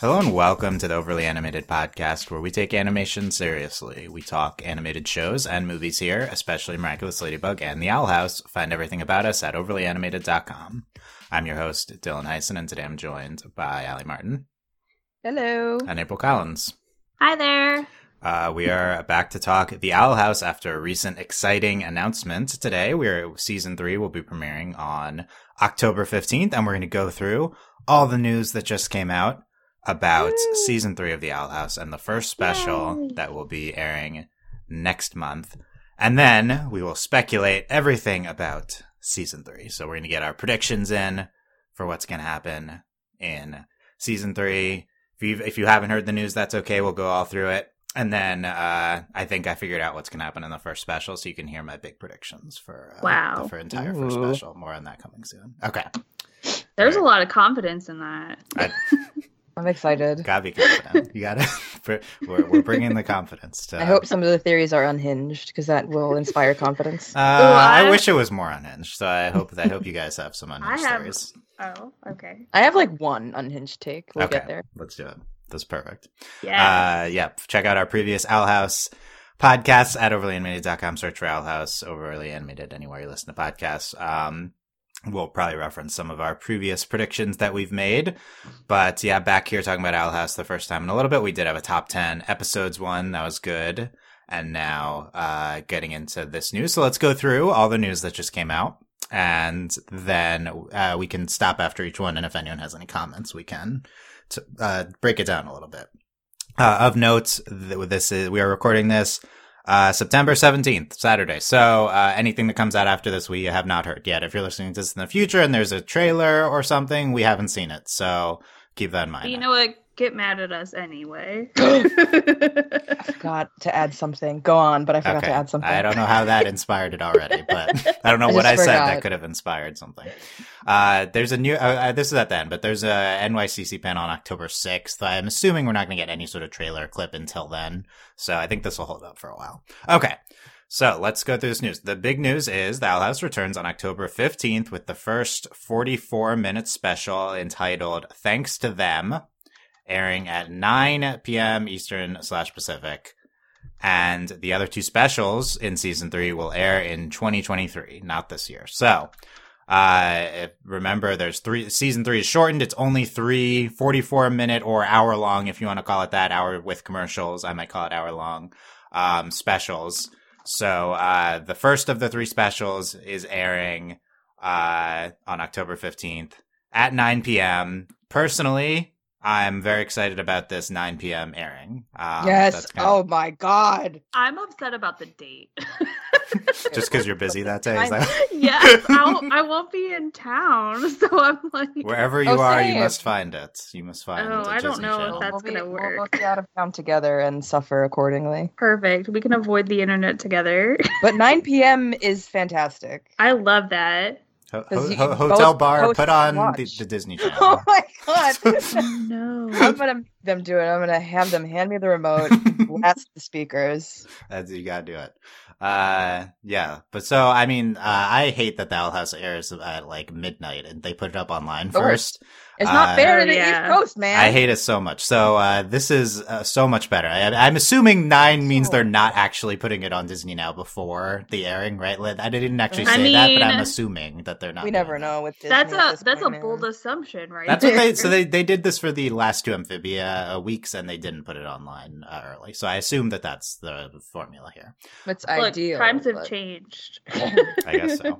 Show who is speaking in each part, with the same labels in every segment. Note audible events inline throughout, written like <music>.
Speaker 1: Hello and welcome to the Overly Animated Podcast, where we take animation seriously. We talk animated shows and movies here, especially Miraculous Ladybug and The Owl House. Find everything about us at overlyanimated.com. I'm your host, Dylan Heisen, and today I'm joined by Ali Martin
Speaker 2: Hello.
Speaker 1: and April Collins.
Speaker 3: Hi there.
Speaker 1: Uh, we are back to talk The Owl House after a recent exciting announcement today. We're season three will be premiering on October 15th, and we're going to go through all the news that just came out about
Speaker 2: Woo.
Speaker 1: season three of The Owl House and the first special
Speaker 3: Yay.
Speaker 1: that will be airing next month. And then we will speculate everything about season three. So we're going to get our predictions in for what's going to happen in season three. If you if you haven't heard the news, that's okay. We'll go all through it, and then uh, I think I figured out what's going to happen in the first special, so you can hear my big predictions for uh,
Speaker 3: Wow.
Speaker 1: the for entire first
Speaker 2: Ooh.
Speaker 1: special. More on that coming soon. Okay, Alright.
Speaker 3: There's a lot of confidence in that.
Speaker 1: I-
Speaker 2: I'm excited.
Speaker 1: gotta be confident. you gotta. <laughs> for- We're, we're bringing the confidence. To,
Speaker 2: I hope some of the theories are unhinged because that
Speaker 1: <laughs>
Speaker 2: will inspire confidence.
Speaker 1: Uh,
Speaker 3: Well,
Speaker 1: I
Speaker 3: I-
Speaker 1: wish it was more unhinged. So I hope I hope you guys have some unhinged
Speaker 3: <laughs> I have-
Speaker 1: stories.
Speaker 3: Oh, okay.
Speaker 2: I have like one unhinged take. We'll
Speaker 1: okay,
Speaker 2: get there.
Speaker 1: let's do it. That's perfect.
Speaker 3: Yeah.
Speaker 1: Uh, yeah. Check out our previous Owl House podcasts at overlyanimated.com. Search for Owl House, overly animated, anywhere you listen to podcasts. Um, we'll probably reference some of our previous predictions that we've made. But yeah, back here talking about Owl House the first time in a little bit. We did have a top 10 episodes one. That was good. And now uh, getting into this news. So let's go through all the news that just came out. And then uh, we can stop after each one. And if anyone has any comments, we can t- uh, break it down a little bit. Uh, of note, th- this is, we are recording this uh, September 17th, Saturday. So uh, anything that comes out after this, we have not heard yet. If you're listening to this in the future and there's a trailer or something, we haven't seen it. So keep that in
Speaker 3: But
Speaker 1: mind.
Speaker 3: you know what? Get mad at us anyway.
Speaker 2: <gasps>
Speaker 3: <laughs>
Speaker 2: I forgot to add something. Go on, but I forgot to add something.
Speaker 1: I don't know how that inspired it already, but
Speaker 2: <laughs>
Speaker 1: I don't know
Speaker 2: I
Speaker 1: what
Speaker 2: just
Speaker 1: I said that
Speaker 2: forgot.
Speaker 1: could have inspired something. Uh, there's a new, uh, uh, this is at the end, but there's a NYCC panel on October 6th. I'm assuming we're not going to get any sort of trailer clip until then. So I think this will hold up for a while. Okay. So let's go through this news. The big news is The Owl House returns on October 15th with the first 44 minute special entitled Thanks to Them, airing at 9 p.m. Eastern slash Pacific. And the other two specials in season three will air in 2023, not this year. So, uh, if- remember there's three, season three is shortened. It's only three 44 minute or hour long, if you want to call it that, hour with commercials. I might call it hour long, um, specials. So, uh, the first of the three specials is airing, uh, on October 15th at 9 p.m. Personally, I'm very excited about this 9 p.m. airing. Um,
Speaker 2: <laughs> yes.
Speaker 1: that's kinda-
Speaker 2: Oh my god.
Speaker 3: I'm upset about the date. <laughs>
Speaker 1: just because you're busy that day. Is that,
Speaker 3: yes, I'll, I won't be in town, <laughs> so I'm like,
Speaker 1: wherever you
Speaker 2: Oh,
Speaker 1: are, you
Speaker 2: same.
Speaker 1: must find it. You must find.
Speaker 3: Oh,
Speaker 1: the
Speaker 3: I don't
Speaker 1: Disney
Speaker 3: know if
Speaker 1: Channel.
Speaker 3: that's
Speaker 2: we'll be,
Speaker 3: gonna
Speaker 2: We'll both
Speaker 3: work.
Speaker 2: be out of town together and suffer accordingly.
Speaker 3: perfect. We can avoid the internet together. <laughs>
Speaker 2: But 9 p.m. is fantastic.
Speaker 1: <laughs>
Speaker 3: I love that.
Speaker 1: Ho-
Speaker 2: Does
Speaker 1: ho-
Speaker 2: you-
Speaker 1: ho- hotel
Speaker 2: both
Speaker 1: bar.
Speaker 2: hosts
Speaker 1: Put on
Speaker 2: watch.
Speaker 1: the, the Disney
Speaker 2: <laughs> Oh
Speaker 1: Channel.
Speaker 2: my god.
Speaker 3: <laughs>
Speaker 2: I'm
Speaker 3: No.
Speaker 2: gonna make them do it. I'm gonna have them hand me
Speaker 1: <laughs>
Speaker 2: the remote, blast the speakers.
Speaker 1: <laughs> That's, you gotta do it. Uh, yeah. But so, I mean, uh, I hate that the Owl House airs at like midnight and they put it up online
Speaker 2: The
Speaker 1: first.
Speaker 2: worst. It's not
Speaker 1: Uh,
Speaker 2: fair to
Speaker 3: Oh,
Speaker 2: the
Speaker 3: yeah.
Speaker 2: East Coast, man.
Speaker 1: I hate it so much. So uh, this is uh, so much better. I, I'm assuming nine means they're not actually putting it on Disney now before the airing, right? Like, I didn't actually say
Speaker 3: I
Speaker 1: that, but I'm
Speaker 3: mean,
Speaker 1: assuming that they're not.
Speaker 2: we
Speaker 1: doing
Speaker 2: never
Speaker 1: that.
Speaker 2: know with Disney
Speaker 3: That's
Speaker 2: at
Speaker 3: a
Speaker 2: this
Speaker 3: that's a
Speaker 2: point, man.
Speaker 3: bold assumption, right?
Speaker 1: That's what they
Speaker 3: there.
Speaker 2: <laughs>
Speaker 1: so they they did this for the last two amphibia uh, weeks, and they didn't put it online uh, early. So I assume that that's the formula here.
Speaker 2: It's
Speaker 3: Look,
Speaker 2: ideal.
Speaker 3: times have
Speaker 2: but
Speaker 3: changed.
Speaker 2: <laughs>
Speaker 1: I guess so.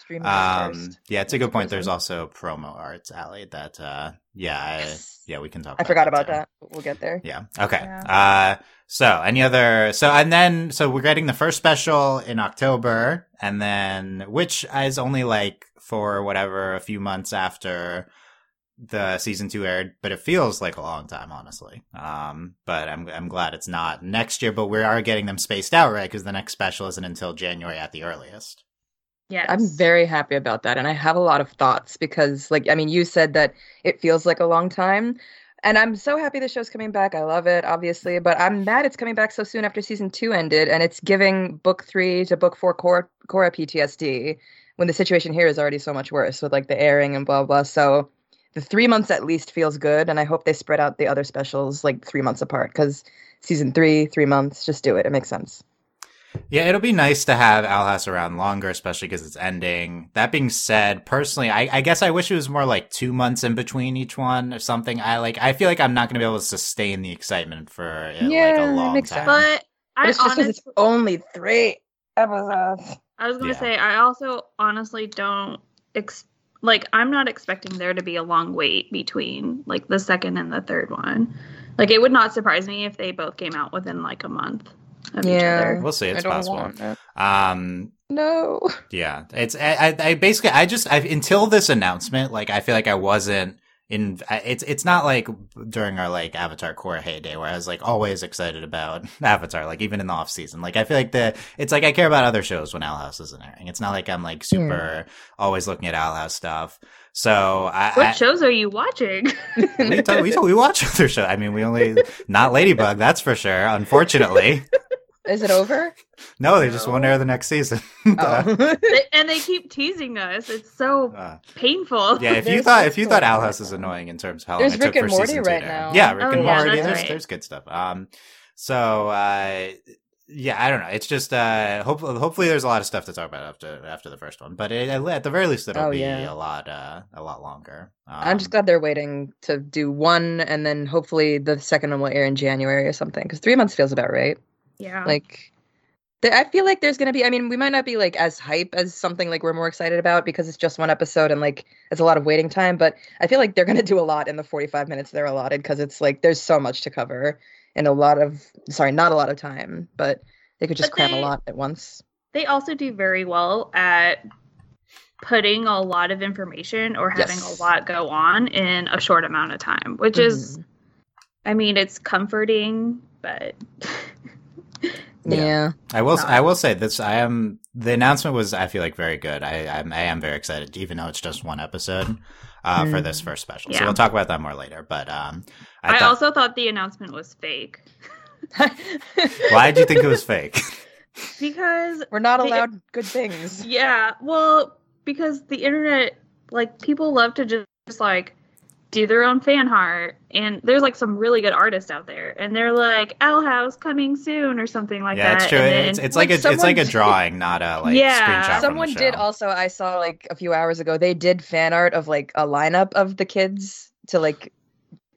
Speaker 2: stream it
Speaker 1: Um,
Speaker 2: first.
Speaker 1: yeah, it's a good point. There's
Speaker 2: Awesome.
Speaker 1: also promo arts, Alley. That uh, yeah, I,
Speaker 2: Yes.
Speaker 1: yeah, we can talk.
Speaker 2: I forgot about
Speaker 1: too.
Speaker 2: that. but We'll get there.
Speaker 1: Yeah. Okay.
Speaker 3: Yeah.
Speaker 1: Uh, so any other, so, and then, so we're getting the first special in October and then, which is only like for whatever, a few months after the season two aired, but it feels like a long time, honestly. Um, but I'm, I'm glad it's not next year, but we are getting them spaced out, right? Cause the next special isn't until January at the earliest.
Speaker 3: Yes.
Speaker 2: I'm very happy about that. And I have a lot of thoughts because, like, I mean, you said that it feels like a long time. And I'm so happy the show's coming back. I love it, obviously. But I'm mad it's coming back so soon after season two ended. And it's giving book three to book four Cora, Cora PTSD when the situation here is already so much worse with, like, the airing and blah, blah. So the three months at least feels good, and I hope they spread out the other specials like three months apart because season three, three months, just do it. It makes sense.
Speaker 1: Yeah, it'll be nice to have Alhas around longer, especially because it's ending. That being said, personally, I, I guess I wish it was more like two months in between each one or something. I like, I feel like I'm not going to be able to sustain the excitement for uh,
Speaker 2: Yeah,
Speaker 1: like a
Speaker 2: that
Speaker 1: long
Speaker 2: makes
Speaker 1: time.
Speaker 2: sense.
Speaker 3: But
Speaker 2: But
Speaker 3: I
Speaker 2: it's just because
Speaker 3: honestly,
Speaker 2: it's only three episodes.
Speaker 3: I was gonna
Speaker 1: Yeah.
Speaker 3: say, I also honestly don't ex- like. I'm not expecting there to be a long wait between like the second and the third one. Like, it would not surprise me if they both came out within like a month of each
Speaker 2: Yeah.
Speaker 3: other.
Speaker 1: We'll see. It's
Speaker 2: I don't
Speaker 1: possible.
Speaker 2: want it.
Speaker 1: Um, <laughs>
Speaker 2: No.
Speaker 1: Yeah, it's I, I, I basically I just I, until this announcement, like I feel like I wasn't in. I- It's it's not like during our like Avatar core heyday where I was like always excited about <laughs> Avatar, like even in the off season. Like I feel like the it's like I care about other shows when Owl House isn't airing. It's not like I'm like super always looking at Owl House stuff. So I,
Speaker 3: What
Speaker 1: I-
Speaker 3: shows are you watching? <laughs>
Speaker 1: we, talk, we, talk- we watch <laughs> other shows. I mean, we only not Ladybug, that's for sure. Unfortunately,
Speaker 2: <laughs> Is
Speaker 1: <laughs>
Speaker 2: it over?
Speaker 1: no, they just won't
Speaker 2: No.
Speaker 1: air the next season. <laughs>
Speaker 2: Oh. <laughs>
Speaker 3: They- and they keep teasing us. It's so
Speaker 1: Uh,
Speaker 3: painful.
Speaker 1: Yeah, if you
Speaker 2: There's
Speaker 1: thought
Speaker 2: Rick
Speaker 1: if you thought
Speaker 2: and
Speaker 1: Owl
Speaker 2: Morty.
Speaker 1: House is annoying in terms of how long
Speaker 2: There's
Speaker 1: it took
Speaker 2: Rick and
Speaker 1: for
Speaker 2: Morty
Speaker 1: season two
Speaker 2: right
Speaker 1: to air.
Speaker 2: now.
Speaker 1: Yeah, Rick
Speaker 3: Oh,
Speaker 1: and
Speaker 3: yeah,
Speaker 1: Morty.
Speaker 3: that's
Speaker 1: There's
Speaker 3: right.
Speaker 1: there's good stuff. Um, so uh, yeah, I don't know. It's just uh, hopefully hopefully there's a lot of stuff to talk about after after the first one, but it, at the very least it'll
Speaker 2: Oh,
Speaker 1: be
Speaker 2: yeah.
Speaker 1: a lot uh a lot longer. Um,
Speaker 2: I'm just glad they're waiting to do one, and then hopefully the second one will air in January or something. Because three months feels about right.
Speaker 3: Yeah.
Speaker 2: Like, th- I feel like there's gonna be. I mean, we might not be like as hype as something like we're more excited about because it's just one episode and like it's a lot of waiting time. But I feel like they're gonna <laughs> do a lot in the 45 minutes they're allotted because it's like there's so much to cover and a lot of sorry, not a lot of time, but they could just
Speaker 3: But
Speaker 2: cram
Speaker 3: they-
Speaker 2: a lot at once.
Speaker 3: they also do very well at putting a lot of information or having
Speaker 2: Yes.
Speaker 3: a lot go on in a short amount of time, which is,
Speaker 2: Mm-hmm.
Speaker 3: I mean, it's comforting, but <laughs>
Speaker 1: Yeah.
Speaker 2: Mm-hmm. yeah.
Speaker 1: I will.
Speaker 3: Not-
Speaker 1: I will say this. I am. The announcement was. I feel like very good. I. I'm, I am very excited, even though it's just one episode uh, for
Speaker 2: Mm.
Speaker 1: this first special. So
Speaker 3: Yeah.
Speaker 1: we'll talk about that more later. But um, I,
Speaker 3: I,
Speaker 1: thought,
Speaker 3: also thought the announcement was fake
Speaker 1: why did you think it was fake? <laughs>
Speaker 3: because,
Speaker 2: <laughs> We're not
Speaker 3: They-
Speaker 2: allowed good things.
Speaker 3: yeah, well, because the internet, like, people love to just, like, do their own fan art, and there's like some really good artists out there, and they're like Owl House coming soon or something like
Speaker 1: yeah,
Speaker 3: that.
Speaker 1: it's true.
Speaker 3: and then-
Speaker 1: it's, it's like,
Speaker 2: Like,
Speaker 1: a it's like a
Speaker 3: <laughs>
Speaker 2: someone-
Speaker 1: drawing, not a like
Speaker 3: Yeah.
Speaker 1: screenshot.
Speaker 2: Someone
Speaker 1: from the
Speaker 2: did
Speaker 1: show.
Speaker 2: also I saw like a few hours ago they did fan art of like a lineup of the kids to like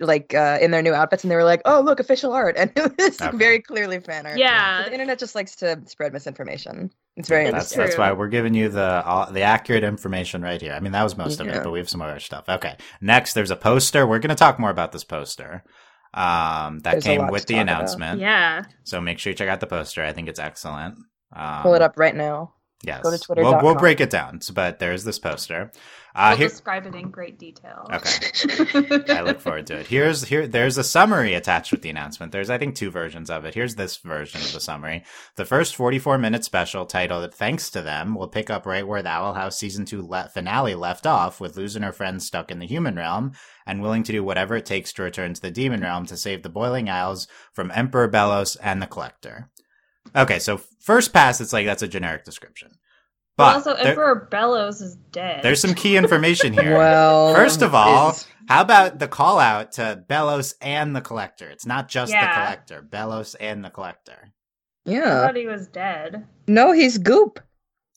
Speaker 2: like uh in their new outfits and they were like, "Oh, look, official art." <laughs> And it was like,
Speaker 1: Okay.
Speaker 2: very clearly fan art.
Speaker 3: yeah,
Speaker 2: The internet just likes to spread misinformation. It's very
Speaker 3: Yeah,
Speaker 1: That's
Speaker 3: It's
Speaker 2: interesting.
Speaker 1: that's
Speaker 3: true.
Speaker 1: why we're giving you the all, the accurate information right here. I mean, that was most of
Speaker 2: Yeah.
Speaker 1: it, but we have some other stuff. Okay, next there's a poster. We're going to talk more about this poster. Um, that
Speaker 2: There's a
Speaker 1: came
Speaker 2: lot
Speaker 1: with
Speaker 2: to
Speaker 1: the
Speaker 2: talk about.
Speaker 1: announcement.
Speaker 3: yeah.
Speaker 1: So make sure you check out the poster. I think it's excellent. Um,
Speaker 2: Pull it up right now.
Speaker 1: Yes.
Speaker 2: Go to twitter
Speaker 1: We'll,
Speaker 2: dot
Speaker 1: we'll
Speaker 2: com.
Speaker 1: break it down. So- But there's this poster. Uh,
Speaker 3: we'll
Speaker 1: here,
Speaker 3: describe it in great detail. <laughs>
Speaker 1: Okay. I look forward to it. Here's here. There's a summary attached with the announcement. There's I think two versions of it. Here's this version of the summary. The first 44 minute special titled "Thanks to Them" will pick up right where the Owl House season two le- finale left off, with losing her friends stuck in the human realm and willing to do whatever it takes to return to the demon realm to save the Boiling Isles from Emperor Belos and the Collector. Okay, so first pass, it's like that's a generic description.
Speaker 3: But
Speaker 1: But
Speaker 3: also,
Speaker 1: there-
Speaker 3: Emperor Bellows is dead.
Speaker 1: there's some key information here.
Speaker 2: Well,
Speaker 1: First of all,
Speaker 2: is-
Speaker 1: How about the call out to Belos and the Collector? It's not just
Speaker 3: Yeah.
Speaker 1: the Collector, Belos and the Collector.
Speaker 3: I
Speaker 2: yeah.
Speaker 3: thought he was dead.
Speaker 2: No, he's goop,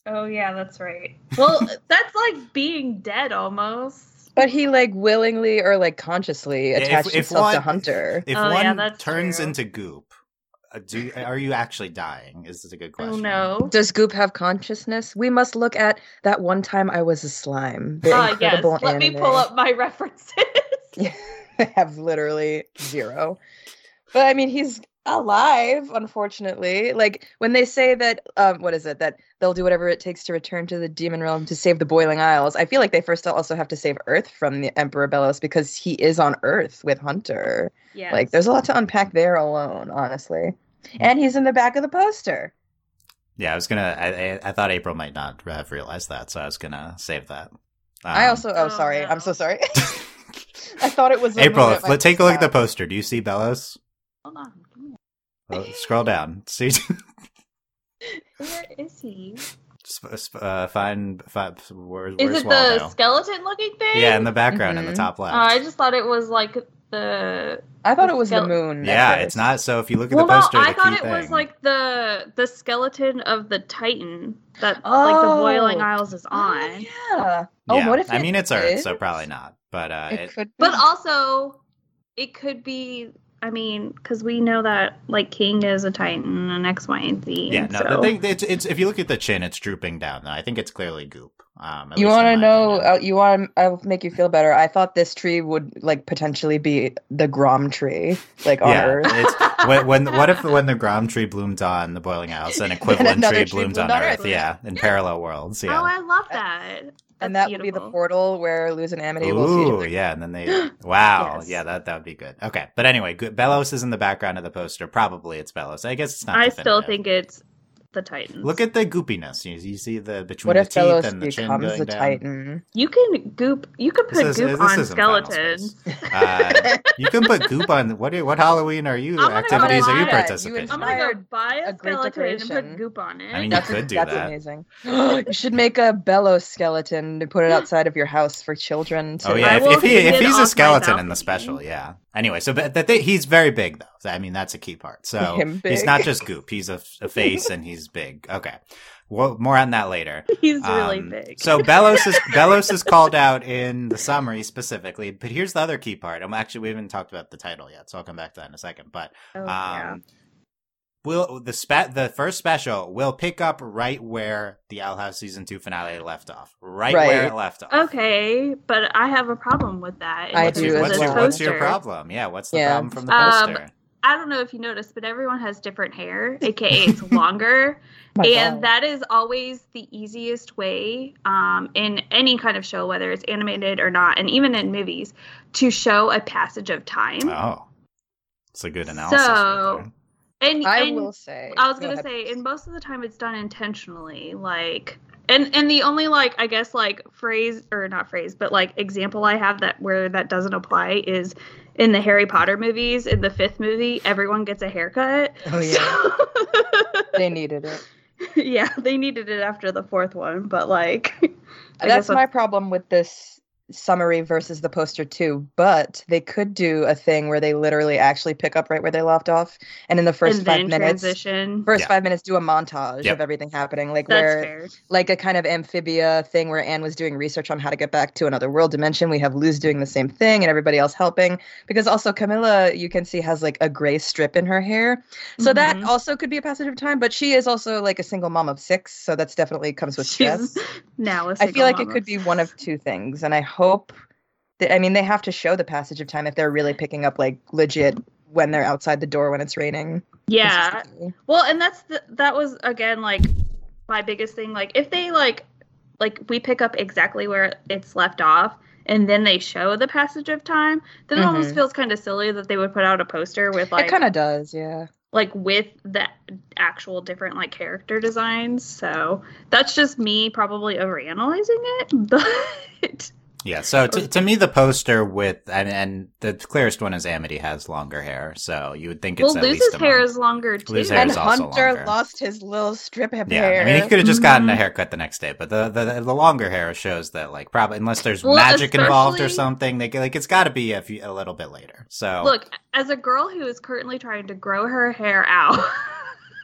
Speaker 3: Oh yeah, that's right.
Speaker 1: <laughs>
Speaker 3: Well, that's like being dead almost.
Speaker 2: but he like willingly or like consciously
Speaker 1: Yeah, if-
Speaker 2: attached
Speaker 1: if
Speaker 2: himself to
Speaker 1: one-
Speaker 2: Hunter.
Speaker 1: If
Speaker 3: Oh,
Speaker 1: one
Speaker 3: yeah, that's
Speaker 1: turns
Speaker 3: true.
Speaker 1: into goop, uh, do are you actually dying? Is this a good question?
Speaker 3: Oh no.
Speaker 2: Does Goop have consciousness? We must look at that one time I was a slime. The
Speaker 3: Ah, yes.
Speaker 2: incredible
Speaker 3: Let me
Speaker 2: anime. <laughs>
Speaker 3: pull up my <laughs> references.
Speaker 2: I have literally zero. But I mean, he's alive, unfortunately. Like when they say that, um, what is it? That they'll do whatever it takes to return to the demon realm to save the Boiling Isles. I feel like they first also have to save Earth from the Emperor Bellows because he is on Earth with Hunter.
Speaker 3: Yeah.
Speaker 2: Like, there's a lot to unpack there alone, honestly. And he's in the back of the poster.
Speaker 1: Yeah, I was gonna. I, I, I thought April might not have realized that, so I was gonna save that. Um, <laughs>
Speaker 2: I also, <laughs> oh,
Speaker 3: Oh,
Speaker 2: sorry,
Speaker 3: no.
Speaker 2: I'm so sorry. I thought it was
Speaker 1: April.
Speaker 2: let
Speaker 1: If, let take a look at the poster. Do you see
Speaker 3: <laughs>
Speaker 1: Belos?
Speaker 3: Hold on. give me
Speaker 1: <laughs> Well, scroll down. See,
Speaker 3: a- Where is he?
Speaker 1: Sp- sp- uh, find, find where's,
Speaker 3: Is
Speaker 1: where's
Speaker 3: it
Speaker 1: Waldo?
Speaker 3: the skeleton looking thing?
Speaker 1: yeah, in the background in the
Speaker 2: Mhm.
Speaker 1: top
Speaker 3: Oh,
Speaker 1: left.
Speaker 3: I just thought it was like the
Speaker 2: I thought it was the
Speaker 3: Skele-
Speaker 2: moon. at
Speaker 1: yeah,
Speaker 2: first.
Speaker 1: it's not. So if you look at
Speaker 3: well,
Speaker 1: the poster,
Speaker 3: no,
Speaker 1: the
Speaker 3: I thought
Speaker 1: key
Speaker 3: it was
Speaker 1: thing-
Speaker 3: like the the skeleton of the Titan that like the Boiling
Speaker 2: Oh.
Speaker 3: Isles is
Speaker 2: Oh,
Speaker 3: on.
Speaker 2: yeah. Oh,
Speaker 1: Yeah,
Speaker 2: what if
Speaker 1: I mean,
Speaker 2: it
Speaker 1: it's Earth, so
Speaker 2: is?
Speaker 1: probably not. But uh,
Speaker 2: It,
Speaker 1: it-
Speaker 2: could. Be.
Speaker 3: But also, it could be. I mean, because we know that like King is a Titan and X, Y, and Z.
Speaker 1: yeah,
Speaker 3: and
Speaker 1: no,
Speaker 3: so-
Speaker 1: the thing it's, it's if you look at the chin, it's drooping down. I think it's clearly goop. Um, at
Speaker 2: you
Speaker 1: least in
Speaker 2: want
Speaker 1: my
Speaker 2: to know?
Speaker 1: opinion.
Speaker 2: Uh, you want? I'll make you feel better. I thought this tree would like potentially be the Grom tree, like on
Speaker 1: yeah,
Speaker 2: <laughs> Earth.
Speaker 3: uh, <laughs>
Speaker 1: it's <laughs> when, when what if when the Grom tree bloomed on the Boiling Isles, an equivalent
Speaker 2: another
Speaker 1: tree
Speaker 2: tree
Speaker 1: bloomed on
Speaker 2: bloomed on
Speaker 1: Earth?
Speaker 2: Earth.
Speaker 1: Yeah, in parallel worlds. Yeah.
Speaker 3: Oh, I love that.
Speaker 2: and that
Speaker 3: That's
Speaker 2: would be the
Speaker 3: beautiful.
Speaker 2: portal where Luz and Amity will <laughs>
Speaker 1: Ooh,
Speaker 2: see.
Speaker 1: yeah, and then they wow,
Speaker 2: Yes.
Speaker 1: yeah, that that would be good. Okay, but anyway, good. Belos is in the background of the poster. Probably it's Belos. I guess it's not.
Speaker 3: I still
Speaker 1: definitive.
Speaker 3: think it's the Titans.
Speaker 1: Look at the goopiness. You, you see the between
Speaker 2: What
Speaker 1: the
Speaker 2: if
Speaker 1: teeth
Speaker 2: Delos
Speaker 1: and the chin
Speaker 2: becomes
Speaker 1: going
Speaker 2: a
Speaker 1: down.
Speaker 2: Titan?
Speaker 3: you can goop. You could
Speaker 1: This
Speaker 3: put
Speaker 1: is- this
Speaker 3: goop on
Speaker 1: isn't Final
Speaker 3: skeletons.
Speaker 1: Uh, you can put goop on what? What Halloween are you
Speaker 3: I'm gonna go
Speaker 1: activities are you
Speaker 3: buy that. You
Speaker 1: participating?
Speaker 3: <laughs> I'm gonna go
Speaker 2: Inspired
Speaker 3: buy
Speaker 2: a
Speaker 3: a
Speaker 2: great
Speaker 3: skeleton and
Speaker 2: decoration.
Speaker 3: put goop on it.
Speaker 1: I mean, you
Speaker 2: That's,
Speaker 1: could do
Speaker 2: that's
Speaker 1: that.
Speaker 2: amazing. <gasps> you should make a Belos skeleton to <gasps> put it outside of your house for children. To
Speaker 1: Oh
Speaker 2: <laughs>
Speaker 1: yeah,
Speaker 3: I
Speaker 1: if,
Speaker 3: will
Speaker 1: if he
Speaker 3: feed
Speaker 1: if
Speaker 3: it
Speaker 1: he's
Speaker 3: off
Speaker 1: a
Speaker 3: my
Speaker 1: skeleton in the
Speaker 3: balcony.
Speaker 1: special, yeah. Anyway, so but that thing, he's very big though. I mean, that's a key part. So
Speaker 2: <laughs> Him
Speaker 1: he's
Speaker 2: big.
Speaker 1: not just goop. He's a, a face and he's big. Okay, well, more on that later.
Speaker 3: <laughs> He's really
Speaker 1: Um,
Speaker 3: big.
Speaker 1: So Belos is Belos is called out in the summary specifically, but here's the other key part. I'm actually we haven't talked about the title yet, so I'll come back to that in a second. But
Speaker 3: Oh,
Speaker 1: um,
Speaker 3: yeah.
Speaker 1: will the spa- the first special will pick up right where the Owl House season two finale left off, right, where
Speaker 2: Right.
Speaker 1: it left off.
Speaker 3: Okay, but I have a problem with that.
Speaker 2: I
Speaker 1: What's
Speaker 2: do
Speaker 1: your,
Speaker 2: as
Speaker 1: what's,
Speaker 2: well.
Speaker 1: your, what's your
Speaker 3: Poster.
Speaker 1: problem? Yeah, what's the
Speaker 2: Yeah.
Speaker 1: problem from the
Speaker 3: Um,
Speaker 1: poster?
Speaker 3: I don't know if you noticed, but everyone has different hair, aka
Speaker 1: <laughs>
Speaker 3: it's longer.
Speaker 2: My
Speaker 3: and
Speaker 2: God.
Speaker 3: that is always the easiest way um, in any kind of show, whether it's animated or not, and even in movies, to show a passage of time.
Speaker 1: oh, it's a good analysis.
Speaker 3: So-
Speaker 1: right
Speaker 3: and
Speaker 2: I
Speaker 3: and
Speaker 2: will say.
Speaker 3: I was
Speaker 2: Go
Speaker 3: gonna
Speaker 2: ahead.
Speaker 3: say, and most of the time it's done intentionally, like and and the only like I guess like phrase or not phrase, but like example I have that where that doesn't apply is in the Harry Potter movies. In the fifth movie, everyone gets a haircut.
Speaker 2: Oh yeah,
Speaker 3: So-
Speaker 2: <laughs> they needed it.
Speaker 3: <laughs> yeah, they needed it after the fourth one, but like <laughs> I guess
Speaker 2: that's my problem with this summary versus the poster too but they could do a thing where they literally actually pick up right where they left off and in the first
Speaker 3: and
Speaker 2: five
Speaker 3: then
Speaker 2: minutes
Speaker 3: transition.
Speaker 2: first
Speaker 1: Yeah.
Speaker 2: five minutes do a montage
Speaker 1: Yep.
Speaker 2: of everything happening like
Speaker 3: That's
Speaker 2: where
Speaker 3: fair.
Speaker 2: like a kind of amphibia thing where anne was doing research on how to get back to another world dimension we have luz doing the same thing and everybody else helping because also camilla you can see has like a gray strip in her hair so that
Speaker 3: Mhm.
Speaker 2: also could be a passage of time but she is also like a single mom of six so that's definitely comes with stress
Speaker 3: She's now a
Speaker 2: I feel
Speaker 3: single
Speaker 2: like it
Speaker 3: mama.
Speaker 2: could be one of two things, and I hope that I mean they have to show the passage of time if they're really picking up like legit when they're outside the door when it's raining. This is
Speaker 3: Yeah.
Speaker 2: the key.
Speaker 3: Well, and that's the, that was again like my biggest thing. Like if they like like we pick up exactly where it's left off, and then they show the passage of time, then it almost
Speaker 2: Mhm.
Speaker 3: feels kind of silly that they would put out a poster with like
Speaker 2: it kind of does, yeah.
Speaker 3: like with the actual different like character designs. So that's just me probably overanalyzing it, <laughs> but
Speaker 1: Yeah. So to, to me, the poster with and, and the clearest one is Amity has longer hair, so you would think it's
Speaker 3: well,
Speaker 1: at least
Speaker 3: Luz's
Speaker 1: a
Speaker 3: hair
Speaker 1: month.
Speaker 3: is longer too.
Speaker 1: Luz's hair
Speaker 2: And
Speaker 1: is also
Speaker 2: Hunter
Speaker 1: longer.
Speaker 2: lost his little strip of
Speaker 1: Yeah,
Speaker 2: hair.
Speaker 1: I mean, he could have just gotten a
Speaker 3: Mhm.
Speaker 1: haircut the next day, but the, the the longer hair shows that like probably unless there's
Speaker 3: Well,
Speaker 1: magic involved or
Speaker 3: especially-
Speaker 1: something, they like it's got to be a, few, a little bit later.
Speaker 2: Oh.
Speaker 1: So
Speaker 3: Look, <laughs> as a girl who is currently trying to grow her hair out,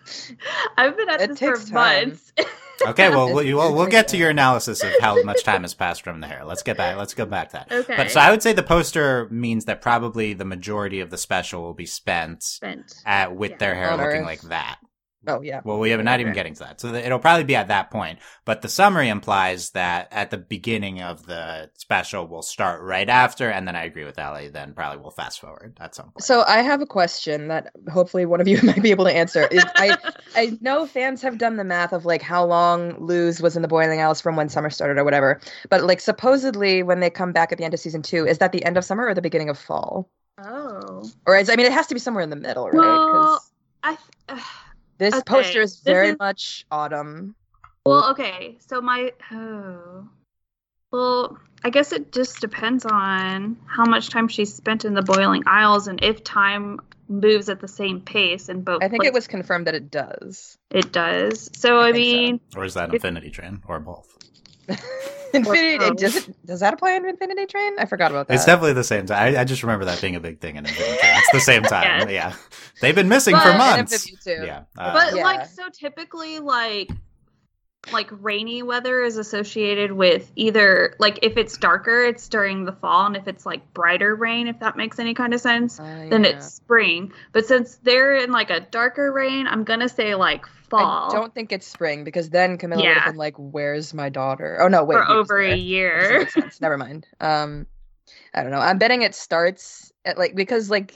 Speaker 3: <laughs> I've been at
Speaker 2: It
Speaker 3: this for
Speaker 2: takes time.
Speaker 3: months. <laughs>
Speaker 1: okay, well, we'll,
Speaker 2: It's-
Speaker 1: we'll,
Speaker 2: it's
Speaker 1: we'll
Speaker 2: like
Speaker 1: get to
Speaker 2: that.
Speaker 1: your analysis of how much time has passed from the hair. Let's get back. Let's go back to that.
Speaker 3: okay.
Speaker 1: But so I would say the poster means that probably the majority of the special will be spent
Speaker 3: spent.
Speaker 1: at, with
Speaker 3: Yeah.
Speaker 1: their hair
Speaker 2: On
Speaker 1: looking
Speaker 2: Earth.
Speaker 1: like that.
Speaker 2: Oh yeah.
Speaker 1: Well, we have not even
Speaker 3: Okay.
Speaker 1: getting to that, so that it'll probably be at that point. But the summary implies that at the beginning of the special, we'll start right after, and then I agree with Ali. Then probably we'll fast forward at some point.
Speaker 2: So I have a question that hopefully one of you <laughs> might be able to answer. Is-
Speaker 3: <laughs>
Speaker 2: I I know fans have done the math of like how long Luz was in the Boiling Isles from when summer started or whatever, but like supposedly when they come back at the end of season two, is that the end of summer or the beginning of fall?
Speaker 3: oh,
Speaker 2: Or is I mean, it has to be somewhere in the middle, right? 'Cause
Speaker 3: I. Uh,
Speaker 2: this
Speaker 3: okay,
Speaker 2: poster is
Speaker 3: this
Speaker 2: very
Speaker 3: is-
Speaker 2: much autumn.
Speaker 3: <sighs> well, okay. So my. Oh. Well, I guess it just depends on how much time she spent in the Boiling Isles and if time moves at the same pace and both.
Speaker 2: I think
Speaker 3: like,
Speaker 2: it was confirmed that it does.
Speaker 3: It does. So
Speaker 2: think
Speaker 3: I,
Speaker 2: so.
Speaker 3: mean,
Speaker 1: Or is that
Speaker 3: It-
Speaker 1: Infinity Train or both?
Speaker 2: Infinity
Speaker 3: both.
Speaker 2: does it does that apply in Infinity Train? I forgot about that.
Speaker 1: It's definitely the same time. I, I just remember that being a big thing in Infinity Train. It's the same time. yeah. They've been missing
Speaker 3: But-
Speaker 1: for
Speaker 3: And
Speaker 1: months.
Speaker 2: MCU too.
Speaker 1: Yeah. Uh,
Speaker 3: but
Speaker 2: Yeah.
Speaker 3: like so typically like like rainy weather is associated with either like if it's darker it's during the fall and if it's like brighter rain if that makes any kind of sense
Speaker 2: Uh,
Speaker 3: then
Speaker 2: yeah.
Speaker 3: it's spring but since they're in like a darker rain i'm gonna say like fall
Speaker 2: I don't think it's spring because then Camilla would
Speaker 3: Yeah.
Speaker 2: have been like, "Where's my daughter?" Oh no, wait,
Speaker 3: for
Speaker 2: he was
Speaker 3: over
Speaker 2: there.
Speaker 3: a
Speaker 2: That doesn't
Speaker 3: year
Speaker 2: make sense. Never mind. Um, I don't know. I'm betting it starts at like because like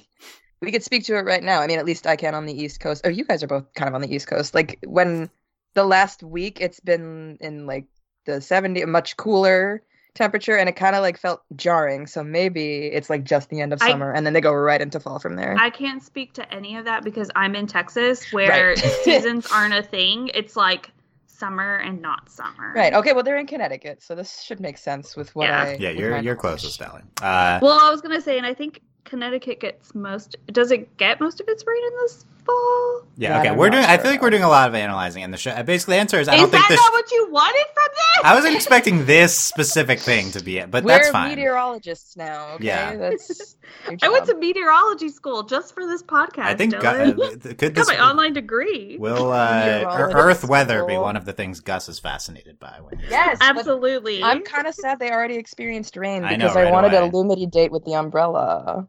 Speaker 2: we could speak to it right now. I mean, at least I can on the East Coast. Oh, you guys are both kind of on the East Coast. Like when the last week, it's been in like the 70, much cooler temperature, and it kind of like felt jarring. So maybe it's like just the end of
Speaker 3: I-
Speaker 2: summer, and then they go right into fall from there.
Speaker 3: i can't speak to any of that because i'm in texas
Speaker 2: <laughs>
Speaker 3: where
Speaker 2: Right.
Speaker 3: seasons aren't a thing it's like summer and not summer
Speaker 2: Right. Okay. Well, they're in Connecticut, so this should make sense with what
Speaker 3: Yeah.
Speaker 2: I.
Speaker 1: yeah,
Speaker 2: with
Speaker 1: you're
Speaker 2: my
Speaker 1: you're
Speaker 2: knowledge.
Speaker 1: closest, Allie. Uh,
Speaker 3: Well, I was gonna say, and I think Connecticut gets most. Does it get most of its rain in this fall?
Speaker 1: yeah,
Speaker 2: Yeah,
Speaker 1: okay.
Speaker 2: I'm
Speaker 1: We're
Speaker 2: not
Speaker 1: doing. I
Speaker 2: sure
Speaker 1: feel like we're
Speaker 2: about
Speaker 1: doing a lot of analyzing, and the show. Basically, the answer is I don't
Speaker 3: Is
Speaker 1: think
Speaker 3: that
Speaker 1: this.
Speaker 3: not what you wanted from this?
Speaker 1: I wasn't expecting this specific thing to be it, but
Speaker 2: We're
Speaker 1: that's fine.
Speaker 2: meteorologists now. Okay?
Speaker 1: Yeah.
Speaker 2: <laughs> That's. your
Speaker 3: I went
Speaker 2: job.
Speaker 3: to meteorology school just for this podcast.
Speaker 1: I think Gu-
Speaker 3: Dylan.
Speaker 1: uh, th- could
Speaker 3: got
Speaker 1: this
Speaker 3: my online degree.
Speaker 1: will
Speaker 2: <laughs>
Speaker 1: uh, Ear-
Speaker 2: Meteorologist
Speaker 1: Earth weather be
Speaker 2: school.
Speaker 1: one of the things Gus is fascinated by? When he-
Speaker 2: Yes, but
Speaker 3: Absolutely.
Speaker 2: I'm kind of sad they already experienced rain
Speaker 1: I know,
Speaker 2: because I,
Speaker 1: right
Speaker 2: wanted
Speaker 1: away.
Speaker 2: a Lumity date with the umbrella.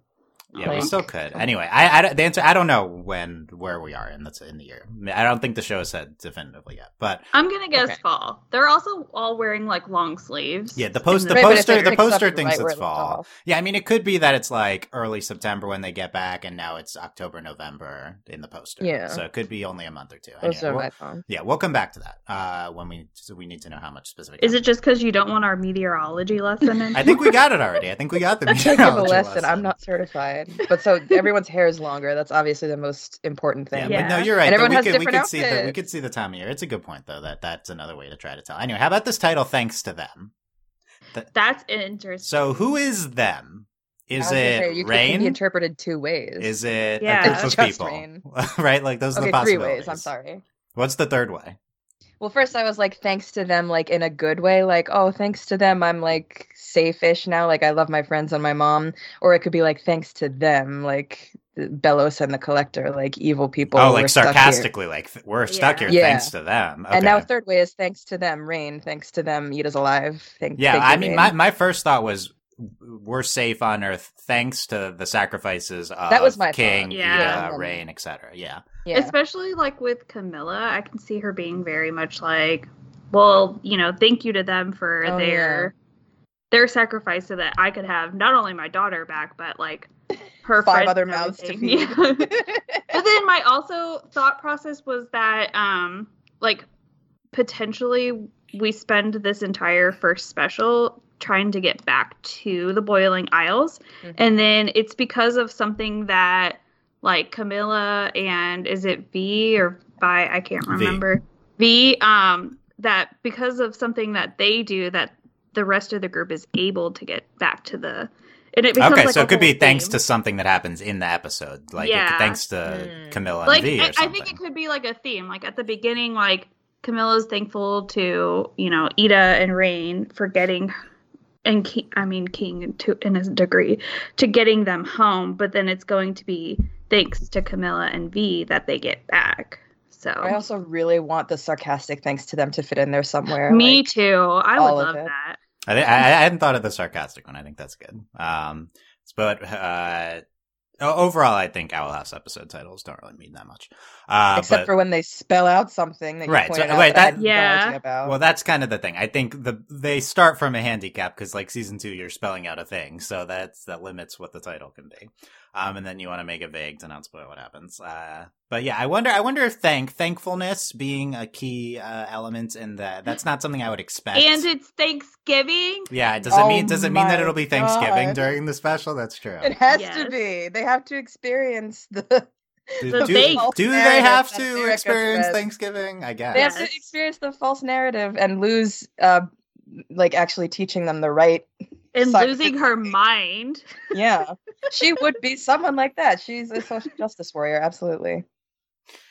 Speaker 1: Yeah, we
Speaker 2: Like-
Speaker 1: still could. Anyway, I, I don't- the answer I don't know when where we are in that's in the year. I don't think the show has said definitively yet, but
Speaker 3: I'm gonna guess
Speaker 2: Okay.
Speaker 3: fall. They're also all wearing like long sleeves.
Speaker 1: Yeah, the
Speaker 3: in
Speaker 1: post- the
Speaker 2: Right, but if
Speaker 1: poster-
Speaker 2: it
Speaker 1: the
Speaker 2: picks up
Speaker 1: poster
Speaker 2: right
Speaker 1: thinks
Speaker 2: where
Speaker 1: it's
Speaker 2: it left
Speaker 1: fall.
Speaker 2: off.
Speaker 1: yeah, I mean it could be that it's like early September when they get back, and now it's October November in the poster.
Speaker 2: Yeah.
Speaker 1: so it could be only a month or two. Anyway,
Speaker 2: Those are
Speaker 1: we'll- <laughs>
Speaker 2: my thoughts.
Speaker 1: yeah, we'll come back to that uh, when we so we need to know how much specific.
Speaker 3: Is it just because you don't want our meteorology lesson?
Speaker 1: <laughs>
Speaker 3: In?
Speaker 1: I think we got it already. I think we
Speaker 2: <laughs>
Speaker 1: got the
Speaker 2: I can't give a
Speaker 1: <laughs> meteorology
Speaker 2: lesson. I'm not certified, but so everyone's hair is longer. That's obviously the most important
Speaker 1: Yeah,
Speaker 2: thing.
Speaker 1: but no,
Speaker 3: Yeah.
Speaker 1: you're right.
Speaker 2: And
Speaker 1: though.
Speaker 2: everyone
Speaker 1: we
Speaker 2: has
Speaker 1: could, we
Speaker 2: different
Speaker 1: could see the we
Speaker 2: outfits.
Speaker 1: could see the time of year. It's a good point though that that's another way to try to tell. Anyway, how about this title? Thanks to them.
Speaker 3: That's interesting.
Speaker 1: So who is them?
Speaker 2: I was
Speaker 1: Is
Speaker 2: gonna
Speaker 1: it
Speaker 2: say, you could- it can be
Speaker 1: rain?
Speaker 2: interpreted two ways.
Speaker 1: Is it
Speaker 3: Yeah.
Speaker 1: a group
Speaker 3: It's
Speaker 1: of
Speaker 2: just
Speaker 1: people?
Speaker 2: rain.
Speaker 1: <laughs> right? Like those are
Speaker 2: okay,
Speaker 1: the
Speaker 2: three
Speaker 1: possibilities.
Speaker 2: ways. I'm sorry.
Speaker 1: What's the third way?
Speaker 2: Well, first I was like, thanks to them, like in a good way, like, oh, thanks to them, I'm like safe-ish now. Like I love my friends and my mom. Or it could be like, thanks to them, like Bellos and the Collector, like evil people.
Speaker 1: oh,
Speaker 2: were
Speaker 1: like
Speaker 2: stuck here.
Speaker 1: sarcastically, like th- we're stuck
Speaker 3: Yeah.
Speaker 1: here
Speaker 2: Yeah.
Speaker 1: thanks to them. Okay.
Speaker 2: And now third way is thanks to them, rain. Thanks to them, Ida's alive. Thank,
Speaker 1: yeah,
Speaker 2: thank you,
Speaker 1: I mean,
Speaker 2: Rain.
Speaker 1: my, my first thought was we're safe on Earth thanks to the sacrifices of
Speaker 2: That was my
Speaker 1: King,
Speaker 2: thought.
Speaker 3: Yeah.
Speaker 1: Ida,
Speaker 2: Yeah.
Speaker 1: Rain, etc. Yeah,
Speaker 2: yeah.
Speaker 3: Especially like with Camilla, I can see her being very much like, well, you know, thank you to them for
Speaker 2: Oh,
Speaker 3: their their sacrifice so that I could have not only my daughter back, but like her
Speaker 2: Five
Speaker 3: friends
Speaker 2: other
Speaker 3: and
Speaker 2: mouths to
Speaker 3: everything.
Speaker 2: feed.
Speaker 3: <laughs> Yeah. but then my also thought process was that um like potentially we spend this entire first special trying to get back to the boiling isles
Speaker 2: Mhm.
Speaker 3: and then it's because of something that like camilla and is it v or by i can't
Speaker 1: V.
Speaker 3: remember v um that because of something that they do that the rest of the group is able to get back to the and it becomes
Speaker 1: okay,
Speaker 3: like
Speaker 1: so
Speaker 3: a
Speaker 1: it could be
Speaker 3: whole
Speaker 1: thanks
Speaker 3: theme.
Speaker 1: to something that happens in the episode, like it-
Speaker 3: Yeah.
Speaker 1: thanks to
Speaker 3: Hmm.
Speaker 2: Mm.
Speaker 1: Camilla and
Speaker 3: like
Speaker 1: V
Speaker 3: I,
Speaker 1: or
Speaker 3: I
Speaker 1: something.
Speaker 3: think it could be like a theme like at the beginning like camilla's thankful to you know ida and rain for getting and king, i mean king to in a degree to getting them home but then it's going to be thanks to camilla and v that they get back so
Speaker 2: I also really want the sarcastic thanks to them to fit in there somewhere.
Speaker 3: me
Speaker 2: like-
Speaker 3: too i would
Speaker 2: all of
Speaker 3: love
Speaker 2: it.
Speaker 3: that
Speaker 1: I, th- I I hadn't thought of the sarcastic one. I think that's good. Um, but uh, o- overall, I think Owl House episode titles don't really mean that much. Uh,
Speaker 2: Except
Speaker 1: but,
Speaker 2: for when they spell out something that you
Speaker 1: Right, so-
Speaker 2: pointed out
Speaker 1: wait,
Speaker 2: that, I
Speaker 1: that-
Speaker 2: had no
Speaker 3: Yeah.
Speaker 2: idea about.
Speaker 1: well, that's kind of the thing. I think the they start from a handicap because, like season two, you're spelling out a thing, so that's that limits what the title can be. Um, and then you want to make it vague to not spoil what happens. Uh, but yeah, I wonder. I wonder if thank thankfulness being a key uh, element in the that's not something I would expect.
Speaker 3: and it's thanksgiving
Speaker 1: yeah, does it
Speaker 2: Oh
Speaker 1: mean does it mean that
Speaker 2: my
Speaker 1: it'll be Thanksgiving
Speaker 2: God.
Speaker 1: during the special? That's
Speaker 2: <laughs>
Speaker 1: true.
Speaker 2: It has
Speaker 3: Yes.
Speaker 2: to be. They have to experience the.
Speaker 1: Do,
Speaker 3: The
Speaker 1: do-
Speaker 3: bake.
Speaker 1: do they
Speaker 2: Narrative
Speaker 1: have
Speaker 2: that
Speaker 1: to
Speaker 2: America
Speaker 1: experience
Speaker 2: says.
Speaker 1: Thanksgiving? I
Speaker 2: They
Speaker 1: guess.
Speaker 2: have
Speaker 3: Yes.
Speaker 2: to experience the false narrative and lose, uh, like actually teaching them the right
Speaker 3: and
Speaker 2: Psych-
Speaker 3: losing her mind.
Speaker 2: <laughs> Yeah. she would be someone like that. She's a social justice warrior, absolutely.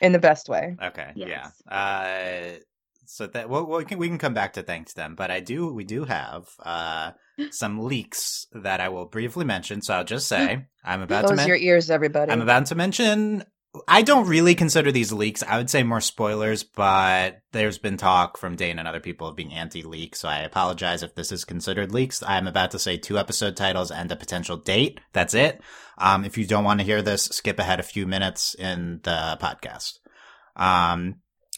Speaker 2: In the best way.
Speaker 1: Okay.
Speaker 3: Yes.
Speaker 1: Yeah. Uh, so that well, we can we can come back to thanks them, but I do we do have uh some leaks that I will briefly mention. So I'll just say I'm about to
Speaker 2: Close
Speaker 1: men-
Speaker 2: your ears, everybody.
Speaker 1: I'm about to mention. I don't really consider these leaks. I would say more spoilers, but there's been talk from Dane and other people of being anti-leak, so I apologize if this is considered leaks. I'm about to say two episode titles and a potential date. That's it. Um, if you don't want to hear this, skip ahead a few minutes in the podcast. Um,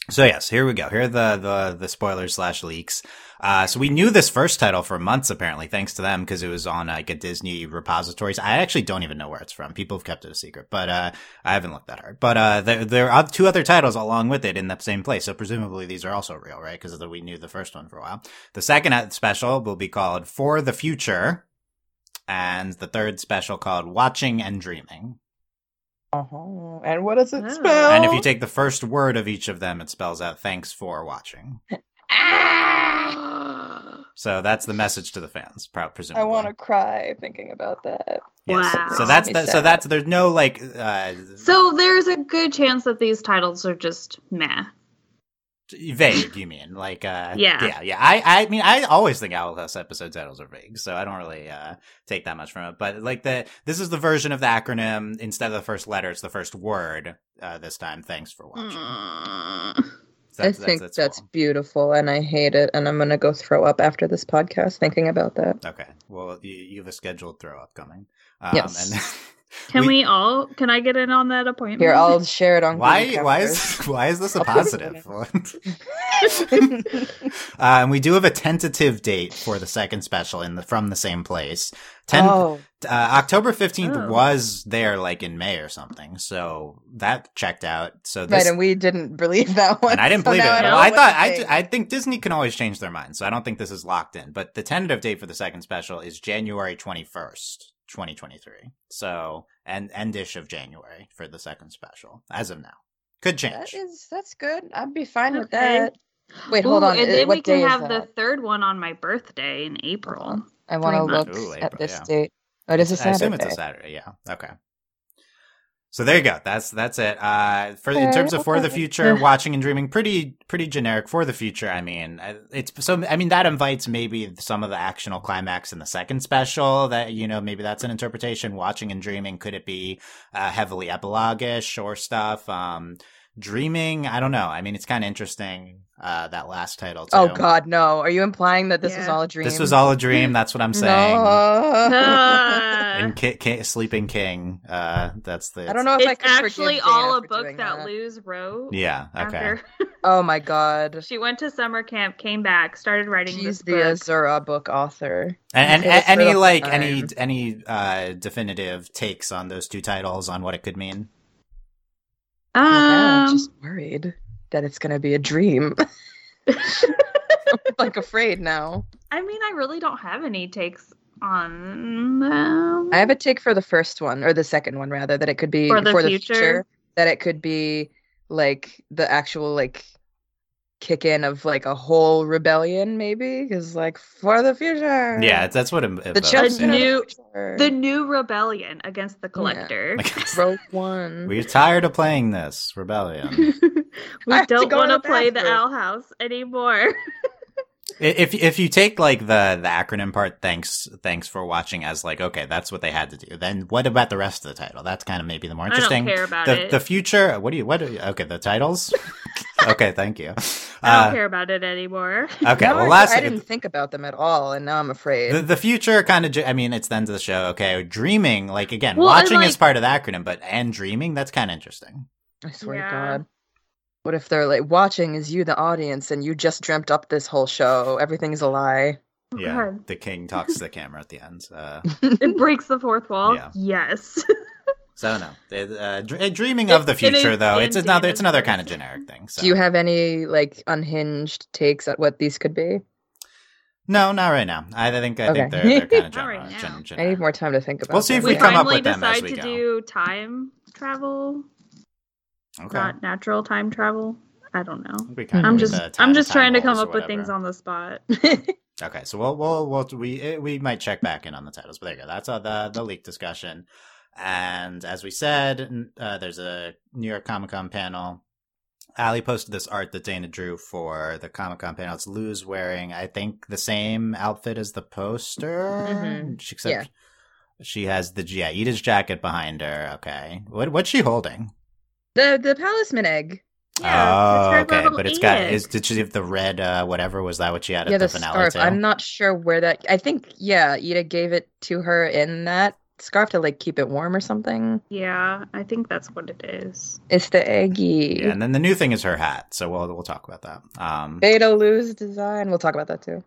Speaker 1: so yes, here we go. Here are the the the spoilers slash leaks. Uh, so we knew this first title for months, apparently, thanks to them, because it was on like a Disney repositories. I actually don't even know where it's from. People have kept it a secret, but uh, I haven't looked that hard. But uh, there there are two other titles along with it in that same place. So presumably these are also real, right? Because we knew the first one for a while. The second uh, special will be called For the Future, and the third special called Watching and Dreaming.
Speaker 2: Uh-huh. And what does it
Speaker 3: Oh.
Speaker 2: spell?
Speaker 1: And if you take the first word of each of them, it spells out thanks for watching.
Speaker 3: Ah!
Speaker 1: So that's the message to the fans, proud presumably.
Speaker 2: I want to cry thinking about that.
Speaker 3: Wow.
Speaker 1: So that's
Speaker 2: Makes
Speaker 1: the, so
Speaker 2: sense.
Speaker 1: that's there's no like uh,
Speaker 3: So there's a good chance that these titles are just meh.
Speaker 1: vague. You mean like uh,
Speaker 3: Yeah.
Speaker 1: yeah yeah. I I mean I always think Owl House episode titles are vague, so I don't really uh, take that much from it. But like the this is the version of the acronym instead of the first letter, it's the first word uh, this time. Thanks for watching.
Speaker 3: Mm.
Speaker 1: So
Speaker 2: Hmm. I think that's,
Speaker 1: cool.
Speaker 2: beautiful and I hate it and I'm going to go throw up after this podcast thinking about that.
Speaker 1: okay. Well, you, you have a scheduled throw Um, up coming.
Speaker 2: Yes. <laughs>
Speaker 3: Can we, all? Can I get in on that appointment?
Speaker 2: Here, <laughs> I'll share it
Speaker 1: <laughs>
Speaker 2: on
Speaker 1: why
Speaker 2: Google
Speaker 1: why
Speaker 2: Calendar.
Speaker 1: is <laughs> why is this
Speaker 2: <laughs>
Speaker 1: a
Speaker 2: I'll put it
Speaker 1: positive <laughs> Uh, and we do have a tentative date for the second special in the from the same place 10
Speaker 2: oh,
Speaker 1: uh, october 15th
Speaker 3: Oh.
Speaker 1: was there like in may or something so that checked out so this
Speaker 2: right, and we didn't believe that one.
Speaker 1: and I didn't
Speaker 2: so
Speaker 1: believe it.
Speaker 2: now
Speaker 1: Well,
Speaker 2: know
Speaker 1: I
Speaker 2: what
Speaker 1: thought
Speaker 2: to
Speaker 1: I,
Speaker 2: think.
Speaker 1: I think Disney can always change their mind, so I don't think this is locked in. But the tentative date for the second special is January twenty first, twenty twenty three. So and endish of January for the second special, as of now, could change.
Speaker 2: That is that's good. I'd be fine with
Speaker 3: Okay.
Speaker 2: that. Wait, hold
Speaker 3: Ooh,
Speaker 2: on.
Speaker 3: And
Speaker 2: uh,
Speaker 3: then
Speaker 2: what
Speaker 3: we can
Speaker 2: day is
Speaker 3: have the
Speaker 2: that?
Speaker 3: third one on my birthday in April.
Speaker 2: I want to
Speaker 3: three
Speaker 2: look
Speaker 1: months. Ooh,
Speaker 2: at
Speaker 1: April,
Speaker 2: this
Speaker 1: yeah.
Speaker 2: date. Oh, it is a
Speaker 1: I
Speaker 2: Saturday.
Speaker 1: assume it's a Saturday. Yeah. Okay. So there you go. That's that's it. Uh, for in
Speaker 2: Okay,
Speaker 1: terms of for the
Speaker 2: okay. <laughs>
Speaker 1: future, watching and dreaming, pretty pretty generic for the future. I mean, I- it's so. I mean, that invites maybe some of the actional climax in the second special. That you know, maybe that's an interpretation. Watching and dreaming, could it be uh, heavily epiloguish or stuff? Um, dreaming, I don't know. I mean, it's kind of interesting. Uh, that last title. Too.
Speaker 2: Oh God, no! Are you implying that this
Speaker 3: Yeah.
Speaker 2: was all a dream?
Speaker 1: this was all a dream. That's
Speaker 2: <laughs>
Speaker 1: what I'm
Speaker 3: <laughs>
Speaker 1: saying.
Speaker 2: No.
Speaker 3: Ah.
Speaker 1: And Ki- Ki- Sleeping King. Uh, that's the.
Speaker 2: I don't know if I
Speaker 3: it's
Speaker 2: can forgive
Speaker 3: actually
Speaker 2: Dana
Speaker 3: all a
Speaker 2: for
Speaker 3: book
Speaker 2: doing
Speaker 3: that, Luz wrote.
Speaker 1: Yeah. Okay.
Speaker 3: After
Speaker 2: Oh my God,
Speaker 3: she went to summer camp, came back, started writing
Speaker 2: she's
Speaker 3: this
Speaker 2: the
Speaker 3: book.
Speaker 2: Azura book author.
Speaker 1: And, and,
Speaker 2: Okay, let's
Speaker 1: any
Speaker 2: start off
Speaker 1: like
Speaker 2: with
Speaker 1: any
Speaker 2: time.
Speaker 1: any uh definitive takes on those two titles on what it could mean.
Speaker 2: Oh, yeah, I'm
Speaker 3: um,
Speaker 2: just worried that it's gonna be a
Speaker 3: <laughs>
Speaker 2: dream. <laughs> like afraid now.
Speaker 3: I mean, I really don't have any takes on them.
Speaker 2: I have a take for the first one or the second one rather that it could be
Speaker 3: For the future?
Speaker 2: that it could be like the actual like kick in of like a whole rebellion maybe because like for the
Speaker 3: Uh,
Speaker 2: future
Speaker 1: Yeah, that's what it, it
Speaker 2: the
Speaker 1: evokes,
Speaker 2: children
Speaker 1: yeah.
Speaker 3: new-
Speaker 2: of the, future.
Speaker 3: the new rebellion against the collector.
Speaker 1: <laughs> Like,
Speaker 2: rogue
Speaker 1: <laughs>
Speaker 2: one
Speaker 1: We're tired of playing this
Speaker 3: <laughs>
Speaker 1: rebellion.
Speaker 3: we
Speaker 2: I have to
Speaker 3: don't
Speaker 2: go
Speaker 3: want
Speaker 2: to
Speaker 3: to
Speaker 2: the
Speaker 3: play the
Speaker 2: bathroom.
Speaker 3: owl house anymore. <laughs>
Speaker 1: I- if if you take like the the acronym part, thanks thanks for watching as like okay, that's what they had to do. Then what about the rest of the title? That's kind of maybe the more
Speaker 3: I don't
Speaker 1: interesting.
Speaker 3: care about
Speaker 1: The
Speaker 3: it.
Speaker 1: the future. What do you what? Are you, okay, the
Speaker 3: <laughs>
Speaker 1: titles. okay, thank you.
Speaker 3: I don't
Speaker 1: Uh,
Speaker 3: care about it anymore. <laughs>
Speaker 1: okay,
Speaker 2: Now
Speaker 1: well
Speaker 2: I-
Speaker 1: last
Speaker 2: I didn't think about them at all and now I'm afraid
Speaker 1: The, the future kind of, I mean, it's the end of the show. Okay. Dreaming, like, again,
Speaker 3: Well, and,
Speaker 1: watching is
Speaker 3: like-
Speaker 1: part of the acronym, but and dreaming, that's kind of interesting.
Speaker 2: I swear
Speaker 3: Yeah.
Speaker 2: to God. What if they're like watching is you the audience and you just dreamt up this whole show? Everything's a lie.
Speaker 3: God.
Speaker 1: The king talks to the camera at the end. Uh,
Speaker 3: It breaks the fourth wall.
Speaker 1: Yeah.
Speaker 3: Yes.
Speaker 1: <laughs> so, no. It, uh, dr- uh, dreaming
Speaker 3: It-
Speaker 1: of the
Speaker 3: it is
Speaker 1: future, though, it's
Speaker 3: in
Speaker 1: another,
Speaker 3: Dana's
Speaker 1: it's another kind of
Speaker 3: voice.
Speaker 1: generic thing. So.
Speaker 2: Do you have any like unhinged takes at what these could be?
Speaker 1: no, not right now. I think, I think
Speaker 2: Okay.
Speaker 1: they're, they're kind of
Speaker 3: <laughs> Not
Speaker 1: general.
Speaker 3: right now.
Speaker 1: gen-
Speaker 2: I need
Speaker 1: generic.
Speaker 2: more time to think about.
Speaker 1: We'll see if <laughs>
Speaker 2: them.
Speaker 1: we
Speaker 3: we
Speaker 1: come up
Speaker 3: finally
Speaker 1: with them as
Speaker 3: decide
Speaker 1: we
Speaker 3: to
Speaker 1: go.
Speaker 3: do time travel,
Speaker 1: Okay.
Speaker 3: not natural time travel. I don't know.
Speaker 1: We kinda
Speaker 3: I'm
Speaker 1: did
Speaker 3: just
Speaker 1: the
Speaker 3: I'm
Speaker 1: time-
Speaker 3: just
Speaker 1: time
Speaker 3: trying to come
Speaker 1: holes or
Speaker 3: up with things
Speaker 1: whatever.
Speaker 3: on the spot. <laughs>
Speaker 1: Okay, so we'll we'll, we'll we eh, we might check back in on the titles, but there you go. That's uh, the the leak discussion, and as we said, n- uh, there's a New York Comic Con panel. Ali posted this art that Dana drew for the Comic Con panel. It's Lou's wearing, I think, the same outfit as the poster,
Speaker 2: Mhm.
Speaker 1: She- except she has the yeah Edith's jacket behind her. Okay, what what's she holding?
Speaker 2: The the palisman egg.
Speaker 3: Yeah, it's
Speaker 1: oh,
Speaker 3: her
Speaker 1: okay,
Speaker 3: little
Speaker 1: but it's got
Speaker 3: egg.
Speaker 1: is did she have the red uh, whatever was that what she had at
Speaker 2: yeah,
Speaker 1: the,
Speaker 2: the
Speaker 1: finale
Speaker 2: scarf.
Speaker 1: too?
Speaker 2: I'm not sure where that. I think yeah, Ida gave it to her in that scarf to like keep it warm or something.
Speaker 3: yeah, I think that's what it is.
Speaker 2: It's the eggy.
Speaker 1: Yeah, and then the new thing is her hat. So we'll we'll talk about that. Um,
Speaker 2: Beta Lou's design. We'll talk about that too.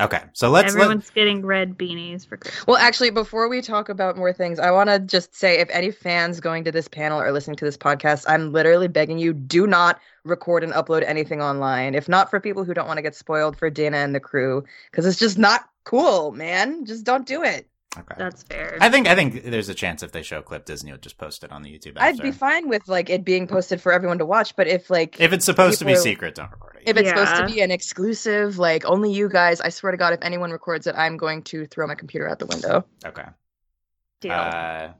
Speaker 1: okay, so let's let,
Speaker 3: Everyone's getting red beanies for Christmas.
Speaker 2: Well, actually, before we talk about more things, I want to just say if any fans going to this panel or listening to this podcast, I'm literally begging you do not record and upload anything online. If not for people who don't want to get spoiled for Dana and the crew, because it's just not cool, man. Just don't do it.
Speaker 1: okay.
Speaker 3: that's fair.
Speaker 1: I think I think there's a chance if they show a clip, Disney will just post it on the YouTube.
Speaker 2: I'd
Speaker 1: after.
Speaker 2: be fine with like it being posted for everyone to watch, but if like
Speaker 1: if it's supposed to be
Speaker 2: People-
Speaker 1: secret, don't record it.
Speaker 2: if it's supposed to
Speaker 3: Yeah.
Speaker 2: be an exclusive, like only you guys, I swear to God, if anyone records it, I'm going to throw my computer out the window.
Speaker 1: okay,
Speaker 3: Deal. <laughs>
Speaker 1: uh, <laughs>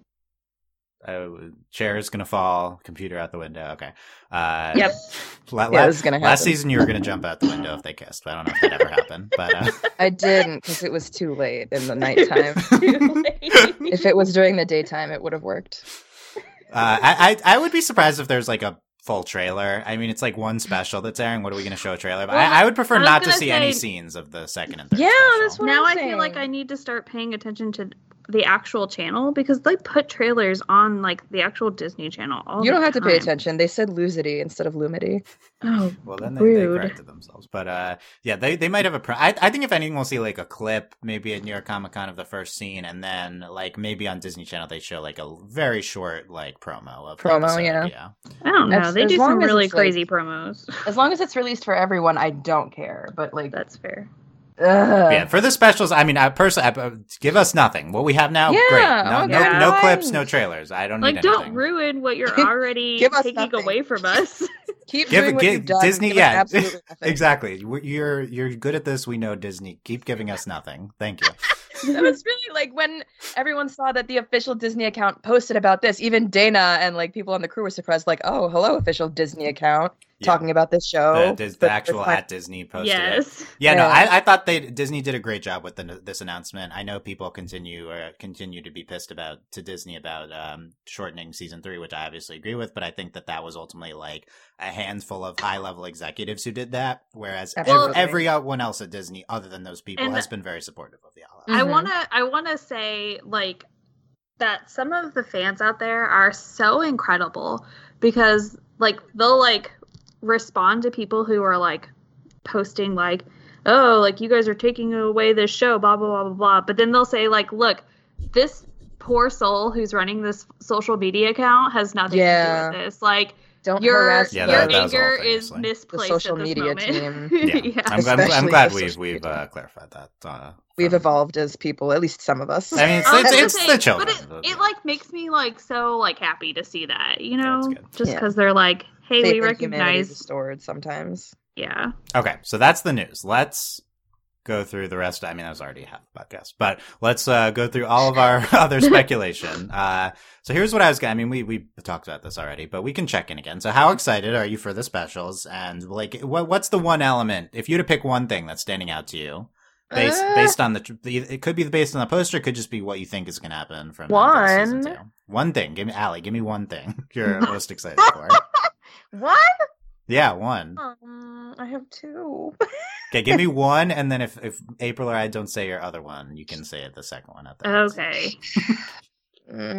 Speaker 1: oh, chair is gonna fall, computer out the window. Okay, uh,
Speaker 3: Yep.
Speaker 1: <laughs> La-
Speaker 2: Yeah,
Speaker 1: la-
Speaker 2: this is gonna happen.
Speaker 1: last season you were gonna jump out the window if they kissed, but I don't know if that ever happened. But uh,
Speaker 2: I didn't because it was too late in the nighttime. if it was during the daytime, it would have worked.
Speaker 1: Uh, I, I I would be surprised if there's like a full trailer. I mean, it's like one special that's airing. What are we going to show a trailer? But
Speaker 3: Well,
Speaker 1: I, I would prefer
Speaker 3: I was
Speaker 1: not to
Speaker 3: gonna
Speaker 1: see any
Speaker 3: say-
Speaker 1: scenes of the second and third.
Speaker 2: Yeah,
Speaker 1: special.
Speaker 2: that's what-
Speaker 3: now
Speaker 2: I'm
Speaker 3: I feel like
Speaker 2: saying.
Speaker 3: I need to start paying attention to the actual channel because they put trailers on like the actual Disney Channel. All
Speaker 2: you
Speaker 3: the
Speaker 2: don't have to pay
Speaker 3: time.
Speaker 2: attention. They said Lusity instead of Lumity.
Speaker 3: Oh,
Speaker 1: Well, then they, they
Speaker 3: Rude.
Speaker 1: corrected themselves. But uh, yeah, they they might have a. Pro- I I think if anything, we'll see like a clip maybe at New York Comic Con of the first scene, and then like maybe on Disney Channel they show like a very short like promo of the
Speaker 2: Promo,
Speaker 1: episode,
Speaker 2: yeah.
Speaker 1: yeah.
Speaker 3: I don't know.
Speaker 2: As-
Speaker 3: they
Speaker 2: as
Speaker 3: do
Speaker 2: long
Speaker 3: some
Speaker 2: as
Speaker 3: really
Speaker 2: it's, like-
Speaker 3: crazy promos.
Speaker 2: As long as it's released for everyone, I don't care. But like,
Speaker 3: That's fair.
Speaker 2: ugh.
Speaker 1: yeah, for the specials, I mean, I personally, I, uh, give us nothing. What we have now,
Speaker 2: Yeah,
Speaker 1: great.
Speaker 2: oh,
Speaker 1: No,
Speaker 3: yeah.
Speaker 1: no, no clips, no
Speaker 2: Guys.
Speaker 1: trailers. I don't
Speaker 3: Like,
Speaker 1: need
Speaker 3: don't
Speaker 1: anything.
Speaker 3: ruin what you're
Speaker 2: <laughs> Give-
Speaker 3: already
Speaker 2: give us
Speaker 3: taking
Speaker 2: nothing.
Speaker 3: away from us.
Speaker 2: keep
Speaker 1: Give-
Speaker 2: doing what
Speaker 1: give-
Speaker 2: you've done.
Speaker 1: Disney,
Speaker 2: Give us
Speaker 1: yeah.
Speaker 2: absolutely nothing.
Speaker 1: <laughs>
Speaker 2: <laughs>
Speaker 1: Exactly. You- You're you're good at this. We know Disney. Keep giving us nothing. Thank you.
Speaker 2: That was really like when everyone saw that the official Disney account posted about this. Even Dana and like people on the crew were surprised. Like, oh, hello, official Disney account
Speaker 1: Yeah.
Speaker 2: talking about this
Speaker 1: The,
Speaker 2: show.
Speaker 1: Dis- the
Speaker 2: But-
Speaker 1: actual
Speaker 2: but-
Speaker 1: at Disney posted. It.
Speaker 3: yes.
Speaker 1: Yeah, no,
Speaker 2: Yeah.
Speaker 1: I, I thought they Disney did a great job with the, this announcement. I know people continue or continue to be pissed about to Disney about um, shortening season three, which I obviously agree with. But I think that that was ultimately like a handful of high level executives who did that, whereas ev-
Speaker 2: Absolutely.
Speaker 1: everyone else at Disney, other than those people,
Speaker 3: And-
Speaker 1: has been very supportive of the all
Speaker 3: <laughs> I
Speaker 2: Mhm.
Speaker 3: want to I want to say like that some of the fans out there are so incredible because like they'll like respond to people who are like posting like oh like you guys are taking away this show blah blah blah blah blah but then they'll say like look this poor soul who's running this social media account has nothing
Speaker 2: Yeah.
Speaker 3: to do with this like
Speaker 2: Don't
Speaker 3: your
Speaker 2: harass
Speaker 1: Yeah,
Speaker 2: the-
Speaker 1: that-
Speaker 3: your
Speaker 1: that was the whole
Speaker 3: anger
Speaker 1: thing,
Speaker 3: is
Speaker 1: actually.
Speaker 3: misplaced
Speaker 2: The social
Speaker 3: at this
Speaker 2: media
Speaker 3: <laughs> moment.
Speaker 2: team.
Speaker 1: Yeah. I'm, glad- I'm,
Speaker 2: Especially
Speaker 1: glad
Speaker 2: the
Speaker 1: we've
Speaker 2: social
Speaker 1: we've
Speaker 2: media.
Speaker 1: uh, clarified that. Uh,
Speaker 2: We've
Speaker 1: from-
Speaker 2: evolved as people, at least some of us.
Speaker 1: I mean, it's,
Speaker 3: Um,
Speaker 1: it's,
Speaker 3: that's
Speaker 1: it's
Speaker 3: the
Speaker 1: the
Speaker 3: thing,
Speaker 1: children.
Speaker 3: But it, it like makes me like so like happy to see that, you
Speaker 1: Yeah,
Speaker 3: know,
Speaker 1: that's good.
Speaker 3: just
Speaker 2: Yeah.
Speaker 3: because they're like, hey,
Speaker 2: Faith
Speaker 3: we
Speaker 2: in humanity is
Speaker 3: recognize,
Speaker 2: restored sometimes.
Speaker 3: yeah,
Speaker 1: Okay, so that's the news. Let's go through the rest. I mean, that was already half the podcast, but let's uh, go through all of our <laughs>
Speaker 3: <laughs>
Speaker 1: other speculation. Uh, so here's what I was. gonna I mean, we we talked about this already, but we can check in again. So, how excited are you for the specials? And like, what what's the one element if you had to pick one thing that's standing out to you? Based,
Speaker 2: Uh,
Speaker 1: based on the, tr- the- it could be based on the poster, it could just be what you think is going to happen from now to season
Speaker 2: One.
Speaker 1: two. One thing, give me Allie, give me one thing <laughs>
Speaker 3: <laughs>
Speaker 1: you're most excited for.
Speaker 2: What?
Speaker 1: Yeah, one.
Speaker 2: Um, I have two.
Speaker 1: Okay, give me one, and then if, if April or I don't say your other one, you can say it the second one at the end.
Speaker 3: okay,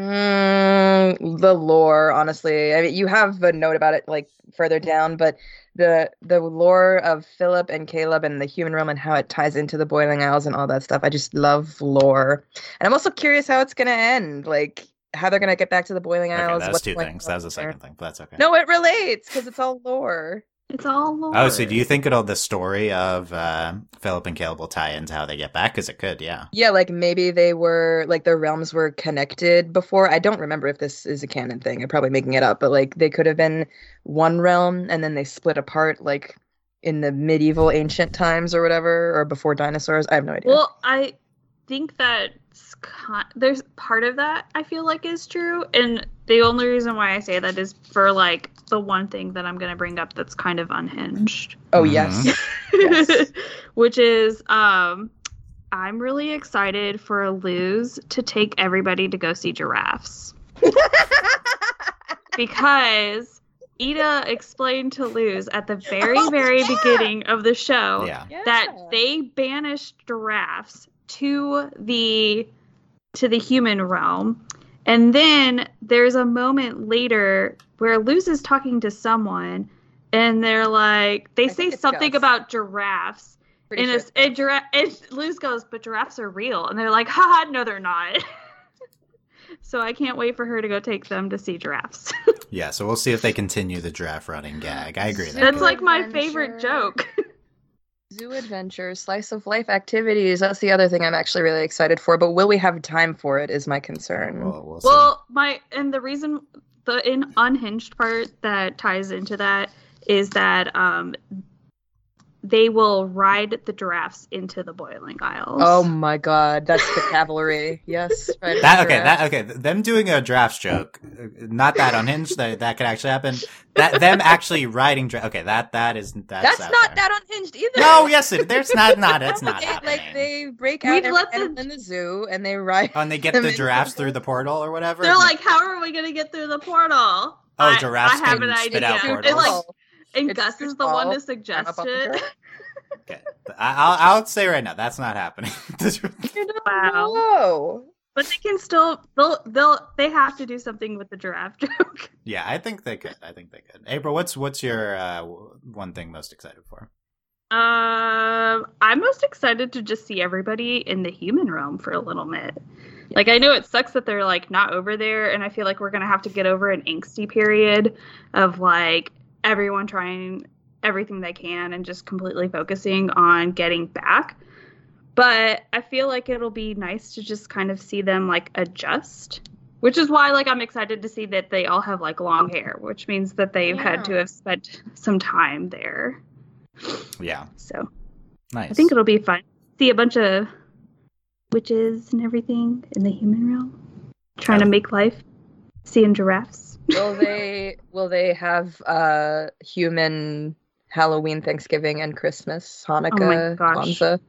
Speaker 2: Mm, the lore, honestly. I mean, you have a note about it like further down, but the the lore of Philip and Caleb and the human realm and how it ties into the Boiling Isles and all that stuff. I just love lore, and I'm also curious how it's gonna end. Like how they're gonna get back to the Boiling
Speaker 1: Okay,
Speaker 2: Isles.
Speaker 1: that was
Speaker 2: what's
Speaker 1: two
Speaker 2: going
Speaker 1: things. That was the
Speaker 2: on there.
Speaker 1: second thing, but that's okay.
Speaker 2: No, it relates because it's all lore.
Speaker 3: it's all lore.
Speaker 1: Oh, so do you think it'll the story of uh, Philip and Caleb will tie into how they get back? Because it could, yeah.
Speaker 2: Yeah, like maybe they were like their realms were connected before. I don't remember if this is a canon thing. I'm probably making it up, but like they could have been one realm and then they split apart like in the medieval ancient times or whatever, or before dinosaurs. I have no idea.
Speaker 3: Well, I think that there's part of that I feel like is true, and the only reason why I say that is for like the one thing that I'm gonna bring up that's kind of unhinged.
Speaker 2: oh
Speaker 1: Mm-hmm.
Speaker 2: <laughs> yes. yes.
Speaker 3: <laughs> which is um, I'm really excited for Luz to take everybody to go
Speaker 2: <laughs>
Speaker 3: see giraffes because Ida explained to Luz at the very,
Speaker 2: Oh,
Speaker 3: very
Speaker 2: yeah.
Speaker 3: beginning of the show
Speaker 1: Yeah.
Speaker 3: that
Speaker 2: Yeah.
Speaker 3: they banished giraffes to the to the human realm. And then there's a moment later where Luz is talking to someone and they're like they
Speaker 2: I
Speaker 3: say
Speaker 2: think it's
Speaker 3: something
Speaker 2: Gus.
Speaker 3: about giraffes.
Speaker 2: Pretty
Speaker 3: And,
Speaker 2: sure.
Speaker 3: it's, and, giraffe, and Luz goes, but giraffes are real. And they're like, haha, no, they're not. <laughs> so I can't wait for her to go take them to see giraffes.
Speaker 1: Yeah, so we'll see if they continue the giraffe running gag. I agree.
Speaker 3: That's
Speaker 1: That's
Speaker 3: like my
Speaker 2: Adventure.
Speaker 3: favorite joke.
Speaker 2: Zoo adventures, slice of life activities. That's the other thing I'm actually really excited for. But will we have time for it? Is my concern.
Speaker 1: we'll, we'll see.
Speaker 3: Well, my and the reason the in unhinged part that ties into that is that um they will ride the giraffes into the boiling aisles.
Speaker 2: oh my god, that's the cavalry. yes. Right
Speaker 1: that okay.
Speaker 2: Correct.
Speaker 1: That okay. Them doing a draft joke, uh, not that unhinged. that that could actually happen. That them actually riding. Dra- okay, that that is that's,
Speaker 2: that's
Speaker 1: out
Speaker 2: not
Speaker 1: there.
Speaker 2: that unhinged either.
Speaker 1: No, yes, it. There's not. Not it's
Speaker 2: But <laughs>
Speaker 1: not
Speaker 2: they,
Speaker 1: happening.
Speaker 2: like they break
Speaker 3: We've
Speaker 2: out every
Speaker 3: let
Speaker 2: animal
Speaker 3: the-
Speaker 2: in the zoo and they ride.
Speaker 1: Oh, and they get
Speaker 2: them
Speaker 1: the
Speaker 2: into
Speaker 1: giraffes through the portal or whatever.
Speaker 3: They're
Speaker 1: and-
Speaker 3: like, how are we gonna get through the portal? Oh, I,
Speaker 1: giraffes
Speaker 3: I have
Speaker 1: can
Speaker 3: an
Speaker 1: spit
Speaker 3: idea.
Speaker 1: out
Speaker 3: And,
Speaker 1: portals.
Speaker 3: like, and
Speaker 2: Oh, It's
Speaker 3: Gus
Speaker 2: too
Speaker 3: is the one
Speaker 2: tall. Climb
Speaker 3: to suggest
Speaker 2: up on the
Speaker 3: it.
Speaker 2: giraffe.
Speaker 1: okay. I, I'll, I'll say right now, that's not happening. <laughs>
Speaker 2: You don't
Speaker 3: Wow.
Speaker 2: know.
Speaker 3: But they can still they'll they'll they have to do something with the giraffe <laughs> joke.
Speaker 1: yeah, I think they could. I think they could. April, what's what's your uh, w- one thing most excited for?
Speaker 3: Um, I'm most excited to just see everybody in the human realm for a little bit. Like I know it sucks that they're like not over there, and I feel like we're gonna have to get over an angsty period of like everyone trying everything they can and just completely focusing on getting back. But I feel like it'll be nice to just kind of see them like adjust, which is why like I'm excited to see that they all have like long hair, which means that they've
Speaker 2: Yeah.
Speaker 3: had to have spent some time there.
Speaker 1: Yeah,
Speaker 3: So.
Speaker 1: nice.
Speaker 3: I think it'll be fun. See a bunch of witches and everything in the human realm, trying to
Speaker 1: Oh.
Speaker 3: make life. Seeing giraffes.
Speaker 2: Will they will they have uh human Halloween, Thanksgiving, and Christmas, Hanukkah,
Speaker 3: Oh gosh.
Speaker 2: Kwanzaa?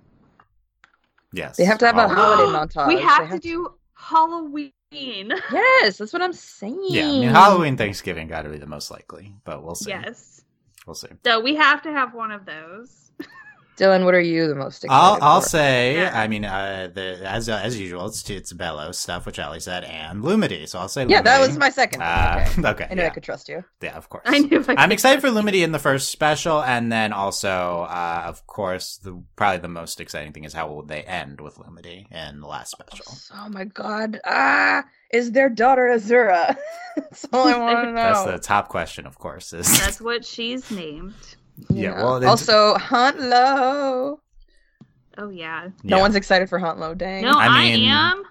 Speaker 1: yes.
Speaker 2: They have to have
Speaker 1: All
Speaker 2: a
Speaker 1: of it.
Speaker 2: holiday montage.
Speaker 3: We
Speaker 2: They
Speaker 3: have to do Halloween.
Speaker 2: Yes, that's what I'm saying.
Speaker 1: Yeah, I mean Halloween, Thanksgiving got to be the most likely, but we'll see.
Speaker 3: Yes.
Speaker 1: We'll see.
Speaker 3: So we have to have one of those.
Speaker 2: Dylan, what are you the most
Speaker 1: I'll
Speaker 2: excited
Speaker 1: I'll
Speaker 2: for?
Speaker 1: say
Speaker 3: Yeah.
Speaker 1: I mean uh, the as as usual it's it's Bello stuff which Ali said and Lumity so I'll say
Speaker 2: yeah, that
Speaker 1: Lumity.
Speaker 2: was my second. one.
Speaker 1: uh, <laughs>
Speaker 2: okay.
Speaker 1: okay,
Speaker 2: I knew I
Speaker 1: yeah,
Speaker 2: could trust you.
Speaker 1: yeah of course
Speaker 3: I knew. I
Speaker 1: I'm
Speaker 3: could-
Speaker 1: excited for Lumity in the first special, and then also, uh, of course, the probably the most exciting thing is how will they end with Lumity in the last special.
Speaker 2: Oh my god. Ah, is their daughter Azura? <laughs> that's all I want to know.
Speaker 1: That's the top question, of course. Is
Speaker 3: That's what she's named.
Speaker 1: <laughs>
Speaker 2: You
Speaker 1: Yeah,
Speaker 2: know.
Speaker 1: well, then-
Speaker 2: also Hunt Low.
Speaker 3: Oh yeah.
Speaker 2: No
Speaker 1: Yeah.
Speaker 2: one's excited for Hunt Low. Dang.
Speaker 3: No,
Speaker 1: I
Speaker 3: I,
Speaker 1: mean-
Speaker 3: am.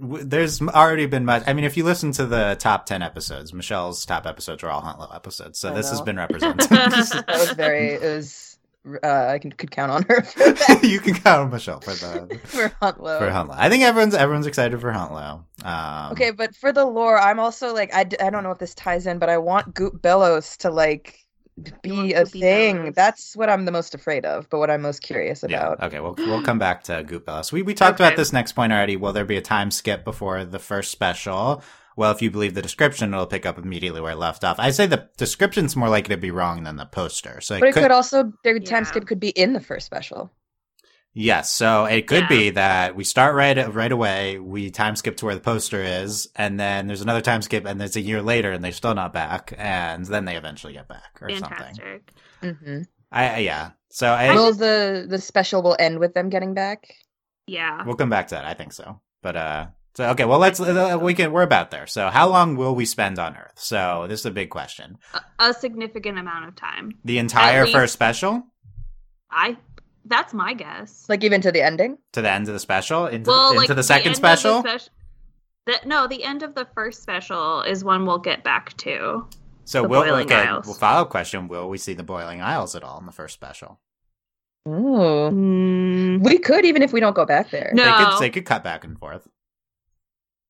Speaker 1: W- there's already been much. I mean, if you listen to the top ten episodes, Michelle's top episodes were all Hunt Low episodes, so
Speaker 2: I
Speaker 1: this has
Speaker 2: know. <laughs>
Speaker 1: been represented.
Speaker 2: That
Speaker 1: <laughs>
Speaker 2: was
Speaker 3: <laughs>
Speaker 2: very. It was. Uh, I can, could count on her <laughs> for that.
Speaker 1: you can count on Michelle for the
Speaker 2: for Hunt Low.
Speaker 1: for Hunt Low. I think everyone's everyone's excited for Hunt Low. Um,
Speaker 2: Okay, but for the lore, I'm also like I, d- I don't know if this ties in, but I want Goop Bellows to like
Speaker 3: want
Speaker 2: be a
Speaker 3: Goopy
Speaker 2: thing.
Speaker 3: Bellows.
Speaker 2: That's what I'm the most afraid of, but what I'm most curious
Speaker 1: Yeah.
Speaker 2: about.
Speaker 1: Okay. We'll we'll come back to Goop Bellas. We we talked
Speaker 3: Okay.
Speaker 1: about this next point already. Will there be a time skip before the first special? Well, if you believe the description, it'll pick up immediately where it left off. I say the description's more likely to be wrong than the poster. So it,
Speaker 2: but it
Speaker 1: could,
Speaker 2: could also their time
Speaker 3: Yeah.
Speaker 2: skip could be in the first special.
Speaker 1: yes. So it could
Speaker 3: Yeah.
Speaker 1: be that we start right right away. We time skip to where the poster is, and then there's another time skip, and it's a year later, and they're still not back, and then they eventually get back or something.
Speaker 3: Fantastic.
Speaker 2: Mm-hmm.
Speaker 1: I I- yeah. So I,
Speaker 2: Well,
Speaker 3: just-
Speaker 2: the the special will end with them getting back.
Speaker 3: Yeah.
Speaker 1: We'll come back to that. I think so. But uh so okay, well let's uh, we can we're about there. So how long will we spend on Earth? So this is a big question.
Speaker 3: A significant amount of time.
Speaker 1: The entire
Speaker 3: At least-
Speaker 1: first special
Speaker 3: I. That's my guess.
Speaker 2: Like even to the ending.
Speaker 1: to the end of the special into,
Speaker 3: well,
Speaker 1: into
Speaker 3: like
Speaker 1: the second
Speaker 3: end of the
Speaker 1: special.
Speaker 3: spec- the- no, the end of the first special is when we'll get back to.
Speaker 1: So
Speaker 3: The
Speaker 1: will
Speaker 3: Boiling
Speaker 1: okay.
Speaker 3: Isles.
Speaker 1: Well, follow up question: Will we see the Boiling Isles at all in the first special?
Speaker 4: Ooh.
Speaker 1: Mm-hmm.
Speaker 3: Mm,
Speaker 4: We could even if we don't go back there.
Speaker 3: No.
Speaker 1: They could they could cut back and forth.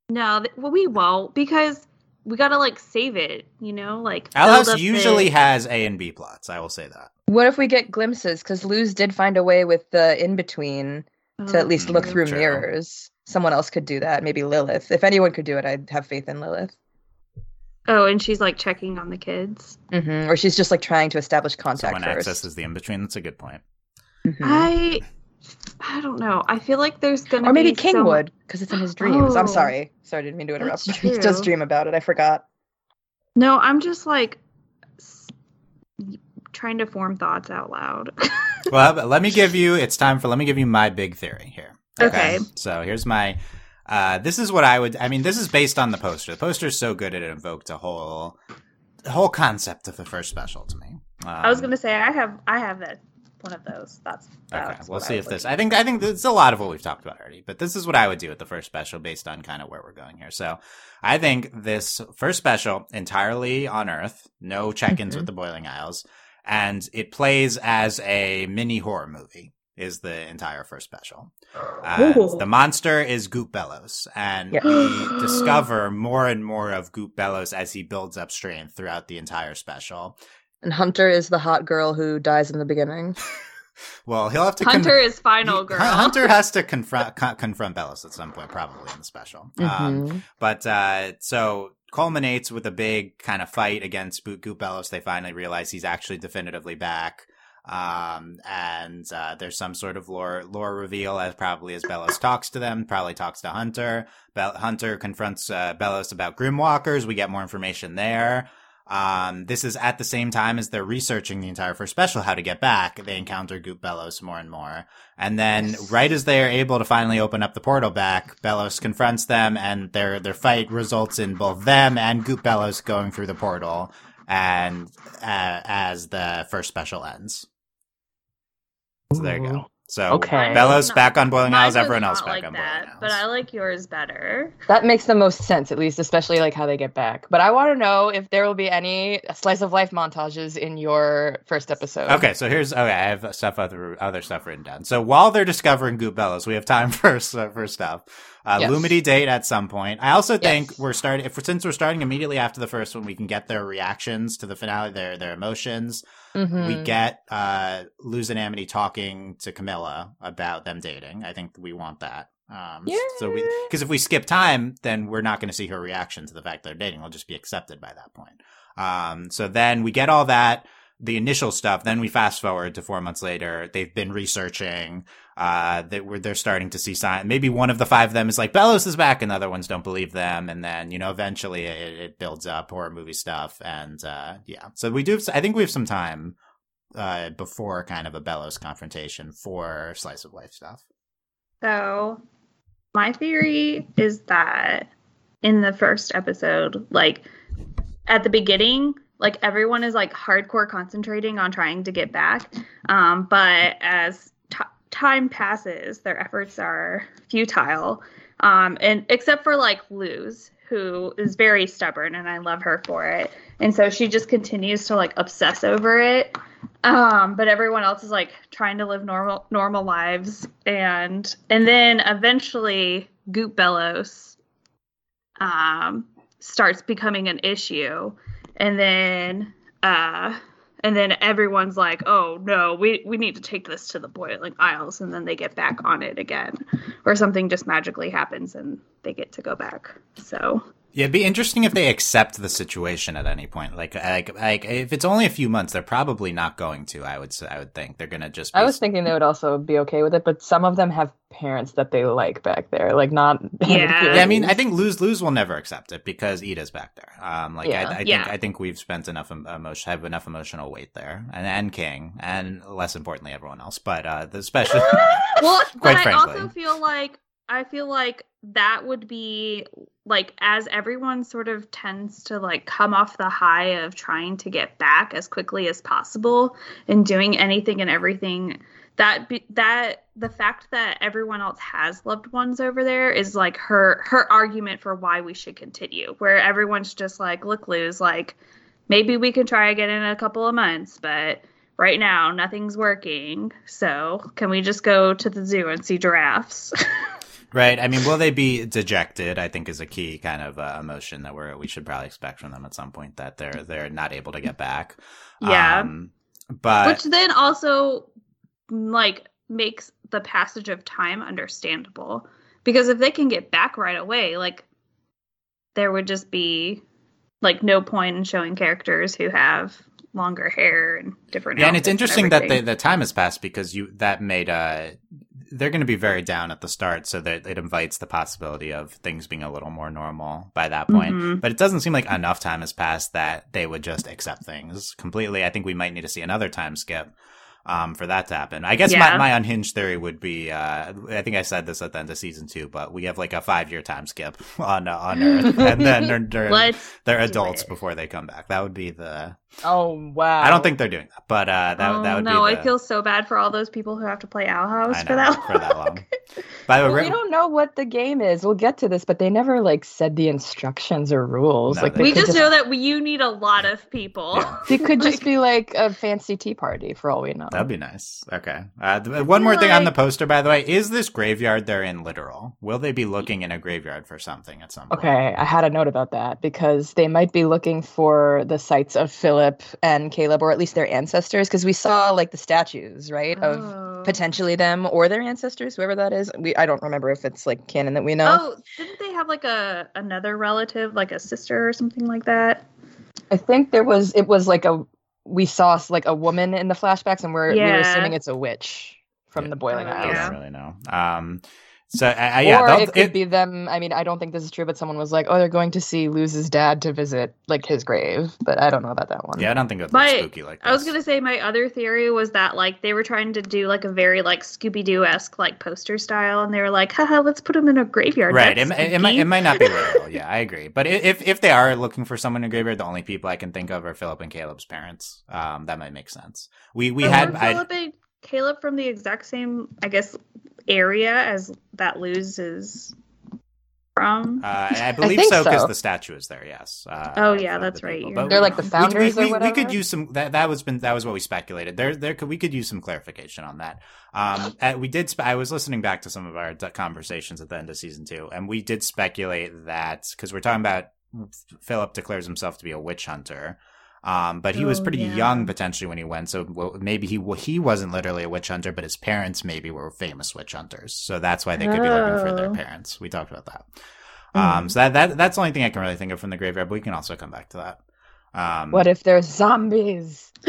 Speaker 3: no, th- well, we won't because we gotta like save it. You know, like build
Speaker 1: Alice
Speaker 3: up
Speaker 1: usually
Speaker 3: the-
Speaker 1: has A and B plots. I will say that.
Speaker 4: What if we get glimpses? Because Luz did find a way with the in between to at least look
Speaker 1: Mm,
Speaker 4: through
Speaker 1: true.
Speaker 4: mirrors. Someone else could do that. Maybe Lilith. If anyone could do it, I'd have faith in Lilith.
Speaker 3: Oh, and she's like checking on the kids.
Speaker 4: hmm Or she's just like trying to establish contact Mm-hmm.
Speaker 1: Someone
Speaker 4: 1st
Speaker 1: accesses the in between. That's a good point.
Speaker 3: I, I don't know. I feel like there's gonna
Speaker 4: Or maybe
Speaker 3: be
Speaker 4: King
Speaker 3: so-
Speaker 4: would, because it's in his dreams.
Speaker 3: Oh.
Speaker 4: I'm sorry. Sorry, didn't mean to interrupt.
Speaker 3: That's
Speaker 4: <laughs> he does
Speaker 3: true.
Speaker 4: dream about it. I forgot.
Speaker 3: No, I'm just like s- trying to form thoughts out loud. <laughs>
Speaker 1: well, but let me give you. It's time for let me give you my big theory here.
Speaker 3: Okay.
Speaker 1: So here's my. Uh, this is what I would. I mean, this is based on the poster. The poster is so good it invoked a whole, the whole concept of the first special to me. Um,
Speaker 3: I was gonna say I have I have that one of those. That's
Speaker 1: Okay,
Speaker 3: that's
Speaker 1: we'll
Speaker 3: what I
Speaker 1: see
Speaker 3: was
Speaker 1: if this.
Speaker 3: looking
Speaker 1: I think I think it's a lot of what we've talked about already, but this is what I would do with the first special based on kind of where we're going here. So, I think this first special entirely on Earth, no check-ins
Speaker 3: Mm-hmm.
Speaker 4: Mhm.
Speaker 1: with the Boiling Isles, and it plays as a mini horror movie. Is the entire first special? And
Speaker 3: Ooh.
Speaker 1: the monster is Goop Bellows, and
Speaker 4: Yeah.
Speaker 3: <gasps>
Speaker 1: we discover more and more of Goop Bellows as he builds up strength throughout the entire special.
Speaker 4: And Hunter is the hot girl who dies in the beginning.
Speaker 1: Well, he'll have to con-
Speaker 3: Hunter is final
Speaker 1: Ye-
Speaker 3: girl.
Speaker 1: Hun- Hunter has to confront <laughs> co- confront Bellows at some point, probably in the special.
Speaker 2: Mm-hmm.
Speaker 1: Um,
Speaker 4: Mhm.
Speaker 1: but uh, so culminates with a big kind of fight against Boot Goop Bellows. They finally realize he's actually definitively back. Um, and uh, there's some sort of lore lore reveal as probably as Bellows talks to them, probably talks to Hunter. Bel- Hunter confronts uh, Bellows about Grimwalkers. We get more information there. Um, this is at the same time as they're researching the entire first special, how to get back. They encounter Goop Bellows more and more. And then
Speaker 4: Yes.
Speaker 1: right as they are able to finally open up the portal back, Bellows confronts them and their their fight results in both them and Goop Bellows going through the portal and uh, as the first special ends. So there you go. So
Speaker 2: Okay.
Speaker 1: Bellows
Speaker 3: No,
Speaker 1: back on Boiling
Speaker 3: Mine
Speaker 1: Isles,
Speaker 3: was
Speaker 1: everyone else
Speaker 3: not
Speaker 1: back
Speaker 3: like
Speaker 1: on
Speaker 3: that,
Speaker 1: Boiling
Speaker 3: but I
Speaker 1: Isles.
Speaker 3: like yours better.
Speaker 2: That makes the most sense, at least, especially like how they get back. But I want to know if there will be any slice of life montages in your first episode.
Speaker 1: Okay, so here's okay. I have stuff other other stuff written down. So while they're discovering Goop Bellows, we have time <laughs> for uh, for stuff. Uh,
Speaker 2: Yes.
Speaker 1: Lumity date at some point. I also think
Speaker 2: Yes.
Speaker 1: we're starting if since we're starting immediately after the first one, we can get their reactions to the finale, their their emotions.
Speaker 2: Mhm.
Speaker 1: We get uh, Luz and Amity talking to Camilla about them dating. I think we want that. Um,
Speaker 2: Yeah.
Speaker 1: So we because if we skip time, then we're not going to see her reaction to the fact they're dating. It'll just be accepted by that point. Um, so then we get all that, the initial stuff. Then we fast forward to four months later. They've been researching. Uh, that we're, they're starting to see signs. Maybe one of the five of them is like, Bellows is back, and the other ones don't believe them. And then, you know, eventually it, it builds up horror movie stuff. And, uh, yeah. So we do, have, I think we have some time, uh, before kind of a Bellows confrontation for slice of life stuff.
Speaker 3: So, my theory is that in the first episode, like at the beginning, like everyone is like hardcore concentrating on trying to get back. Um, but as t- time passes, their efforts are futile. Um, and except for like Luz, who is very stubborn, and I love her for it. And so she just continues to like obsess over it. Um, but everyone else is like trying to live normal normal lives, and and then eventually Goop Bellows um, starts becoming an issue, and then uh, and then everyone's like, oh no, we we need to take this to the Boiling Isles, and then they get back on it again, or something just magically happens and they get to go back. So
Speaker 1: Yeah, it'd be interesting if they accept the situation at any point. Like, like, like, if it's only a few months, they're probably not going to. I would, s- I would think they're gonna just. Be
Speaker 2: I was thinking they would also be okay with it, but some of them have parents that they like back there, like not. <laughs>
Speaker 3: Yeah.
Speaker 1: Yeah, I mean, I think lose lose will never accept it because Ida's back there. Um, like
Speaker 2: Yeah.
Speaker 1: I, I think
Speaker 3: Yeah.
Speaker 1: I think we've spent enough em- emotion, have enough emotional weight there, and and King, and less importantly, everyone else. But uh, the
Speaker 2: <laughs>
Speaker 1: special.
Speaker 3: <laughs> well,
Speaker 1: Quite
Speaker 3: but I
Speaker 1: frankly.
Speaker 3: also feel like I feel like that would be like as everyone sort of tends to like come off the high of trying to get back as quickly as possible and doing anything and everything that be, that the fact that everyone else has loved ones over there is like her her argument for why we should continue where everyone's just like look lose like maybe we can try again in a couple of months, but right now nothing's working. So can we just go to the zoo and see giraffes?
Speaker 1: Right. I mean, will they be dejected? I think is a key kind of uh, emotion that we're we should probably expect from them at some point that they're they're not able to get back.
Speaker 3: Yeah.
Speaker 1: Um, but
Speaker 3: Which then also like makes the passage of time understandable because if they can get back right away, like there would just be like no point in showing characters who have longer hair and different.
Speaker 1: yeah, and it's
Speaker 3: outfits
Speaker 1: interesting that the
Speaker 3: everything.
Speaker 1: the time has passed because you that made uh they're going to be very down at the start, so that it invites the possibility of things being a little more normal by that point.
Speaker 3: Mhm.
Speaker 1: But it doesn't seem like enough time has passed that they would just accept things completely. I think we might need to see another time skip um, for that to happen. I guess my,
Speaker 3: Yeah.
Speaker 1: my unhinged theory would be uh, I think I said this at the end of season two, but we have like a five year time skip on uh, on Earth, and then they're,
Speaker 3: <laughs>
Speaker 1: they're,
Speaker 3: Let's
Speaker 1: they're
Speaker 3: do
Speaker 1: adults
Speaker 3: it.
Speaker 1: before they come back. That would be the.
Speaker 2: Oh wow!
Speaker 1: I don't think they're doing that, but uh, that
Speaker 3: oh,
Speaker 1: that would
Speaker 3: no,
Speaker 1: be. The,
Speaker 3: I feel so bad for all those people who have to play Owl House
Speaker 1: I
Speaker 3: for
Speaker 1: know,
Speaker 3: that.
Speaker 1: for that long. By the
Speaker 2: Well,
Speaker 1: way,
Speaker 2: we don't know what the game is. We'll get to this, but they never like said the instructions or rules.
Speaker 1: No,
Speaker 2: like
Speaker 1: they
Speaker 2: they
Speaker 3: <laughs> we
Speaker 2: could
Speaker 3: just
Speaker 2: just,
Speaker 3: know that we, you need a lot of people.
Speaker 1: Yeah.
Speaker 2: it
Speaker 3: <laughs>
Speaker 2: could just
Speaker 3: like-
Speaker 2: be like a fancy tea party for all we know.
Speaker 1: That'd be nice. Okay. Uh, th- one more thing on the poster, by the way, is this graveyard they're in literal? Will they be looking in a graveyard for something at some point?
Speaker 2: Okay, I had a note about that because they might be looking for the sites of Philip and Caleb, or at least their ancestors, because we saw like the statues, right, of
Speaker 3: Oh.
Speaker 2: potentially them or their ancestors, whoever that is. We I don't remember if it's like canon that we know.
Speaker 3: Oh, didn't they have like a another relative, like a sister or something like that?
Speaker 2: I think there was it was like a we saw like a woman in the flashbacks, and we're we
Speaker 3: Yeah.
Speaker 2: were assuming it's a witch from
Speaker 1: Yeah.
Speaker 2: the boiling
Speaker 3: Oh,
Speaker 1: I
Speaker 2: Isles.
Speaker 1: don't
Speaker 3: Yeah.
Speaker 1: really know. Um, so, I, I, yeah,
Speaker 2: or
Speaker 1: they'll-
Speaker 2: it could
Speaker 1: it-
Speaker 2: be them. I mean, I don't think this is true, but someone was like, "Oh, they're going to see Luz's dad to visit like his grave," but I don't know about that one.
Speaker 1: yeah, I don't think it would look
Speaker 3: My-
Speaker 1: spooky like this.
Speaker 3: I was gonna say my other theory was that like they were trying to do like a very like Scooby Doo esque like poster style, and they were like, haha, let's put them in a graveyard.
Speaker 1: Right, it,
Speaker 3: That's
Speaker 1: mi- it, might,
Speaker 3: spooky."
Speaker 1: it might not
Speaker 3: <laughs>
Speaker 1: be literal. Yeah, I agree. But i- if if they are looking for someone in a graveyard, the only people I can think of are Philip and Caleb's parents. Um, that might make sense. We we
Speaker 3: But
Speaker 1: had
Speaker 3: were
Speaker 1: I-
Speaker 3: Philip and Caleb from the exact same, I guess, area as that Luz is from.
Speaker 1: Uh, I believe
Speaker 2: think
Speaker 1: so because
Speaker 2: so.
Speaker 1: the statue is there. Yes. Uh,
Speaker 3: Mm-hmm. Oh,
Speaker 1: of,
Speaker 3: yeah,
Speaker 1: uh,
Speaker 3: that's
Speaker 1: the
Speaker 3: right.
Speaker 1: people.
Speaker 3: You're
Speaker 1: But
Speaker 3: right.
Speaker 2: They're like the
Speaker 1: we- we-
Speaker 2: founders
Speaker 1: we,
Speaker 2: or
Speaker 1: we
Speaker 2: whatever.
Speaker 1: could use some. That that was been that was what we speculated. There there could we could use some clarification on that. Um, uh, we did. Spe- I was listening back to some of our d- conversations at the end of season two, and we did speculate that because we're talking about Philip declares himself to be a witch hunter. Um, but he was
Speaker 3: Oh,
Speaker 1: pretty
Speaker 3: yeah.
Speaker 1: young potentially when he went, so well, maybe he wa- he wasn't literally a witch hunter, but his parents maybe were famous witch hunters, so that's why they could be looking for their
Speaker 3: Oh.
Speaker 1: parents. We talked about that. Um, so that, that that's the only thing I can really think of from the graveyard, but we can also come back to that. Um,
Speaker 2: What if there's zombies? <gasps>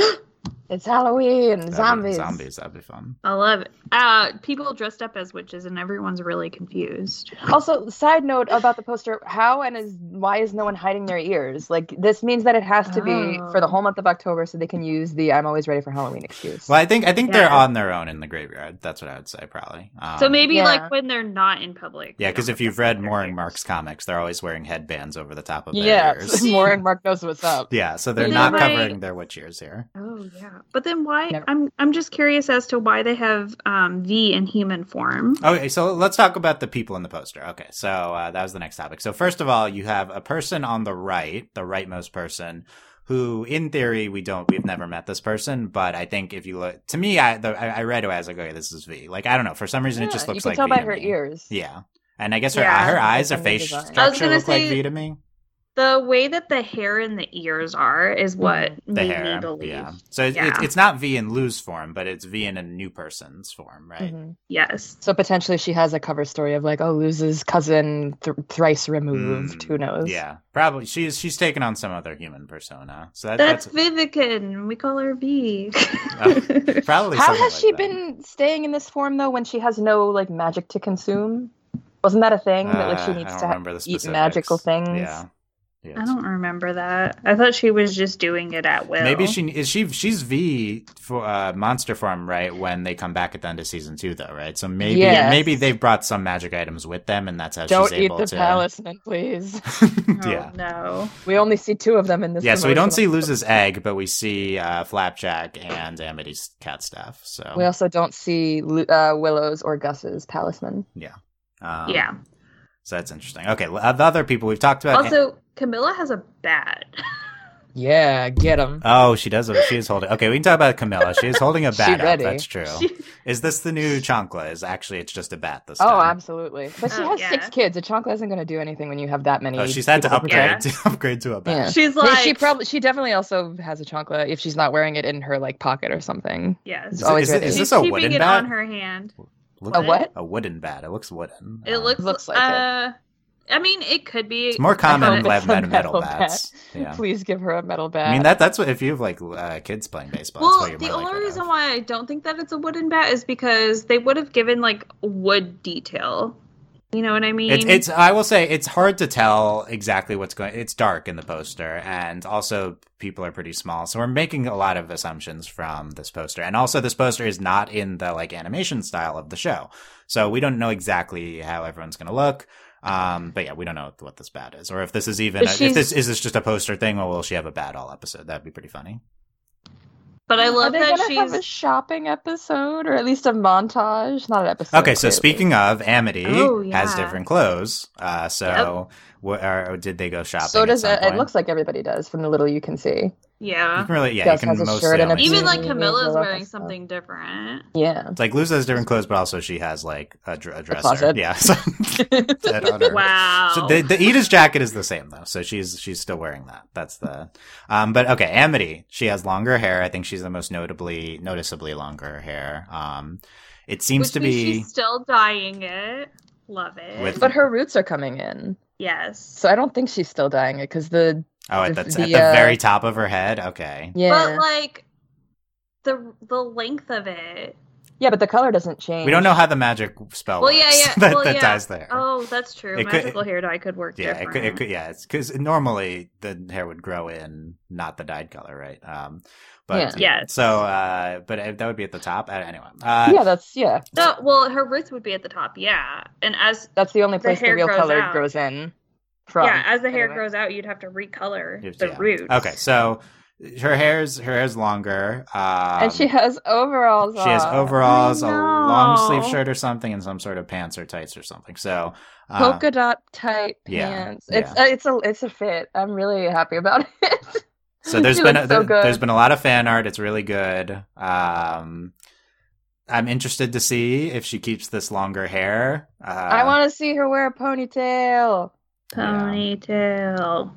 Speaker 2: it's Halloween,
Speaker 1: that'd be-
Speaker 2: zombies.
Speaker 1: Zombies, that'd be fun.
Speaker 3: I love it. Uh, people dressed up as witches, and everyone's really confused.
Speaker 2: Also, side note about the poster: How and is why is no one hiding their ears? Like this means that it has to be for the
Speaker 3: Oh.
Speaker 2: whole month of October, so they can use the "I'm always ready for Halloween" excuse.
Speaker 1: Well, I think I think they're
Speaker 3: Yeah.
Speaker 1: on their own in the graveyard. That's what I would say, probably. Um,
Speaker 3: So maybe
Speaker 2: Yeah.
Speaker 3: like when they're not in public.
Speaker 1: yeah,
Speaker 3: they
Speaker 1: because
Speaker 3: don't
Speaker 1: if
Speaker 3: have
Speaker 1: you've
Speaker 3: to
Speaker 1: read
Speaker 3: cover
Speaker 1: more
Speaker 3: their
Speaker 1: in Mark's comics, they're always wearing headbands over the top of their
Speaker 2: yeah, <laughs>
Speaker 1: ears.
Speaker 2: more and Mark knows what's up.
Speaker 1: Yeah, so they're
Speaker 3: But
Speaker 1: not
Speaker 3: then why-
Speaker 1: covering their witch ears here.
Speaker 3: Oh yeah, but then why?
Speaker 2: Never-
Speaker 3: I'm I'm just curious as to why they have um, V in human form.
Speaker 1: Okay, so let's talk about the people in the poster. Okay, so uh, that was the next topic. So first of all, you have a person on the right, the rightmost person, who, in theory, we don't, we've never met this person, but I think if you look, to me, I the, I I read it as like, okay, this is V. Like I don't know, for some reason, it just
Speaker 2: Yeah,
Speaker 1: looks
Speaker 2: you can
Speaker 1: like
Speaker 2: tell
Speaker 1: V
Speaker 2: by
Speaker 1: to
Speaker 2: her
Speaker 1: me.
Speaker 2: ears.
Speaker 1: Yeah, and I guess her
Speaker 3: Yeah,
Speaker 1: her
Speaker 2: it's
Speaker 1: eyes, her
Speaker 2: like
Speaker 1: face
Speaker 2: design. I was
Speaker 1: structure
Speaker 3: gonna
Speaker 1: look like
Speaker 3: say-
Speaker 1: V to me.
Speaker 3: The way that the hair and the ears are is what
Speaker 1: The
Speaker 3: made
Speaker 1: hair,
Speaker 3: me believe.
Speaker 1: yeah. So it's it's
Speaker 3: Mm-hmm. Yeah.
Speaker 1: it's not V in Lou's form, but it's V in a new person's form, right?
Speaker 3: Mm-hmm.
Speaker 2: Mhm.
Speaker 3: Yes.
Speaker 2: So potentially she has a cover story of like, oh, Luz's cousin thr thrice removed.
Speaker 1: Mm,
Speaker 2: Who knows?
Speaker 1: Yeah, probably she's she's taken on some other human persona. So that,
Speaker 3: That's,
Speaker 1: that's,
Speaker 3: Vivican. We call her V. <laughs>
Speaker 1: Oh. probably.
Speaker 2: How
Speaker 1: something
Speaker 2: has
Speaker 1: like
Speaker 2: she
Speaker 1: that.
Speaker 2: been staying in this form though when she has no like magic to consume? Wasn't that a thing that like she
Speaker 1: Uh, I
Speaker 2: needs
Speaker 1: don't
Speaker 2: to have?
Speaker 1: remember the
Speaker 2: eat magical
Speaker 1: specifics.
Speaker 2: things?
Speaker 1: Yeah. Yeah,
Speaker 3: I
Speaker 1: it's-
Speaker 3: don't remember that. I thought she was just doing it at will.
Speaker 1: Maybe she is she she's V for uh, monster form right when they come back at the end of season two though right so maybe
Speaker 2: Yes.
Speaker 1: maybe they've brought some magic items with them and that's how
Speaker 2: Don't
Speaker 1: she's
Speaker 2: eat
Speaker 1: able
Speaker 2: the
Speaker 1: to
Speaker 2: talisman, please.
Speaker 3: Oh,
Speaker 1: yeah
Speaker 3: No.
Speaker 2: We only see two of them in this.
Speaker 1: yeah so we don't see
Speaker 2: promotional-
Speaker 1: loses egg but we see uh, flapjack and Amity's cat stuff so
Speaker 2: We also don't see Lu- uh, Willow's or Gus's talisman.
Speaker 1: um,
Speaker 3: yeah.
Speaker 1: so that's interesting okay l- uh, the other people we've talked about
Speaker 3: also, Camilla has a bat.
Speaker 2: Yeah, get him.
Speaker 1: Oh, she does. She is holding. Okay, we can talk about Camilla. She is
Speaker 2: <laughs>
Speaker 1: holding a
Speaker 2: She
Speaker 1: bat. up.
Speaker 2: ready.
Speaker 1: That's true.
Speaker 3: <laughs> She-
Speaker 1: Is this the new chancla? Is actually it's just a bat this
Speaker 2: Oh,
Speaker 1: time.
Speaker 2: absolutely. But she
Speaker 3: Oh,
Speaker 2: has
Speaker 3: yeah.
Speaker 2: six kids. A chancla isn't going to do anything when you have that many.
Speaker 1: Oh, she's had to
Speaker 2: people
Speaker 1: upgrade
Speaker 2: protect.
Speaker 3: Yeah.
Speaker 1: to <laughs> upgrade to a bat.
Speaker 2: Yeah.
Speaker 3: She's
Speaker 2: Yeah,
Speaker 3: like
Speaker 2: she probably she definitely also has a chancla if she's not wearing it in her like pocket or something.
Speaker 3: yes.
Speaker 2: It's
Speaker 1: Is,
Speaker 2: always
Speaker 1: is,
Speaker 2: ready.
Speaker 1: is
Speaker 3: She's
Speaker 1: this a
Speaker 3: keeping
Speaker 1: wooden
Speaker 3: it
Speaker 1: bat?
Speaker 3: on her hand.
Speaker 1: Look-
Speaker 2: A what?
Speaker 1: A wooden bat. It looks wooden.
Speaker 3: It
Speaker 1: Um,
Speaker 3: looks
Speaker 2: Looks like it.
Speaker 3: uh, I mean, it could be.
Speaker 1: It's more
Speaker 3: thought
Speaker 1: common
Speaker 3: it
Speaker 1: in Lev
Speaker 2: was a
Speaker 1: Med metal
Speaker 2: metal bat.
Speaker 1: bats.
Speaker 2: <laughs>
Speaker 1: Yeah.
Speaker 2: Please give her a metal bat.
Speaker 1: I mean that that's what if you have like uh, kids playing baseball. that's what
Speaker 3: Well,
Speaker 1: you're
Speaker 3: the
Speaker 1: more likely
Speaker 3: only
Speaker 1: to
Speaker 3: reason
Speaker 1: have.
Speaker 3: why I don't think that it's a wooden bat is because they would have given like wood detail. You know what I mean?
Speaker 1: It's, it's. I will say it's hard to tell exactly what's going. It's dark in the poster, and also people are pretty small, so we're making a lot of assumptions from this poster. And also, this poster is not in the like animation style of the show, so we don't know exactly how everyone's going to look. Um, but yeah, we don't know what this bat is, or if this is even.
Speaker 3: But
Speaker 1: A, if
Speaker 3: she's-
Speaker 1: this is this just a poster thing, or will she have a bat all episode? That'd be pretty funny.
Speaker 3: but I love
Speaker 2: Are they
Speaker 3: that
Speaker 2: gonna have a
Speaker 3: she's.
Speaker 2: shopping episode or at least a montage? Not an episode.
Speaker 1: Okay, so
Speaker 2: clearly.
Speaker 1: speaking of, Amity
Speaker 3: Oh,
Speaker 1: has
Speaker 3: yeah.
Speaker 1: different clothes. Uh, so wh- or did they go shopping?
Speaker 2: So
Speaker 1: at
Speaker 2: does
Speaker 1: some
Speaker 2: it, it
Speaker 1: point?
Speaker 2: looks like everybody does from the little you can see.
Speaker 1: You
Speaker 3: Yeah.
Speaker 1: can really, yeah,
Speaker 2: Gus
Speaker 1: you can
Speaker 2: has a
Speaker 1: mostly
Speaker 2: shirt and a
Speaker 1: only
Speaker 3: Even
Speaker 1: see-
Speaker 3: like
Speaker 2: Yeah.
Speaker 3: Camilla's
Speaker 2: Yeah.
Speaker 3: wearing something different.
Speaker 2: <laughs> Yeah.
Speaker 1: It's like Luz has different clothes, but also she has like a, dr- a dresser.
Speaker 2: closet.
Speaker 1: yeah.
Speaker 3: <laughs>
Speaker 1: So, that on her.
Speaker 3: Wow.
Speaker 1: So the, the Edith's jacket is the same though, so she's she's still wearing that. That's the, um. But okay, Amity. She has longer hair. I think she's the most notably noticeably longer hair. Um, it seems
Speaker 3: Which
Speaker 1: to
Speaker 3: means
Speaker 1: be
Speaker 3: she's still dyeing it. Love it.
Speaker 1: With-
Speaker 2: But her roots are coming in.
Speaker 3: yes.
Speaker 2: So I don't think she's still dying it because the
Speaker 1: oh, at
Speaker 2: the-
Speaker 1: the, at the
Speaker 2: the, uh,
Speaker 1: very top of her head. Okay.
Speaker 2: yeah
Speaker 3: But like the the length of it.
Speaker 2: yeah, but the color doesn't change.
Speaker 1: We don't know how the magic spell
Speaker 3: Well,
Speaker 1: works. <laughs>
Speaker 3: yeah, yeah.
Speaker 1: that,
Speaker 3: Well,
Speaker 1: that
Speaker 3: yeah.
Speaker 1: dies there.
Speaker 3: Oh, that's true.
Speaker 1: It could-
Speaker 3: Magical hair dye could work.
Speaker 1: Yeah, it could,
Speaker 3: different.
Speaker 1: it could, yeah, it's because normally the hair would grow in, not the dyed color, right? Um, but
Speaker 3: Yeah. Yes.
Speaker 1: so, uh, but uh, that would be at the top. Uh, anyway, uh,
Speaker 2: yeah, that's yeah.
Speaker 3: No, well, her roots would be at the top. Yeah, and as
Speaker 2: That's the only
Speaker 3: The
Speaker 2: place the,
Speaker 3: hair
Speaker 2: real
Speaker 3: grows
Speaker 2: color
Speaker 3: out.
Speaker 2: grows in from.
Speaker 3: yeah, as the hair
Speaker 2: anyway.
Speaker 3: grows out, you'd have to recolor
Speaker 1: If-
Speaker 3: the
Speaker 1: yeah.
Speaker 3: roots.
Speaker 1: okay, so her hair's her hair's longer, um,
Speaker 2: and she has overalls.
Speaker 1: she has
Speaker 2: on.
Speaker 1: overalls, a
Speaker 3: I
Speaker 1: long sleeve
Speaker 3: know.
Speaker 1: shirt or something, and some sort of pants or tights or something. So, uh,
Speaker 2: polka dot tight
Speaker 1: yeah,
Speaker 2: pants. It's uh, it's a it's a fit. I'm really happy about <laughs> it.
Speaker 1: So there's
Speaker 2: She
Speaker 1: been a,
Speaker 2: looks so
Speaker 1: there- there's
Speaker 2: good.
Speaker 1: been a lot of fan art. It's really good. Um, I'm interested to see if she keeps this longer hair. Uh,
Speaker 2: I want to see her wear a ponytail.
Speaker 3: Ponytail.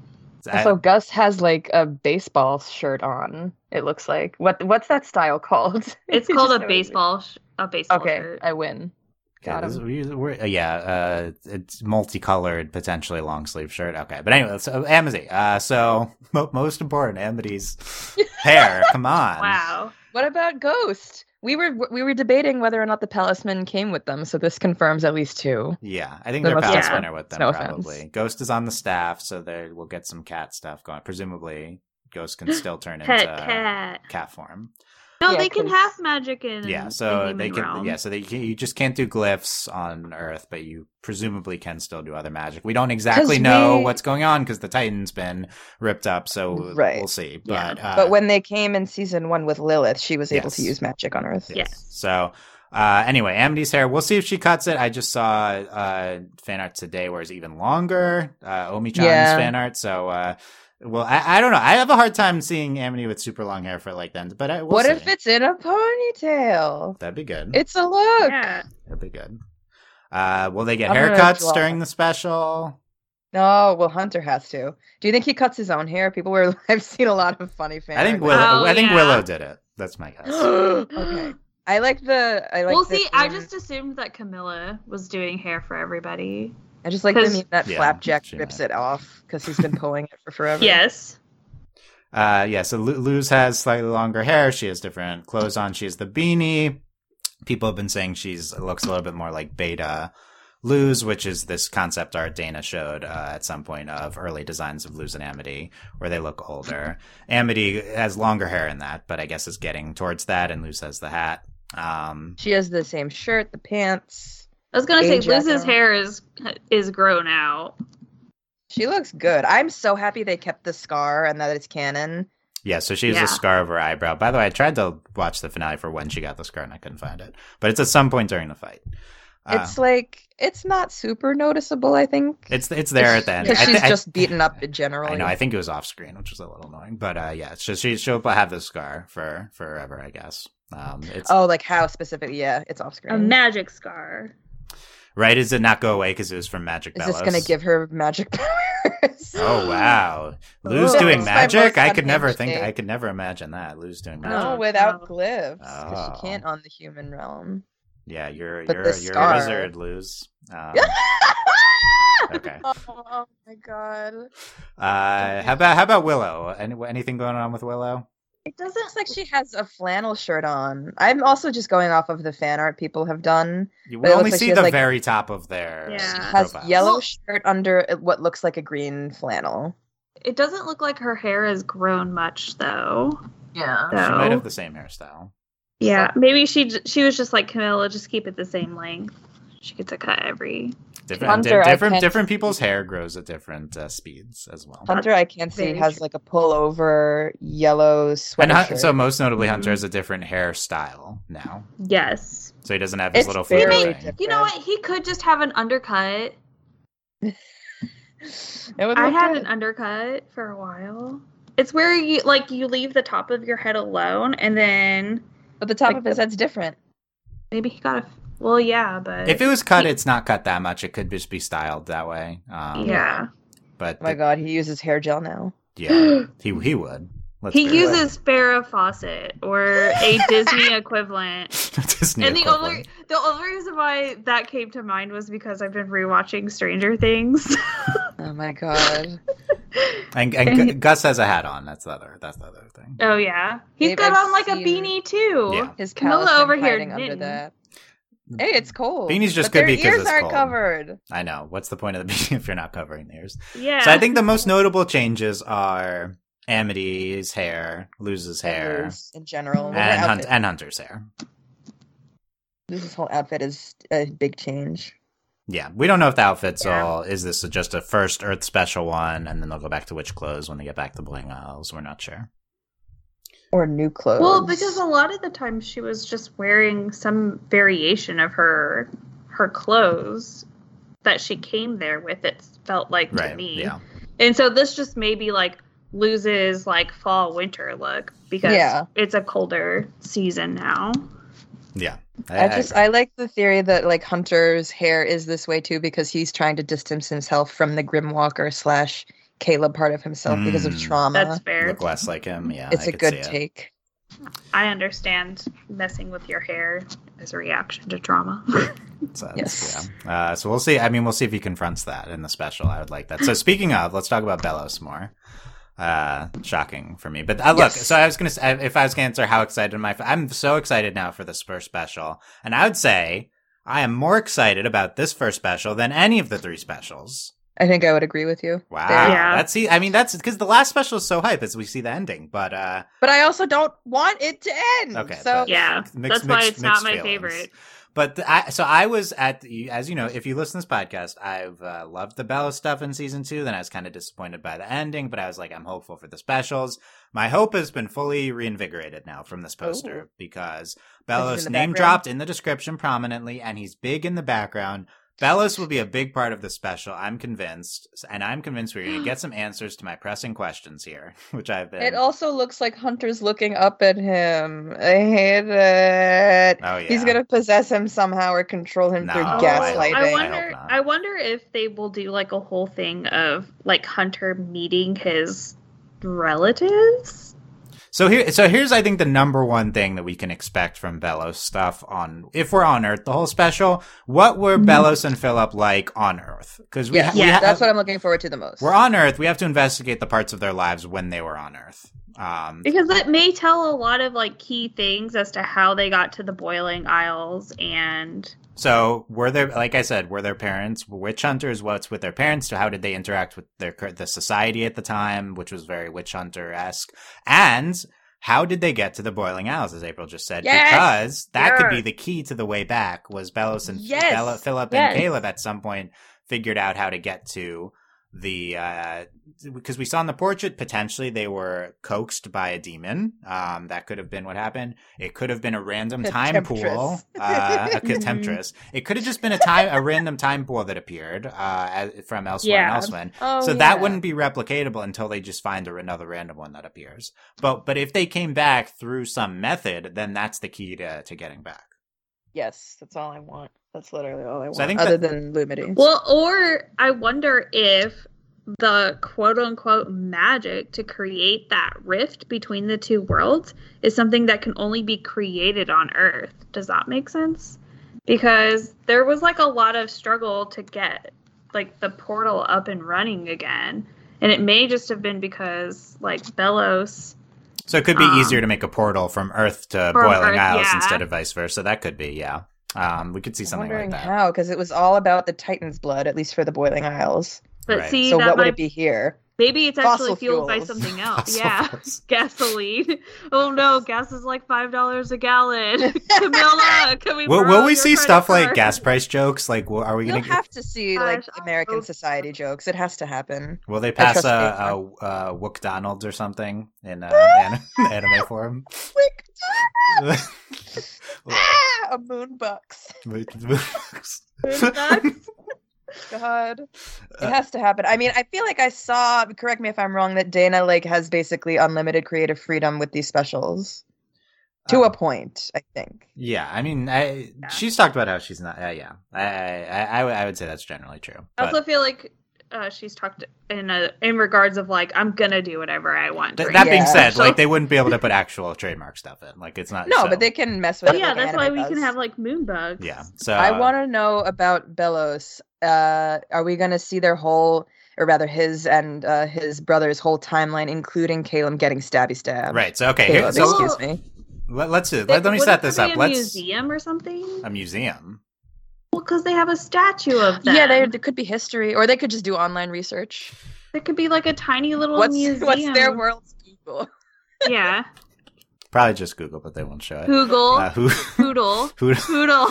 Speaker 1: I-
Speaker 2: so Gus has like a baseball shirt on. It looks like what what's that style called? <laughs>
Speaker 3: It's
Speaker 2: It
Speaker 3: called
Speaker 2: just
Speaker 3: a
Speaker 2: always-
Speaker 3: baseball sh- a baseball
Speaker 2: Okay,
Speaker 3: shirt.
Speaker 2: I win.
Speaker 1: Okay,
Speaker 2: Got
Speaker 1: this
Speaker 2: him.
Speaker 1: is- we- we're- uh, yeah, uh, it's multicolored, potentially long sleeve shirt. Okay, but anyway, so Amity. Uh, so mo- most important,
Speaker 3: <laughs>
Speaker 1: Amity's hair. Come on.
Speaker 3: Wow.
Speaker 2: What about Ghost? We were we were debating whether or not the Palisman came with them, so this confirms at least two.
Speaker 1: Yeah, I think
Speaker 2: There
Speaker 1: they're
Speaker 2: must
Speaker 3: be-
Speaker 1: past
Speaker 3: Yeah.
Speaker 1: winner with them
Speaker 2: No offense.
Speaker 1: probably. Ghost is on the staff, so they will get some cat stuff going. Presumably, Ghost
Speaker 3: <laughs>
Speaker 1: can still turn into
Speaker 3: Pet cat.
Speaker 1: cat form.
Speaker 3: No,
Speaker 2: Yeah,
Speaker 3: they can
Speaker 2: 'cause-
Speaker 3: have magic in.
Speaker 1: yeah
Speaker 3: the
Speaker 1: so
Speaker 3: human
Speaker 1: they can
Speaker 3: realm.
Speaker 1: yeah so they can, you just can't do glyphs on earth but you presumably can still do other magic we don't exactly know
Speaker 2: we-
Speaker 1: what's going on because the titan's been ripped up so
Speaker 2: Right.
Speaker 1: we'll see
Speaker 3: Yeah.
Speaker 1: but uh,
Speaker 2: but when they came in season one with Lilith, she was able to
Speaker 1: Yes.
Speaker 2: use magic on Earth.
Speaker 1: yes.
Speaker 3: Yes.
Speaker 1: so uh, anyway, Amity's hair. We'll see if she cuts it. I just saw uh, fan art today where it's even longer. Uh, Omi-chan's
Speaker 2: Yeah.
Speaker 1: fan art. So, uh, well, I, I don't know. I have a hard time seeing Amity with super long hair for like then. But I, we'll
Speaker 2: what
Speaker 1: see. Mm.
Speaker 2: if it's in a ponytail?
Speaker 1: that'd be good?
Speaker 2: It's a look.
Speaker 3: Yeah.
Speaker 1: that'd be good. Uh, will they get
Speaker 2: I'm gonna
Speaker 1: haircuts
Speaker 2: draw.
Speaker 1: during the special?
Speaker 2: No, well, Hunter has to. Do you think he cuts his own hair? People were. <laughs> I've seen a lot of funny fan.
Speaker 1: I think
Speaker 2: art like-
Speaker 1: Willow.
Speaker 3: Oh,
Speaker 1: I think
Speaker 3: yeah.
Speaker 1: Willow did it. That's my guess.
Speaker 2: <gasps> okay. I like the. I like.
Speaker 3: well,
Speaker 2: the
Speaker 3: see, I
Speaker 2: theme-
Speaker 3: just assumed that Camilla was doing hair for everybody.
Speaker 2: I just like the
Speaker 3: 'cause-
Speaker 2: meme that
Speaker 1: Yeah,
Speaker 2: Flapjack
Speaker 1: she
Speaker 2: rips
Speaker 1: might.
Speaker 2: it off because he's been pulling it for forever.
Speaker 3: Yes.
Speaker 1: Uh, yeah. So Lu- Luz has slightly longer hair. She has different clothes on. She has the beanie. People have been saying she's looks a little bit more like Beta Luz, which is this concept art Dana showed uh, at some point of early designs of Luz and Amity, where they look older. Amity has longer hair in that, but I guess is getting towards that, and Luz has the hat. Um,
Speaker 2: She has the same shirt, the pants.
Speaker 3: I was gonna say
Speaker 2: Age right
Speaker 3: Liz's
Speaker 2: now.
Speaker 3: hair is is grown out.
Speaker 2: She looks good. I'm so happy they kept the scar and that it's canon.
Speaker 1: Yeah, so she has
Speaker 3: Yeah.
Speaker 1: a scar over her eyebrow. By the way, I tried to watch the finale for when she got the scar and I couldn't find it. But it's at some point during the fight. Uh,
Speaker 2: it's like it's not super noticeable. I think
Speaker 1: it's it's there at the end.
Speaker 2: because
Speaker 1: I thi-
Speaker 2: she's
Speaker 1: I-
Speaker 2: just beaten up generally.
Speaker 1: I know. I think it was off screen, which was a little annoying. But uh, yeah, so she she'll have this scar for forever, I guess. Um, it's
Speaker 2: oh, like how specifically? Yeah, it's off screen.
Speaker 3: A magic scar.
Speaker 1: right. Is it not go away because it was from Magic?
Speaker 2: Is
Speaker 1: Bellows?
Speaker 2: this gonna give her magic <laughs> powers?
Speaker 1: <gasps> Oh wow, Lou's
Speaker 2: <gasps> Ooh.
Speaker 1: doing
Speaker 2: That's my
Speaker 1: magic.
Speaker 2: most
Speaker 1: I could never
Speaker 2: unhinged
Speaker 1: think.
Speaker 2: thing.
Speaker 1: I could never imagine that Lou's doing
Speaker 3: No.
Speaker 1: magic.
Speaker 2: No,
Speaker 3: Oh,
Speaker 2: without
Speaker 3: no.
Speaker 2: glyphs, because
Speaker 1: Oh.
Speaker 2: she can't on the human realm.
Speaker 1: Yeah, you're
Speaker 2: But
Speaker 1: you're
Speaker 2: this
Speaker 1: you're
Speaker 2: scar-
Speaker 1: a wizard, Lou's. Um, okay.
Speaker 2: Oh, <laughs> oh my god!
Speaker 1: Uh, how about how about Willow? Any, anything going on with Willow?
Speaker 3: It doesn't
Speaker 2: Looks like she has a flannel shirt on. I'm also just going off of the fan art people have done.
Speaker 1: You
Speaker 2: But it
Speaker 1: will
Speaker 2: looks
Speaker 1: only
Speaker 2: like she
Speaker 1: see
Speaker 2: has,
Speaker 1: the
Speaker 2: like-
Speaker 1: very top of their
Speaker 3: Yeah. She
Speaker 2: Has
Speaker 1: profiles.
Speaker 2: yellow
Speaker 3: Well-
Speaker 2: shirt under what looks like a green flannel.
Speaker 3: it doesn't look like her hair has grown much though.
Speaker 5: Yeah.
Speaker 1: She might have
Speaker 3: So
Speaker 1: the same hairstyle.
Speaker 3: yeah, maybe she j- she was just like Camilla, just keep it the same length. She gets a cut every.
Speaker 1: Different
Speaker 2: Hunter, I
Speaker 1: different
Speaker 2: can't-
Speaker 1: different people's hair grows at different uh, speeds as well.
Speaker 2: Hunter, I can't see,
Speaker 3: Very
Speaker 2: has
Speaker 3: true.
Speaker 2: like a pullover yellow
Speaker 1: And
Speaker 2: sweater.
Speaker 1: Hun- so most notably,
Speaker 3: Mhm.
Speaker 2: Mm-hmm.
Speaker 1: Hunter has a different hairstyle now,
Speaker 3: Yes.
Speaker 1: so he doesn't have his
Speaker 2: It's
Speaker 1: little
Speaker 2: very
Speaker 1: flip thing.
Speaker 2: different.
Speaker 3: You know what? He could just have an undercut.
Speaker 2: it would
Speaker 3: I
Speaker 2: look
Speaker 3: had
Speaker 2: good.
Speaker 3: an undercut for a while. It's where you like you leave the top of your head alone, and then
Speaker 2: but the top
Speaker 3: like
Speaker 2: of his
Speaker 3: the-
Speaker 2: head's different.
Speaker 3: maybe he got a. Well, yeah, but
Speaker 1: If it was cut, it's not cut that much. It could just be styled that way. Um,
Speaker 3: yeah,
Speaker 1: but
Speaker 2: Oh my
Speaker 1: the-
Speaker 2: god, he uses hair gel now. <gasps>
Speaker 1: yeah, he he would. Let's
Speaker 3: he
Speaker 1: be real.
Speaker 3: uses Farrah Fawcett
Speaker 1: <laughs>
Speaker 3: or a Disney equivalent.
Speaker 1: Disney.
Speaker 3: and the
Speaker 1: equivalent.
Speaker 3: only the only reason why that came to mind was because I've been rewatching Stranger Things.
Speaker 2: Oh my
Speaker 3: <laughs>
Speaker 2: god.
Speaker 1: And, and,
Speaker 3: And
Speaker 1: Gu-
Speaker 3: he-
Speaker 1: Gus has a hat on. That's the other. That's the other thing.
Speaker 3: oh yeah, he's
Speaker 2: Babe,
Speaker 3: got
Speaker 2: I've
Speaker 3: on like a
Speaker 2: seen-
Speaker 3: beanie too.
Speaker 1: Yeah.
Speaker 2: His
Speaker 3: Camilla
Speaker 2: callus
Speaker 3: over
Speaker 2: been
Speaker 3: here
Speaker 2: hiding under
Speaker 3: didn't.
Speaker 2: that. Hey, it's cold.
Speaker 1: Beanies just could
Speaker 2: but their
Speaker 1: be 'cause
Speaker 2: ears
Speaker 1: it's
Speaker 2: aren't
Speaker 1: cold.
Speaker 2: covered.
Speaker 1: I know. What's the point of the <laughs> beanie if you're not covering theirs?
Speaker 3: Yeah.
Speaker 1: So I think the most notable changes are Amity's hair, Luz's hair,
Speaker 2: Colors In general,
Speaker 3: And
Speaker 2: Her
Speaker 1: and Hunt-
Speaker 2: outfit-
Speaker 1: and Hunter's hair.
Speaker 2: This whole outfit is a big change.
Speaker 1: Yeah, we don't know if the outfit's
Speaker 3: Yeah.
Speaker 1: all. Is this just a first Earth special one, and then they'll go back to witch clothes when they get back to Bling Isles? We're not sure.
Speaker 2: Or new clothes.
Speaker 3: well,
Speaker 1: Um,
Speaker 3: because a lot of the time she was just wearing some variation of her her clothes that she came there with. It felt like
Speaker 1: Right.
Speaker 3: to me,
Speaker 1: Yeah.
Speaker 3: and so this just maybe like loses like fall winter look because
Speaker 2: Yeah.
Speaker 3: it's a colder season now.
Speaker 1: Uh-huh. Yeah.
Speaker 2: I just
Speaker 1: agree.
Speaker 2: I like the theory that like Hunter's hair is this way too because he's trying to distance himself from the Grimwalker slash Caleb part of himself because of
Speaker 1: Mm.
Speaker 2: trauma.
Speaker 3: That's fair.
Speaker 1: look less like him. Yeah.
Speaker 2: it's
Speaker 1: a
Speaker 2: a good take.
Speaker 3: I understand messing with your hair as a reaction to trauma.
Speaker 1: So,
Speaker 2: Yes.
Speaker 1: Yeah. Uh, so we'll see. I mean, we'll see if he confronts that in the special. I would like that. So speaking of, let's talk about Bellows more. Uh, shocking for me, but uh, look.
Speaker 2: Yes.
Speaker 1: So I was gonna, say, if I was gonna answer how excited am I, for- I'm so excited now for this first special, and I would say I am more excited about this first special than any of the three specials.
Speaker 2: I think I would agree with you.
Speaker 1: Wow,
Speaker 2: there.
Speaker 3: Yeah.
Speaker 1: that's see, I mean, that's because the last special is so hype as we see the ending, but uh,
Speaker 2: But I also don't want it to end.
Speaker 1: Okay,
Speaker 2: So
Speaker 1: but-
Speaker 3: yeah,
Speaker 1: Mixed-
Speaker 3: <laughs> Mm, that's why
Speaker 1: mixed-
Speaker 3: it's not
Speaker 1: mixed
Speaker 3: my
Speaker 1: feelings.
Speaker 3: favorite.
Speaker 1: But the, I, so I was at the, as you know, if you listen to this podcast, I've uh, loved the Bella stuff in season two. Then I was kind of disappointed by the ending, but I was like, I'm hopeful for the specials. My hope has been fully reinvigorated now from this poster because Bellows
Speaker 2: the
Speaker 1: name
Speaker 2: background?
Speaker 1: dropped in the description prominently, and he's big in the background. Bellows will be a big part of the special, I'm convinced, and I'm convinced we're
Speaker 2: <gasps>
Speaker 1: going to get some answers to my pressing questions here, <laughs> which I've been.
Speaker 2: it also looks like Hunter's looking up at him. I hate it.
Speaker 1: oh yeah,
Speaker 2: He's gonna possess him somehow or control him through
Speaker 1: No, Oh, I-
Speaker 2: gaslighting.
Speaker 3: Oh, I
Speaker 1: I hope
Speaker 3: wonder.
Speaker 1: not.
Speaker 3: I, wonder if they will do like a whole thing of like Hunter meeting his relatives.
Speaker 1: So here, so here's I think the number one thing that we can expect from Bellows stuff on if we're on Earth, the whole special. What were
Speaker 3: Mhm.
Speaker 1: Bellows and Philip like on Earth? Because we,
Speaker 2: Mm-hmm. yeah,
Speaker 1: ha- we
Speaker 3: Yeah,
Speaker 1: ha-
Speaker 2: that's what I'm looking forward to the most.
Speaker 1: we're on Earth. We have to investigate the parts of their lives when they were on Earth. Um,
Speaker 3: Because it may tell a lot of like key things as to how they got to the Boiling Isles and
Speaker 1: so were there, like I said, were their parents witch hunters? What's with their parents? So how did they interact with their cur- the society at the time, which was very witch hunter esque? And how did they get to the boiling owls, as April just said?
Speaker 2: Yes!
Speaker 1: Because that could be
Speaker 3: Yes.
Speaker 1: the key to the way back was Bellows and
Speaker 2: Yes!
Speaker 1: Bella, Philip
Speaker 3: Yes.
Speaker 1: and Caleb at some point figured out how to get to the uh because we saw in the portrait potentially they were coaxed by a demon um that could have been what happened it could have been a random time pool uh
Speaker 2: <laughs>
Speaker 1: a contemptress it could have just been a time a random time pool that appeared uh as, from elsewhere
Speaker 3: Yeah.
Speaker 1: and elsewhere
Speaker 2: Oh,
Speaker 1: so that
Speaker 2: yeah.
Speaker 1: wouldn't be replicatable until they just find a- another random one that appears but but if they came back through some method then that's the key to to getting back
Speaker 2: Yes, that's all I want. That's literally all I want.
Speaker 1: So I think
Speaker 2: other than Lumity.
Speaker 3: Well, or I wonder if the quote unquote magic to create that rift between the two worlds is something that can only be created on Earth. Does that make sense? Because there was like a lot of struggle to get like the portal up and running again. And it may just have been because like Belos
Speaker 1: So it could be
Speaker 3: Um,
Speaker 1: easier to make a portal from Earth to
Speaker 3: from
Speaker 1: Boiling
Speaker 3: Earth,
Speaker 1: Isles
Speaker 3: yeah.
Speaker 1: instead of vice versa. That could be, yeah. Um, we could see
Speaker 2: I'm
Speaker 1: something like
Speaker 2: wondering
Speaker 1: that.
Speaker 2: how, because it was all about the Titan's blood, at least for the Boiling Isles.
Speaker 3: but
Speaker 1: Right.
Speaker 3: see
Speaker 2: so
Speaker 3: that
Speaker 2: what would
Speaker 3: might
Speaker 2: it be here?
Speaker 3: maybe it's actually
Speaker 2: Fossil
Speaker 3: fueled by
Speaker 2: fuels. <laughs>
Speaker 1: <laughs>
Speaker 3: something else.
Speaker 1: Fossil
Speaker 3: yeah. <laughs>
Speaker 1: fuels.
Speaker 3: gasoline. Oh no, gas is like five dollars a gallon.
Speaker 1: <laughs>
Speaker 3: <laughs> Camilla, can we?
Speaker 1: Will,
Speaker 3: borrow
Speaker 1: will we
Speaker 3: your
Speaker 1: see
Speaker 3: credit
Speaker 1: stuff like
Speaker 3: card?
Speaker 1: gas price jokes? Like, will, are we
Speaker 2: You'll
Speaker 1: going to?
Speaker 2: have to see like
Speaker 3: Gosh, I
Speaker 2: American
Speaker 3: hope so.
Speaker 2: society jokes. It has
Speaker 1: <laughs>
Speaker 2: to happen.
Speaker 1: Will they pass
Speaker 2: trust
Speaker 1: a,
Speaker 2: Dave
Speaker 1: a, a Wook Donald's or something in
Speaker 3: <laughs>
Speaker 1: uh, an, anime <laughs> form? <laughs>
Speaker 2: ah, a moon bucks.
Speaker 1: <laughs>
Speaker 3: Nuts.
Speaker 2: God,
Speaker 1: Uh,
Speaker 2: it has to happen. I mean, I feel like I saw. Correct me if I'm wrong. That Dana like has basically unlimited creative freedom with these specials, to
Speaker 1: Uh,
Speaker 2: a point, I think.
Speaker 1: yeah, I mean, I,
Speaker 3: Yeah.
Speaker 1: she's talked about how she's not. Uh, yeah, I, I, I, I would say that's generally true.
Speaker 3: I also
Speaker 1: But
Speaker 3: feel like uh, she's talked in a, in regards of like I'm gonna do whatever I want.
Speaker 1: th-
Speaker 3: during
Speaker 1: that
Speaker 3: this
Speaker 1: being
Speaker 2: Yeah.
Speaker 1: said,
Speaker 3: special.
Speaker 1: like they wouldn't be able to put actual trademark stuff in. Like it's not.
Speaker 2: No,
Speaker 1: so-
Speaker 2: but they can mess with.
Speaker 3: But
Speaker 2: it
Speaker 3: yeah,
Speaker 2: like
Speaker 3: that's
Speaker 2: anime
Speaker 3: why we can
Speaker 2: does.
Speaker 3: have like moon bugs.
Speaker 1: Yeah. So
Speaker 2: I want to know about Belos. Uh, are we going to see their whole, or rather his and uh, his brother's whole timeline, including Caleb getting stabby stabbed?
Speaker 1: Right. So okay. Here,
Speaker 2: Caleb,
Speaker 1: so
Speaker 2: excuse me.
Speaker 1: let, us do. Let, let me
Speaker 3: Wouldn't
Speaker 1: set this
Speaker 3: there be
Speaker 1: up.
Speaker 3: A
Speaker 1: let's
Speaker 3: museum or something.
Speaker 1: a museum.
Speaker 3: Well, because they have a statue of them.
Speaker 2: <laughs> Yeah, there, there could be history, or they could just do online research.
Speaker 3: There could be like a tiny little
Speaker 2: What's
Speaker 3: museum.
Speaker 2: what's their world's <laughs> Google?
Speaker 3: Yeah,
Speaker 1: Probably just Google, <laughs> but they won't show it.
Speaker 3: Google,
Speaker 1: Uh, who?
Speaker 3: poodle,
Speaker 1: <laughs> Who?
Speaker 3: poodle.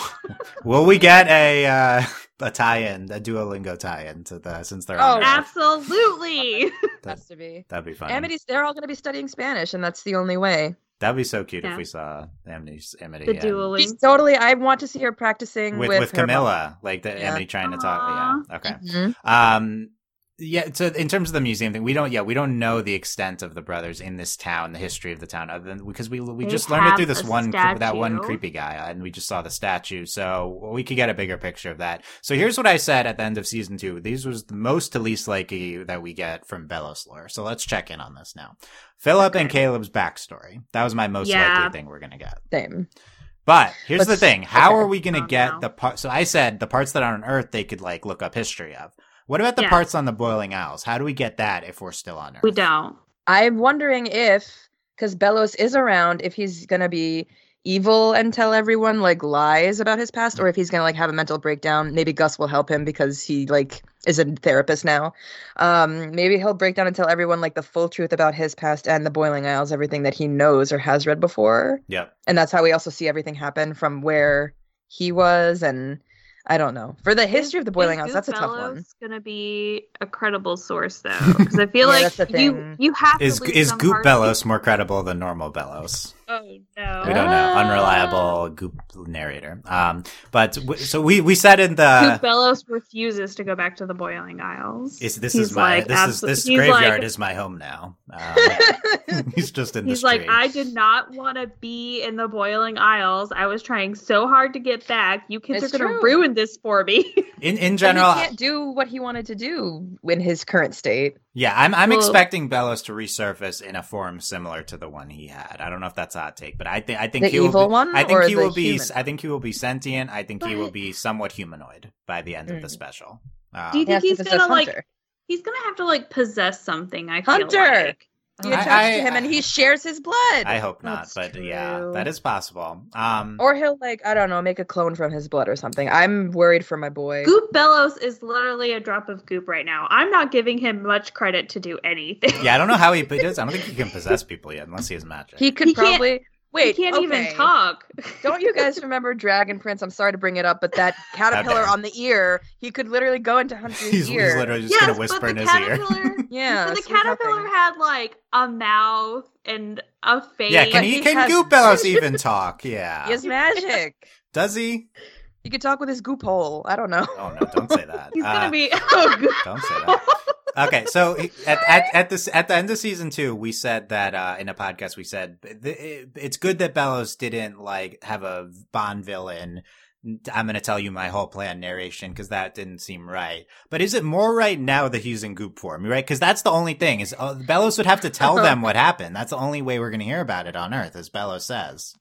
Speaker 1: Will we get a uh, a tie-in, a Duolingo tie-in to the since they're on
Speaker 2: Oh,
Speaker 1: Earth?
Speaker 3: Absolutely.
Speaker 1: That-
Speaker 2: Has to be.
Speaker 1: That'd be fun.
Speaker 2: Amity's. They're all going to be studying Spanish, and that's the only way.
Speaker 1: That'd be so cute
Speaker 3: Yeah.
Speaker 1: if we saw Amity's Amity
Speaker 3: The
Speaker 1: and-
Speaker 3: dueling.
Speaker 2: She's totally. I want to see her practicing
Speaker 1: with
Speaker 2: with
Speaker 1: with,
Speaker 2: her mom.
Speaker 1: Camilla, like the
Speaker 2: Yeah.
Speaker 1: Amity trying to talk.
Speaker 3: Aw.
Speaker 1: Yeah. Okay.
Speaker 2: Mhm.
Speaker 1: Um. Yeah. So in terms of the museum thing, we don't. Yeah, we don't know the extent of the brothers in this town, the history of the town, other than because we we
Speaker 3: They
Speaker 1: just learned it
Speaker 3: have
Speaker 1: through this
Speaker 3: a
Speaker 1: one cre- that one
Speaker 3: statue.
Speaker 1: creepy guy, uh, and we just saw the statue, so we could get a bigger picture of that. So here's what I said at the end of season two. These was the most to least likely that we get from Bellows lore. So let's check in on this now. Philip and Caleb's backstory. That was my most
Speaker 3: Yeah.
Speaker 1: likely thing we're gonna get.
Speaker 2: Same.
Speaker 1: But here's the
Speaker 2: Let's-
Speaker 1: thing: how
Speaker 2: okay.
Speaker 1: are we going to
Speaker 3: Oh,
Speaker 1: get
Speaker 3: no.
Speaker 1: the part? So I said the parts that are on Earth they could like look up history of. What about the
Speaker 3: Yeah.
Speaker 1: parts on the Boiling Isles? How do we get that if we're still on Earth?
Speaker 3: We don't.
Speaker 2: I'm wondering if, because Bellows is around, if he's gonna be evil and tell everyone like lies about his past, or if he's gonna like have a mental breakdown. Maybe Gus will help him because he like is a therapist now. Um, maybe he'll break down and tell everyone like the full truth about his past and the Boiling Isles, everything that he knows or has read before,
Speaker 1: Yep.
Speaker 2: and that's how we also see everything happen from where he was and. I don't know. For the history
Speaker 3: Is-
Speaker 2: of the Boiling
Speaker 3: is
Speaker 2: Isles, that's a tough one.
Speaker 3: Goodfellas gonna be a credible source
Speaker 2: <laughs>
Speaker 3: though, because I feel
Speaker 2: Yeah,
Speaker 3: like
Speaker 2: that's the
Speaker 3: you
Speaker 2: thing.
Speaker 3: you have
Speaker 1: Is
Speaker 3: to leave
Speaker 1: is
Speaker 3: some
Speaker 1: Goop
Speaker 3: hard-
Speaker 1: Bellows more credible than normal Bellows?
Speaker 3: Oh
Speaker 1: We
Speaker 3: no,
Speaker 1: don't know.
Speaker 2: Ah.
Speaker 1: Unreliable Goop narrator. Um, but w- so we we said in the
Speaker 3: Goop Bellows refuses to go back to the Boiling Isles.
Speaker 1: is this
Speaker 3: He's
Speaker 1: is my
Speaker 3: like,
Speaker 1: this is
Speaker 3: abso-
Speaker 1: this
Speaker 3: he's
Speaker 1: graveyard
Speaker 3: like-
Speaker 1: is my home now.
Speaker 3: <laughs>
Speaker 1: Um, <laughs>
Speaker 2: <laughs>
Speaker 1: he's just in the
Speaker 3: He's like,
Speaker 1: street.
Speaker 3: I did not want to be in the Boiling Isles. I was trying so hard to get back. You kids
Speaker 2: It's
Speaker 3: are going to
Speaker 2: true.
Speaker 3: ruin this for me. <laughs>
Speaker 1: in in
Speaker 2: And
Speaker 1: general,
Speaker 2: he can't do what he wanted to do in his current state.
Speaker 1: Yeah, I'm I'm
Speaker 3: Well-
Speaker 1: expecting Bellows to resurface in a form similar to the one he had. I don't know if that's a hot take, but I think I think
Speaker 2: The
Speaker 1: he will
Speaker 2: evil
Speaker 1: be,
Speaker 2: one
Speaker 1: I think
Speaker 2: or
Speaker 1: he
Speaker 2: the
Speaker 1: will be
Speaker 2: human?
Speaker 1: I think he will be sentient. I think he will
Speaker 3: But-
Speaker 1: be somewhat humanoid by the end of the
Speaker 2: Mm.
Speaker 1: special. Um,
Speaker 3: Do you think
Speaker 2: Yes,
Speaker 3: he's
Speaker 2: because
Speaker 3: gonna,
Speaker 2: that's
Speaker 3: like,
Speaker 2: Hunter.
Speaker 3: he's going to have to like possess something. I feel
Speaker 2: Hunter!
Speaker 3: like.
Speaker 2: He
Speaker 1: I-
Speaker 2: attached
Speaker 1: I-
Speaker 2: to him and
Speaker 1: I-
Speaker 2: he shares his blood.
Speaker 1: I hope not,
Speaker 3: That's
Speaker 1: but yeah,
Speaker 3: true.
Speaker 1: that is possible. Um
Speaker 2: or he'll like, I don't know, make a clone from his blood or something. I'm worried for my boy.
Speaker 3: Goop Bellows is literally a drop of goop right now. I'm not giving him much credit to do anything.
Speaker 1: yeah, I don't know how he does. I don't think he can possess people yet unless he has magic. <laughs>
Speaker 2: He could
Speaker 3: He can't-
Speaker 2: probably
Speaker 3: Wait,
Speaker 2: Wait,
Speaker 3: he can't even
Speaker 2: okay.
Speaker 3: talk.
Speaker 2: Don't you guys remember Dragon Prince? I'm sorry to bring it up, but
Speaker 1: <laughs>
Speaker 2: that caterpillar
Speaker 1: dare.
Speaker 2: on the ear, he could literally go into Hunter's
Speaker 1: He's, <laughs>
Speaker 2: ear.
Speaker 1: he's literally just
Speaker 3: yes,
Speaker 1: gonna whisper
Speaker 3: but
Speaker 1: in
Speaker 3: the
Speaker 1: his ear. <laughs>
Speaker 3: caterpillar.
Speaker 2: yeah,
Speaker 3: but the
Speaker 2: that's what's
Speaker 3: caterpillar
Speaker 2: happening.
Speaker 3: had like a mouth and a face.
Speaker 1: Yeah, can
Speaker 2: But
Speaker 1: he
Speaker 2: he
Speaker 1: can
Speaker 2: has-
Speaker 1: Goopellos even talk? Yeah,
Speaker 2: He has magic.
Speaker 1: does he?
Speaker 2: You could talk with his goop hole. I don't know.
Speaker 1: Oh no, don't say that.
Speaker 3: He's
Speaker 1: Uh, <laughs>
Speaker 3: gonna be. <laughs> oh,
Speaker 1: Don't say that. Okay, so he- at, at at this at the end of season two, we said that uh, in a podcast we said "Th- it- it's good that Bellows didn't like have a Bond villain. I'm going to tell you my whole plan narration because that didn't seem right. But is it more right now that he's in goop form, right? Because that's the only thing is uh, Bellows would have to tell them what happened. That's the only way we're going to hear about it on Earth, as Bellows says.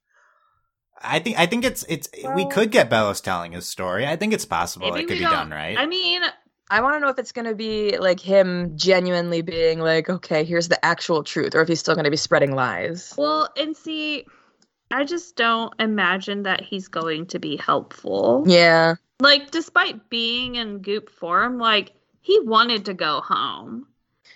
Speaker 1: I think I think it's it's we
Speaker 2: Well-
Speaker 1: could get Bellows telling his story. I think it's possible
Speaker 3: Maybe
Speaker 1: it
Speaker 3: we
Speaker 1: could be
Speaker 3: don't-
Speaker 1: done right.
Speaker 3: I mean,
Speaker 2: I want to know if it's going to be like him genuinely being like, okay, here's the actual truth, or if he's still going to be spreading lies.
Speaker 3: well, and see, I just don't imagine that he's going to be helpful.
Speaker 2: Yeah.
Speaker 3: Like, despite being in goop form, like he wanted to go home.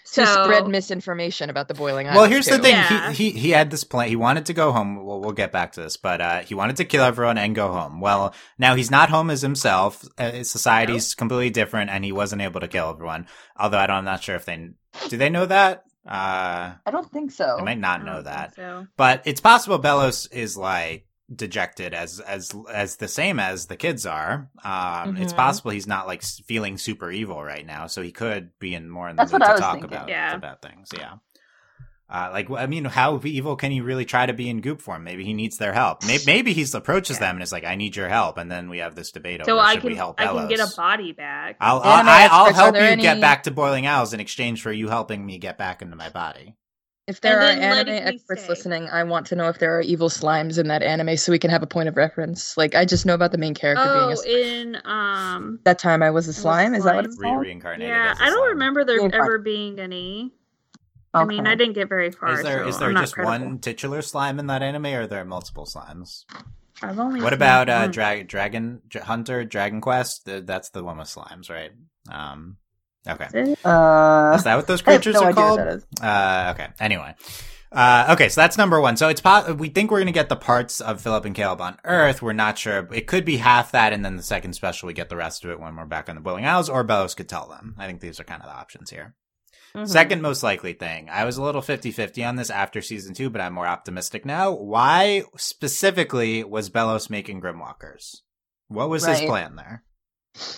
Speaker 3: So
Speaker 2: To spread misinformation about the boiling
Speaker 1: Well,
Speaker 2: Islands,
Speaker 1: here's the
Speaker 2: too.
Speaker 1: thing.
Speaker 3: Yeah.
Speaker 1: He, he he had this plan. He wanted to go home. Well, we'll get back to this, but uh, he wanted to kill everyone and go home. Well, now he's not home as himself. Uh, society's completely different, and he wasn't able to kill everyone. Although I don't, I'm not sure if they do they know that. Uh,
Speaker 2: I don't think so.
Speaker 1: they might not
Speaker 3: Oh, I
Speaker 1: know
Speaker 3: don't
Speaker 1: that,
Speaker 3: think So.
Speaker 1: but it's possible Bellows is like dejected as as as the same as the kids are. Um, It's
Speaker 2: Mhm.
Speaker 1: possible he's not like s- feeling super evil right now, so he could be in more in the
Speaker 2: That's
Speaker 1: mood
Speaker 2: what I
Speaker 1: to
Speaker 2: was
Speaker 1: talk
Speaker 2: thinking,
Speaker 1: about
Speaker 3: yeah.
Speaker 1: about things. Yeah. Uh, like I mean, how evil can he really try to be in goop form? Maybe he needs their help.
Speaker 3: <sighs>
Speaker 1: Maybe, maybe he approaches them and is like, "I need your help," and then we have this debate over
Speaker 3: So I
Speaker 1: should
Speaker 3: can
Speaker 1: we help
Speaker 3: I can
Speaker 1: Bellows.
Speaker 3: get a body back.
Speaker 1: I'll I'll,
Speaker 2: Anime
Speaker 1: I- I'll
Speaker 2: experts, are
Speaker 1: help you
Speaker 2: there
Speaker 1: get
Speaker 2: any-
Speaker 1: back to Boiling Owls in exchange for you helping me get back into my body.
Speaker 2: If there are
Speaker 3: And then
Speaker 2: anime
Speaker 3: letting me
Speaker 2: experts
Speaker 3: stay.
Speaker 2: listening, I want to know if there are evil slimes in that anime so we can have a point of reference. Like, I just know about the main character being a
Speaker 3: oh,
Speaker 2: slime.
Speaker 3: in um,
Speaker 2: that time I was a slime. Is that what
Speaker 3: slime.
Speaker 2: it's
Speaker 1: Re-
Speaker 2: called?
Speaker 1: reincarnated.
Speaker 3: yeah,
Speaker 1: as a
Speaker 3: I don't
Speaker 1: slime.
Speaker 3: remember there
Speaker 2: Being fine.
Speaker 3: ever being any. I mean, I didn't get very far.
Speaker 1: Is there
Speaker 3: so
Speaker 1: is there
Speaker 3: I'm not
Speaker 1: just
Speaker 3: credible.
Speaker 1: one titular slime in that anime, or are there multiple slimes?
Speaker 3: I've only
Speaker 1: What
Speaker 3: seen
Speaker 1: about uh,
Speaker 3: one.
Speaker 1: Dra- Dragon Dra- Hunter, Dragon Quest? Th- That's the one with slimes, right? Um, okay,
Speaker 2: Uh,
Speaker 1: is that what those
Speaker 2: <laughs> I have
Speaker 1: creatures
Speaker 2: no
Speaker 1: are
Speaker 2: idea what
Speaker 1: called?
Speaker 2: that is.
Speaker 1: Uh, okay. Anyway. Uh, okay, so that's number one. So it's po- we think we're gonna get the parts of Philip and Caleb on Earth. We're not sure. It could be half that, and then the second special we get the rest of it when we're back on the Boiling Isles, or Bellows could tell them. I think these are kind of the options here.
Speaker 2: Mm-hmm.
Speaker 1: Second most likely thing. I was a little 50-50 on this after season 2, but I'm more optimistic now. Why specifically was Bellows making Grimwalkers? What was his
Speaker 2: Right.
Speaker 1: plan there?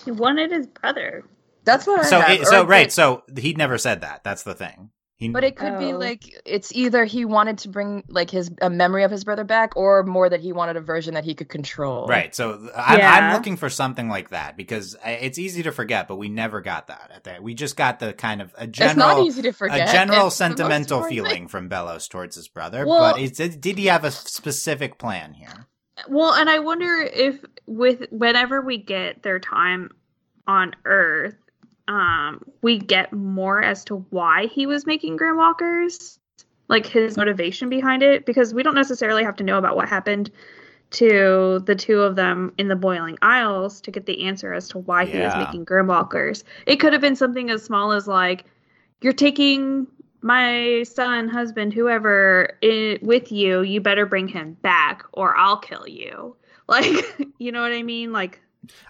Speaker 3: He wanted his brother.
Speaker 2: That's what I
Speaker 1: So
Speaker 2: have.
Speaker 1: it,
Speaker 2: or
Speaker 1: so
Speaker 2: it
Speaker 1: right,
Speaker 2: could-
Speaker 1: so he never said that. That's the thing. He,
Speaker 2: But it could be
Speaker 3: Oh.
Speaker 2: like it's either he wanted to bring like his a memory of his brother back, or more that he wanted a version that he could control.
Speaker 1: Right. So th- I'm, I'm
Speaker 3: Yeah.
Speaker 1: looking for something like that because I- it's easy to forget, but we never got that. At that, we just got the kind of a
Speaker 2: It's not
Speaker 1: general,
Speaker 2: easy to
Speaker 1: a
Speaker 2: forget.
Speaker 1: general
Speaker 2: It's the most
Speaker 1: sentimental
Speaker 2: important
Speaker 1: feeling from Bellows towards his brother.
Speaker 3: Well-
Speaker 1: but it's, it, did he have a specific plan here?
Speaker 3: Well, and I wonder if with whenever we get their time on Earth, um, we get more as to why he was making Grimwalkers, like his motivation behind it, because we don't necessarily have to know about what happened to the two of them in the Boiling Isles to get the answer as to why he was
Speaker 1: Yeah.
Speaker 3: making Grimwalkers. It could have been something as small as like, you're taking my son, husband, whoever i with you, you better bring him back or I'll kill you. <laughs> Like, you know what I mean? Like,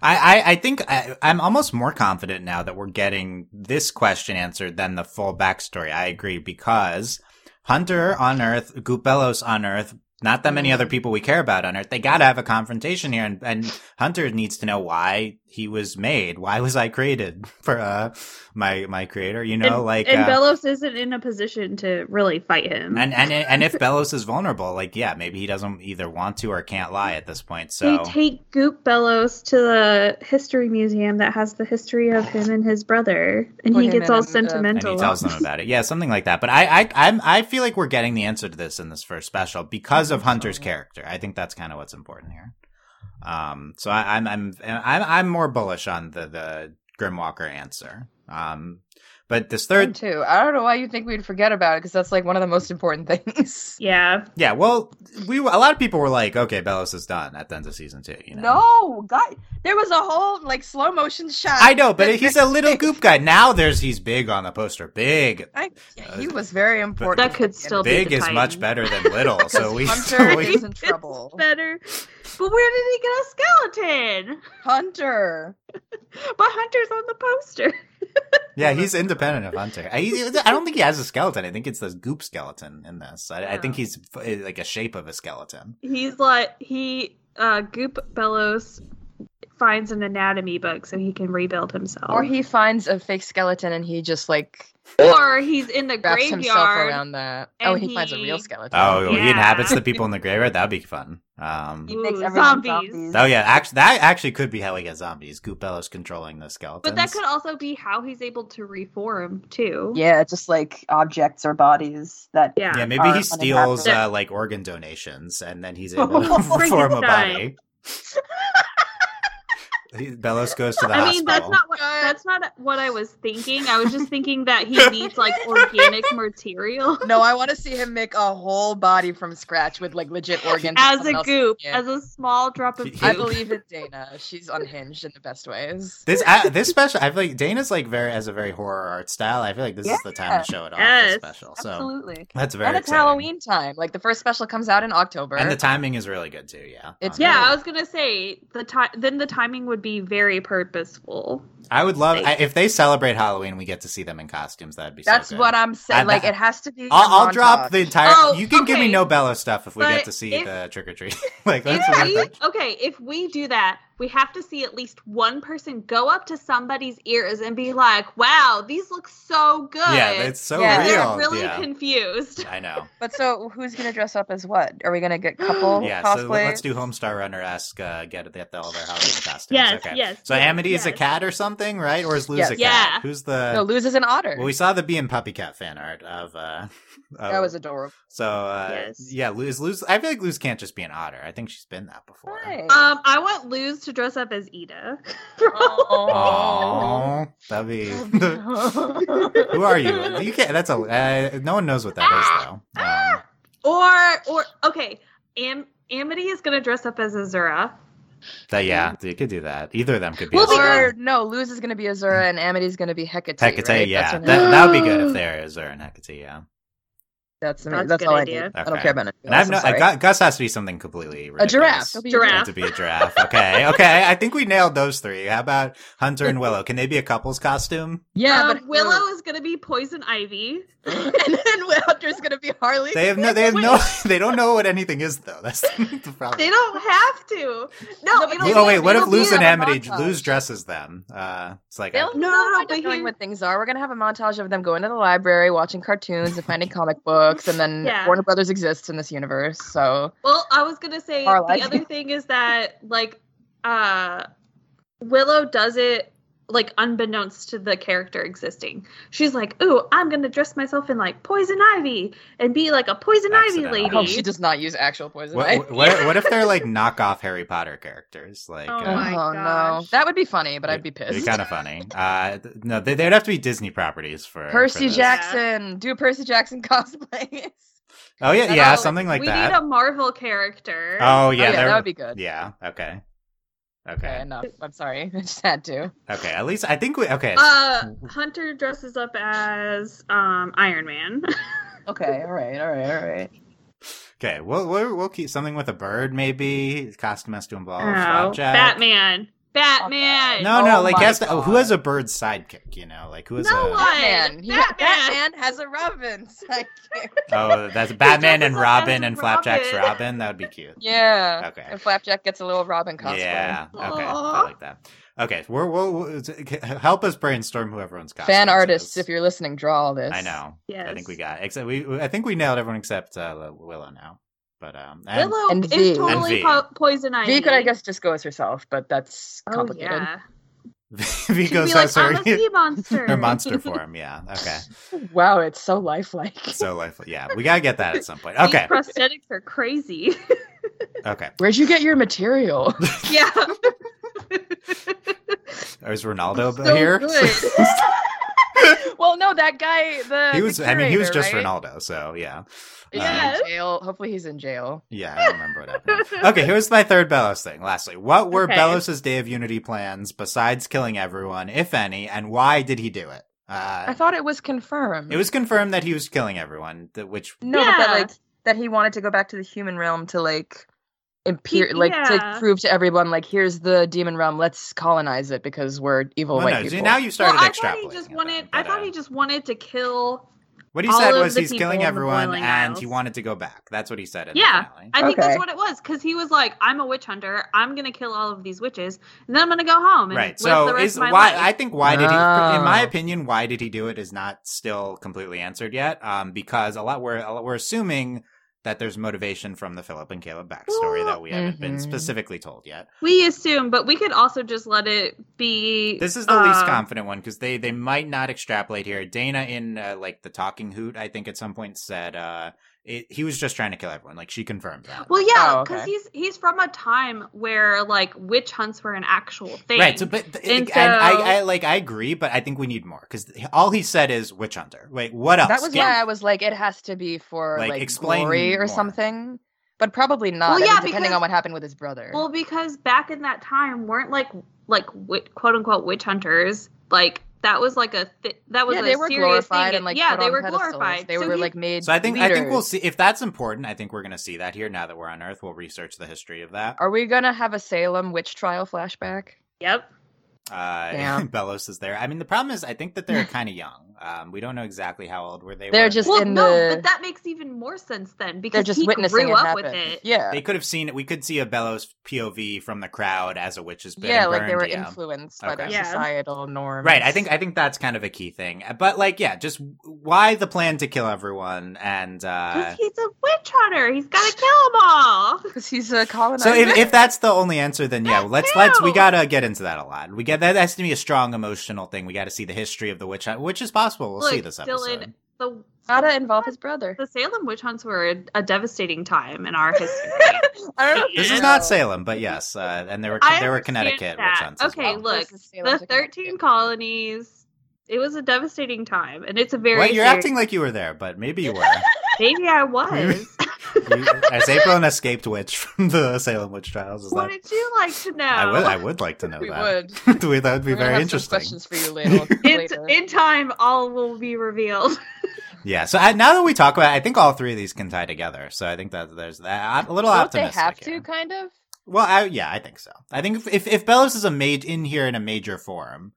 Speaker 1: I, I, I think I, I'm almost more confident now that we're getting this question answered than the full backstory. I agree because Hunter on Earth, Gupelos on Earth, not that
Speaker 3: Mm.
Speaker 1: many other people we care about on Earth, they got to have a confrontation here. And, and Hunter needs to know why he was made. Why was I created <laughs> for uh, my my creator? You know,
Speaker 3: and,
Speaker 1: like
Speaker 3: and
Speaker 1: uh,
Speaker 3: Bellows isn't in a position to really fight him.
Speaker 1: and and and if Bellows is vulnerable, like yeah, maybe he doesn't either want to or can't lie at this point. So
Speaker 3: They take Goop Bellows to the history museum that has the history of him and his brother, and
Speaker 2: Or
Speaker 3: he
Speaker 2: him
Speaker 3: gets all
Speaker 2: and, uh,
Speaker 1: and
Speaker 3: sentimental.
Speaker 1: he tells them about it. Yeah, something like that. But I, I, I'm, I feel like we're getting the answer to this in this first special because of Hunter's character. I think that's kind of what's important here. Um, so I, I'm, I'm, I'm, I'm more bullish on the the Grimwalker answer. Um, but this third,
Speaker 2: too. I don't know why you think we'd forget about it because that's like one of the most important <laughs> things.
Speaker 3: Yeah.
Speaker 1: yeah, well, we a lot of people were like, okay, Bellows is done at the end of season two. You know?
Speaker 2: No, God, there was a whole like slow motion shot.
Speaker 1: I know, but
Speaker 2: that-
Speaker 1: he's a little goop guy. Now there's he's big on the poster. Big.
Speaker 2: I, yeah, he was very important.
Speaker 3: That could still be
Speaker 1: Big
Speaker 3: the
Speaker 1: is much
Speaker 3: Titan.
Speaker 1: better
Speaker 3: <laughs>
Speaker 1: than little. so we, <laughs>
Speaker 2: Hunter
Speaker 1: so we
Speaker 2: is in
Speaker 3: It's
Speaker 2: trouble.
Speaker 3: better. But where did he get a skeleton?
Speaker 2: Hunter.
Speaker 3: But Hunter's on the poster.
Speaker 1: Yeah, he's independent of Hunter. I, he- I don't think he has a skeleton. I think it's this goop skeleton in this. I, I think
Speaker 3: Oh.
Speaker 1: he's f- like a shape of a skeleton.
Speaker 3: He's like he uh Goop Bellows finds an anatomy book so he can rebuild himself.
Speaker 2: Or he finds a fake skeleton and he just like
Speaker 3: or he's in the
Speaker 2: wraps himself
Speaker 3: graveyard.
Speaker 2: around that. Oh,
Speaker 3: and
Speaker 2: he, finds a real
Speaker 3: he-
Speaker 2: skeleton.
Speaker 1: Oh,
Speaker 3: Yeah.
Speaker 1: he inhabits the people in the graveyard. That'd be fun. Um,
Speaker 2: He makes
Speaker 3: Ooh,
Speaker 2: everyone
Speaker 3: zombies.
Speaker 2: zombies.
Speaker 1: oh yeah, actually, that actually could be how he gets zombies. Goop Bellows controlling the skeletons.
Speaker 3: But that could also be how he's able to reform too.
Speaker 2: <laughs> Yeah, just like objects or bodies that.
Speaker 3: Yeah.
Speaker 1: yeah, maybe
Speaker 2: are
Speaker 1: he steals
Speaker 2: uninhabited.
Speaker 1: uh, like organ donations and then
Speaker 3: <laughs>
Speaker 1: he's
Speaker 3: Oh,
Speaker 1: able to <laughs> form a body.
Speaker 3: Frankenstein.
Speaker 1: He- Bellows goes to the
Speaker 3: I mean,
Speaker 1: hospital.
Speaker 3: that's not
Speaker 2: <laughs>
Speaker 3: what that's not what I was thinking. I was just thinking that he needs like organic
Speaker 2: <laughs>
Speaker 3: material
Speaker 2: No, I want to see him make a whole body from scratch with like legit organs.
Speaker 3: as
Speaker 2: someone
Speaker 3: a
Speaker 2: else
Speaker 3: goop,
Speaker 2: can get.
Speaker 3: as a small drop of
Speaker 1: He-
Speaker 3: goop.
Speaker 2: I believe in Dana. She's unhinged in the best ways.
Speaker 1: This I this special, I feel like Dana's like very has a very horror art style. I feel like this is the time
Speaker 2: Yeah.
Speaker 1: to show it off.
Speaker 3: Yes,
Speaker 1: This special, so
Speaker 2: Absolutely.
Speaker 1: that's very
Speaker 2: And it's
Speaker 1: exciting.
Speaker 2: Halloween time. Like the first special comes out in October.
Speaker 1: and the timing is really good too. Yeah,
Speaker 2: It's-
Speaker 1: Um,
Speaker 3: yeah, I was gonna say the time. Then the timing would be very purposeful.
Speaker 1: I would love I,
Speaker 3: Like-
Speaker 1: if they celebrate Halloween. We get to see them in costumes. That'd be
Speaker 2: That's
Speaker 1: so good.
Speaker 2: what I'm saying.
Speaker 1: And
Speaker 2: Like
Speaker 1: that-
Speaker 2: it has to be.
Speaker 1: I'll, I'll
Speaker 2: a
Speaker 1: drop
Speaker 2: montage.
Speaker 1: the entire.
Speaker 3: Oh,
Speaker 1: you can give me
Speaker 3: okay.
Speaker 1: no Bella stuff if we get
Speaker 3: But
Speaker 1: to see
Speaker 3: if-
Speaker 1: the trick or treat. <laughs> like that's
Speaker 3: If
Speaker 1: what
Speaker 3: we,
Speaker 1: I thought.
Speaker 3: okay, if we do that, we have to see at least one person go up to somebody's ears and be like, "Wow, these look so good."
Speaker 1: Yeah, it's so
Speaker 2: Yeah.
Speaker 3: And
Speaker 1: real.
Speaker 3: They're really
Speaker 1: yeah.
Speaker 3: confused.
Speaker 1: I know.
Speaker 2: But so who's gonna dress up as what? Are we gonna <gasps> get couple
Speaker 1: Yeah,
Speaker 2: cosplay?
Speaker 1: so let- let's do Homestar Runner esque. Uh, get get all their Halloween
Speaker 3: <laughs>
Speaker 1: costumes.
Speaker 3: Yes,
Speaker 1: okay.
Speaker 3: yes,
Speaker 1: So
Speaker 3: yes,
Speaker 1: Amity is a
Speaker 3: yes.
Speaker 1: cat or something, right? Or is Luz a cat?
Speaker 2: Yes.
Speaker 3: Yeah.
Speaker 1: Who's the?
Speaker 2: no, Luz is an otter.
Speaker 1: uh, well, we saw the Bee and Puppy Cat fan art of. Uh, <laughs> of
Speaker 2: that was adorable.
Speaker 1: so uh,
Speaker 3: Yes.
Speaker 1: yeah, Luz. Luz. I feel like Luz can't just be an otter. I think she's been that before.
Speaker 2: Right.
Speaker 3: Um, I want Luz to dress up as Ida. <laughs>
Speaker 2: Oh, Aw.
Speaker 1: Aww, that'd be. <laughs> Who are you? You can't. That's a. Uh, no one knows what that is though.
Speaker 3: Ah!
Speaker 1: Um,
Speaker 3: or or okay, Am- Amity is gonna dress up as Azura.
Speaker 1: that yeah, you could do that. Either of them could be.
Speaker 2: Well,
Speaker 1: a star.
Speaker 2: or no, Luz is gonna be Azura and Amity's gonna be Hecate.
Speaker 1: Hecate,
Speaker 2: right?
Speaker 1: yeah,
Speaker 2: That's, her
Speaker 1: that
Speaker 2: name.
Speaker 1: that would be good if there is Zora and Hecate, yeah.
Speaker 2: that's,
Speaker 3: That's a
Speaker 2: that's, that's
Speaker 3: good
Speaker 2: all
Speaker 3: idea.
Speaker 2: I need. I don't
Speaker 1: Okay.
Speaker 2: care about it.
Speaker 1: And I've no, I got, Gus has to be something completely
Speaker 2: a
Speaker 1: ridiculous.
Speaker 2: giraffe. It'll be a
Speaker 1: It
Speaker 3: Giraffe.
Speaker 1: had to be a giraffe.
Speaker 2: <laughs>
Speaker 1: Okay, okay. I think we nailed those three. How about Hunter and Willow? Can they be a couple's costume?
Speaker 2: Yeah,
Speaker 3: Um,
Speaker 2: but <laughs>
Speaker 3: Willow is gonna be Poison Ivy.
Speaker 2: and then Wilder's gonna be Harley.
Speaker 1: They have no. They have no. <laughs> They don't know what anything is though. That's <laughs> the problem.
Speaker 3: <laughs> They don't have to. No,
Speaker 2: No, but
Speaker 3: it'll
Speaker 1: oh wait,
Speaker 3: be-
Speaker 1: what if
Speaker 2: it'll be
Speaker 1: Luz and
Speaker 2: a
Speaker 1: Amity
Speaker 2: montage.
Speaker 1: Luz dresses them? Uh, it's like
Speaker 2: They'll
Speaker 3: No,
Speaker 2: no,
Speaker 3: no, no,
Speaker 2: no,
Speaker 3: but
Speaker 2: knowing
Speaker 3: here-
Speaker 2: what things are. We're gonna have a montage of them going to the library, watching cartoons, and finding comic books, and then
Speaker 3: Yeah.
Speaker 2: Warner Brothers exists in this universe. So
Speaker 3: Well, I was gonna say
Speaker 2: Or like-
Speaker 3: the other thing is that like uh Willow does it like unbeknownst to the character existing. She's like, "Ooh, I'm gonna dress myself in like poison ivy and be like a poison
Speaker 1: Accidental.
Speaker 3: ivy lady."
Speaker 1: Oh,
Speaker 2: oh, she does not use actual poison. ivy.
Speaker 1: what, what, what if they're like knockoff Harry Potter characters? Like
Speaker 3: Oh
Speaker 1: uh,
Speaker 3: my
Speaker 2: oh no,
Speaker 3: gosh.
Speaker 2: that would be funny, but I'd be
Speaker 1: It'd be
Speaker 2: pissed.
Speaker 1: kind of funny. Uh, th- no, they, they'd have to be Disney properties for for
Speaker 2: <laughs> Percy
Speaker 1: this.
Speaker 2: Jackson, do Percy Jackson <laughs> cosplay.
Speaker 1: Oh yeah,
Speaker 2: No,
Speaker 1: yeah,
Speaker 2: like,
Speaker 1: something like
Speaker 3: we
Speaker 1: that.
Speaker 3: need a Marvel character.
Speaker 1: oh
Speaker 2: yeah,
Speaker 1: yeah,
Speaker 2: that
Speaker 1: they're-
Speaker 2: would be good.
Speaker 1: yeah. Okay.
Speaker 2: Okay,
Speaker 1: Okay.
Speaker 2: enough. I'm sorry, <laughs> I just had to.
Speaker 1: Okay. At least I think we. Okay.
Speaker 3: Uh,
Speaker 1: Mm-hmm.
Speaker 3: Hunter dresses up as um, Iron Man.
Speaker 2: Okay, all right, all right, all right.
Speaker 1: okay. We'll, we'll we'll keep something with a bird maybe. His costume has to
Speaker 3: <laughs>
Speaker 1: involve
Speaker 3: Oh,
Speaker 1: flapjack.
Speaker 3: Batman. Batman.
Speaker 1: No, no.
Speaker 2: Oh
Speaker 1: like
Speaker 2: my
Speaker 1: has to, oh, who
Speaker 2: God.
Speaker 1: has a bird sidekick? You know, like who has
Speaker 3: No
Speaker 1: a
Speaker 2: <laughs>
Speaker 3: one.
Speaker 2: Batman, he,
Speaker 3: Batman.
Speaker 2: Batman. has a Robin. <laughs> sidekick.
Speaker 1: oh that's Batman
Speaker 3: dresses
Speaker 1: and
Speaker 3: up
Speaker 1: Robin
Speaker 3: as
Speaker 1: and flapjack's
Speaker 3: Robin.
Speaker 1: Robin. That would be cute.
Speaker 3: <laughs>
Speaker 2: yeah.
Speaker 1: Okay.
Speaker 2: And Flapjack gets a little Robin cosplay.
Speaker 1: Yeah. Okay. I
Speaker 3: Aw.
Speaker 1: like that. Okay. We're, we'll, we'll help us brainstorm who everyone's costume.
Speaker 2: Fan artists, if you're listening, draw all this.
Speaker 1: I know.
Speaker 3: Yes.
Speaker 1: I think we got. Except we. I think we nailed everyone except uh, Willow now. But um. and-
Speaker 3: Willow
Speaker 2: And V.
Speaker 3: is
Speaker 1: And
Speaker 3: totally
Speaker 1: V.
Speaker 3: po- poison ivy.
Speaker 2: V could, I guess, just go as herself, but that's
Speaker 3: Oh
Speaker 2: complicated.
Speaker 3: yeah.
Speaker 1: <laughs>
Speaker 3: She'd
Speaker 1: Vigo
Speaker 3: be
Speaker 1: says
Speaker 3: like, I'm
Speaker 1: <laughs>
Speaker 3: a
Speaker 1: her,
Speaker 3: sea monster.
Speaker 1: her "Oh,
Speaker 3: <laughs>
Speaker 1: monster form. Yeah. Okay.
Speaker 2: <laughs> Wow, it's so lifelike.
Speaker 1: So like, yeah, we gotta get that at some point.
Speaker 3: These
Speaker 1: Okay.
Speaker 3: prosthetics are crazy. <laughs>
Speaker 1: Okay.
Speaker 2: Where'd you get your material?
Speaker 1: <laughs>
Speaker 3: yeah.
Speaker 1: Is Ronaldo <laughs>
Speaker 2: So
Speaker 1: here?
Speaker 2: good. no, that guy. The
Speaker 1: He was.
Speaker 2: The
Speaker 1: I mean, he was just
Speaker 2: curator, right?
Speaker 1: Ronaldo. So yeah,
Speaker 2: Is
Speaker 1: Um,
Speaker 2: he in jail? Hopefully, he's in jail.
Speaker 1: Yeah, I don't remember what happened. okay, here's my third Belos thing. Lastly, what were
Speaker 3: Okay.
Speaker 1: Belos's Day of Unity plans besides killing everyone, if any, and why did he do it?
Speaker 2: I
Speaker 1: Uh,
Speaker 2: thought it was confirmed.
Speaker 1: it was confirmed that he was killing everyone, th- which
Speaker 2: no, but
Speaker 3: Yeah.
Speaker 2: that, like that he wanted to go back to the human realm to like. Imper-
Speaker 3: He-
Speaker 2: like to
Speaker 3: yeah.
Speaker 2: prove to everyone like here's the demon realm let's colonize it because we're evil
Speaker 1: well,
Speaker 2: white
Speaker 1: no, see,
Speaker 2: people
Speaker 1: now you started
Speaker 3: well, I thought
Speaker 1: extrapolating.
Speaker 3: he just
Speaker 1: it,
Speaker 3: wanted.
Speaker 1: but,
Speaker 3: I thought
Speaker 1: uh,
Speaker 3: he just wanted to kill.
Speaker 1: What he
Speaker 3: all
Speaker 1: said
Speaker 3: of
Speaker 1: was
Speaker 3: the
Speaker 1: he's
Speaker 3: people
Speaker 1: killing
Speaker 3: in the
Speaker 1: everyone,
Speaker 3: boiling
Speaker 1: and he
Speaker 3: isles.
Speaker 1: wanted to go back. That's what he said. In
Speaker 3: Yeah,
Speaker 1: the finale.
Speaker 3: I think
Speaker 2: Okay.
Speaker 3: that's what it was because he was like, "I'm a witch hunter. I'm gonna kill all of these witches, and then I'm gonna go home and
Speaker 1: right.
Speaker 3: live the
Speaker 1: So
Speaker 3: rest
Speaker 1: is
Speaker 3: of my
Speaker 1: why I
Speaker 3: life."
Speaker 1: think why did he? In my
Speaker 2: Oh.
Speaker 1: opinion, why did he do it is not still completely answered yet. Um, because a lot we're a lot- we're assuming that there's motivation from the Philip and Caleb backstory
Speaker 3: Well,
Speaker 1: that we haven't been
Speaker 2: mhm.
Speaker 1: specifically told yet.
Speaker 3: we assume, but we could also just let it be.
Speaker 1: This is the least
Speaker 3: um,
Speaker 1: confident one because they they might not extrapolate here. Dana in uh, like the talking hoot, I think at some point said uh, it, he was just trying to kill everyone. Like she confirmed that.
Speaker 3: Well, yeah,
Speaker 2: Oh,
Speaker 3: because
Speaker 2: okay.
Speaker 3: he's he's from a time where like witch hunts were an actual thing.
Speaker 1: Right. So, but th-
Speaker 3: And
Speaker 1: and I, I
Speaker 3: so-
Speaker 1: like I agree, but I think we need more because all he said is witch hunter. Wait, what else?
Speaker 2: that was
Speaker 1: Get-
Speaker 2: why i was like it has to be for
Speaker 1: Like,
Speaker 2: like,
Speaker 1: explain
Speaker 2: glory or
Speaker 1: more.
Speaker 2: something but probably not
Speaker 3: Well,
Speaker 2: I mean,
Speaker 3: yeah,
Speaker 2: depending
Speaker 3: because-
Speaker 2: on what happened with his brother
Speaker 3: well, because back in that time, weren't like like wi- quote unquote witch hunters like that was like a thi- that was
Speaker 2: yeah,
Speaker 3: a
Speaker 2: they were
Speaker 3: serious
Speaker 2: glorified
Speaker 3: thing.
Speaker 2: and like
Speaker 3: yeah,
Speaker 2: put
Speaker 3: they
Speaker 2: on
Speaker 3: were
Speaker 2: pedestals.
Speaker 3: glorified.
Speaker 2: They
Speaker 3: So
Speaker 2: were
Speaker 3: he-
Speaker 2: like made.
Speaker 1: So I think I think we'll
Speaker 2: leaders.
Speaker 1: see if that's important. I think we're going to see that here now that we're on Earth. We'll research the history of that.
Speaker 2: Are we gonna have a Salem witch trial flashback?
Speaker 3: yep.
Speaker 1: Uh,
Speaker 2: Oh,
Speaker 1: <laughs>
Speaker 2: Yeah.
Speaker 1: Belos is there. I mean, the problem is I think that
Speaker 2: <laughs>
Speaker 1: they're kind of young. Um, we don't know exactly how old were they.
Speaker 2: They're
Speaker 1: were.
Speaker 2: just
Speaker 3: Well,
Speaker 2: in
Speaker 3: no,
Speaker 2: the.
Speaker 3: but that makes even more sense then because
Speaker 2: they're just
Speaker 3: he
Speaker 2: witnessing
Speaker 3: grew
Speaker 2: it
Speaker 3: up
Speaker 2: happen.
Speaker 3: with it.
Speaker 2: Yeah,
Speaker 1: They could have seen. We could see a Belos POV from the crowd as a witch is been
Speaker 2: yeah,
Speaker 1: and
Speaker 2: like they
Speaker 1: burned,
Speaker 2: were
Speaker 1: yeah.
Speaker 2: influenced by their
Speaker 1: Okay.
Speaker 3: Yeah.
Speaker 2: societal norms.
Speaker 1: Right, I think I think that's kind of a key thing. But like, yeah, just why the plan to kill everyone and uh,
Speaker 3: Because he's a witch hunter. He's got to kill them all.
Speaker 2: because he's a colonizer.
Speaker 1: So if, if that's the only answer, then yeah, let's let's we
Speaker 3: too.
Speaker 1: gotta get into that a lot. We get that that's to be a strong emotional thing. We got to see the history of the witch hunt, which is possible. We'll see
Speaker 3: Look,
Speaker 1: this
Speaker 3: Dylan,
Speaker 1: episode.
Speaker 3: The,
Speaker 2: <laughs> gotta involve his
Speaker 3: <laughs>
Speaker 2: brother.
Speaker 3: the Salem witch hunts were a, a devastating time in our
Speaker 1: <laughs>
Speaker 3: history.
Speaker 2: I don't
Speaker 1: This is
Speaker 2: know.
Speaker 1: not Salem, but yes, uh, and there were
Speaker 3: I
Speaker 1: there were
Speaker 3: understand
Speaker 1: Connecticut
Speaker 3: that.
Speaker 1: witch hunts. as
Speaker 3: Okay,
Speaker 1: well.
Speaker 3: look,
Speaker 2: This is Salem
Speaker 3: the
Speaker 2: to Connecticut.
Speaker 3: 13 colonies, it was a devastating time. And it's a very.
Speaker 1: Well, you're
Speaker 3: serious-
Speaker 1: acting like you were there, but maybe
Speaker 2: <laughs>
Speaker 1: you were.
Speaker 3: Maybe
Speaker 1: <laughs>
Speaker 3: I was.
Speaker 1: you, as April, an escaped witch <laughs> from the Salem witch trials. Is
Speaker 3: what
Speaker 1: that?
Speaker 3: did you like to know?
Speaker 1: I would I would like to know
Speaker 2: We
Speaker 1: that. <laughs>
Speaker 2: would.
Speaker 1: Would. that would be
Speaker 2: We're gonna
Speaker 1: very
Speaker 2: have
Speaker 1: interesting.
Speaker 2: Some questions for
Speaker 1: <laughs>
Speaker 2: you later.
Speaker 3: It's,
Speaker 2: later.
Speaker 3: in time, all will be revealed.
Speaker 1: Yeah. So I, now that we talk about, it, I think all three of these can tie together. So I think that there's that. A little
Speaker 2: Don't they
Speaker 1: optimistic.
Speaker 2: have
Speaker 1: here.
Speaker 2: to? Kind of.
Speaker 1: Well, I, yeah, I think so. I think if if, if Belos is a mage in here in a major form,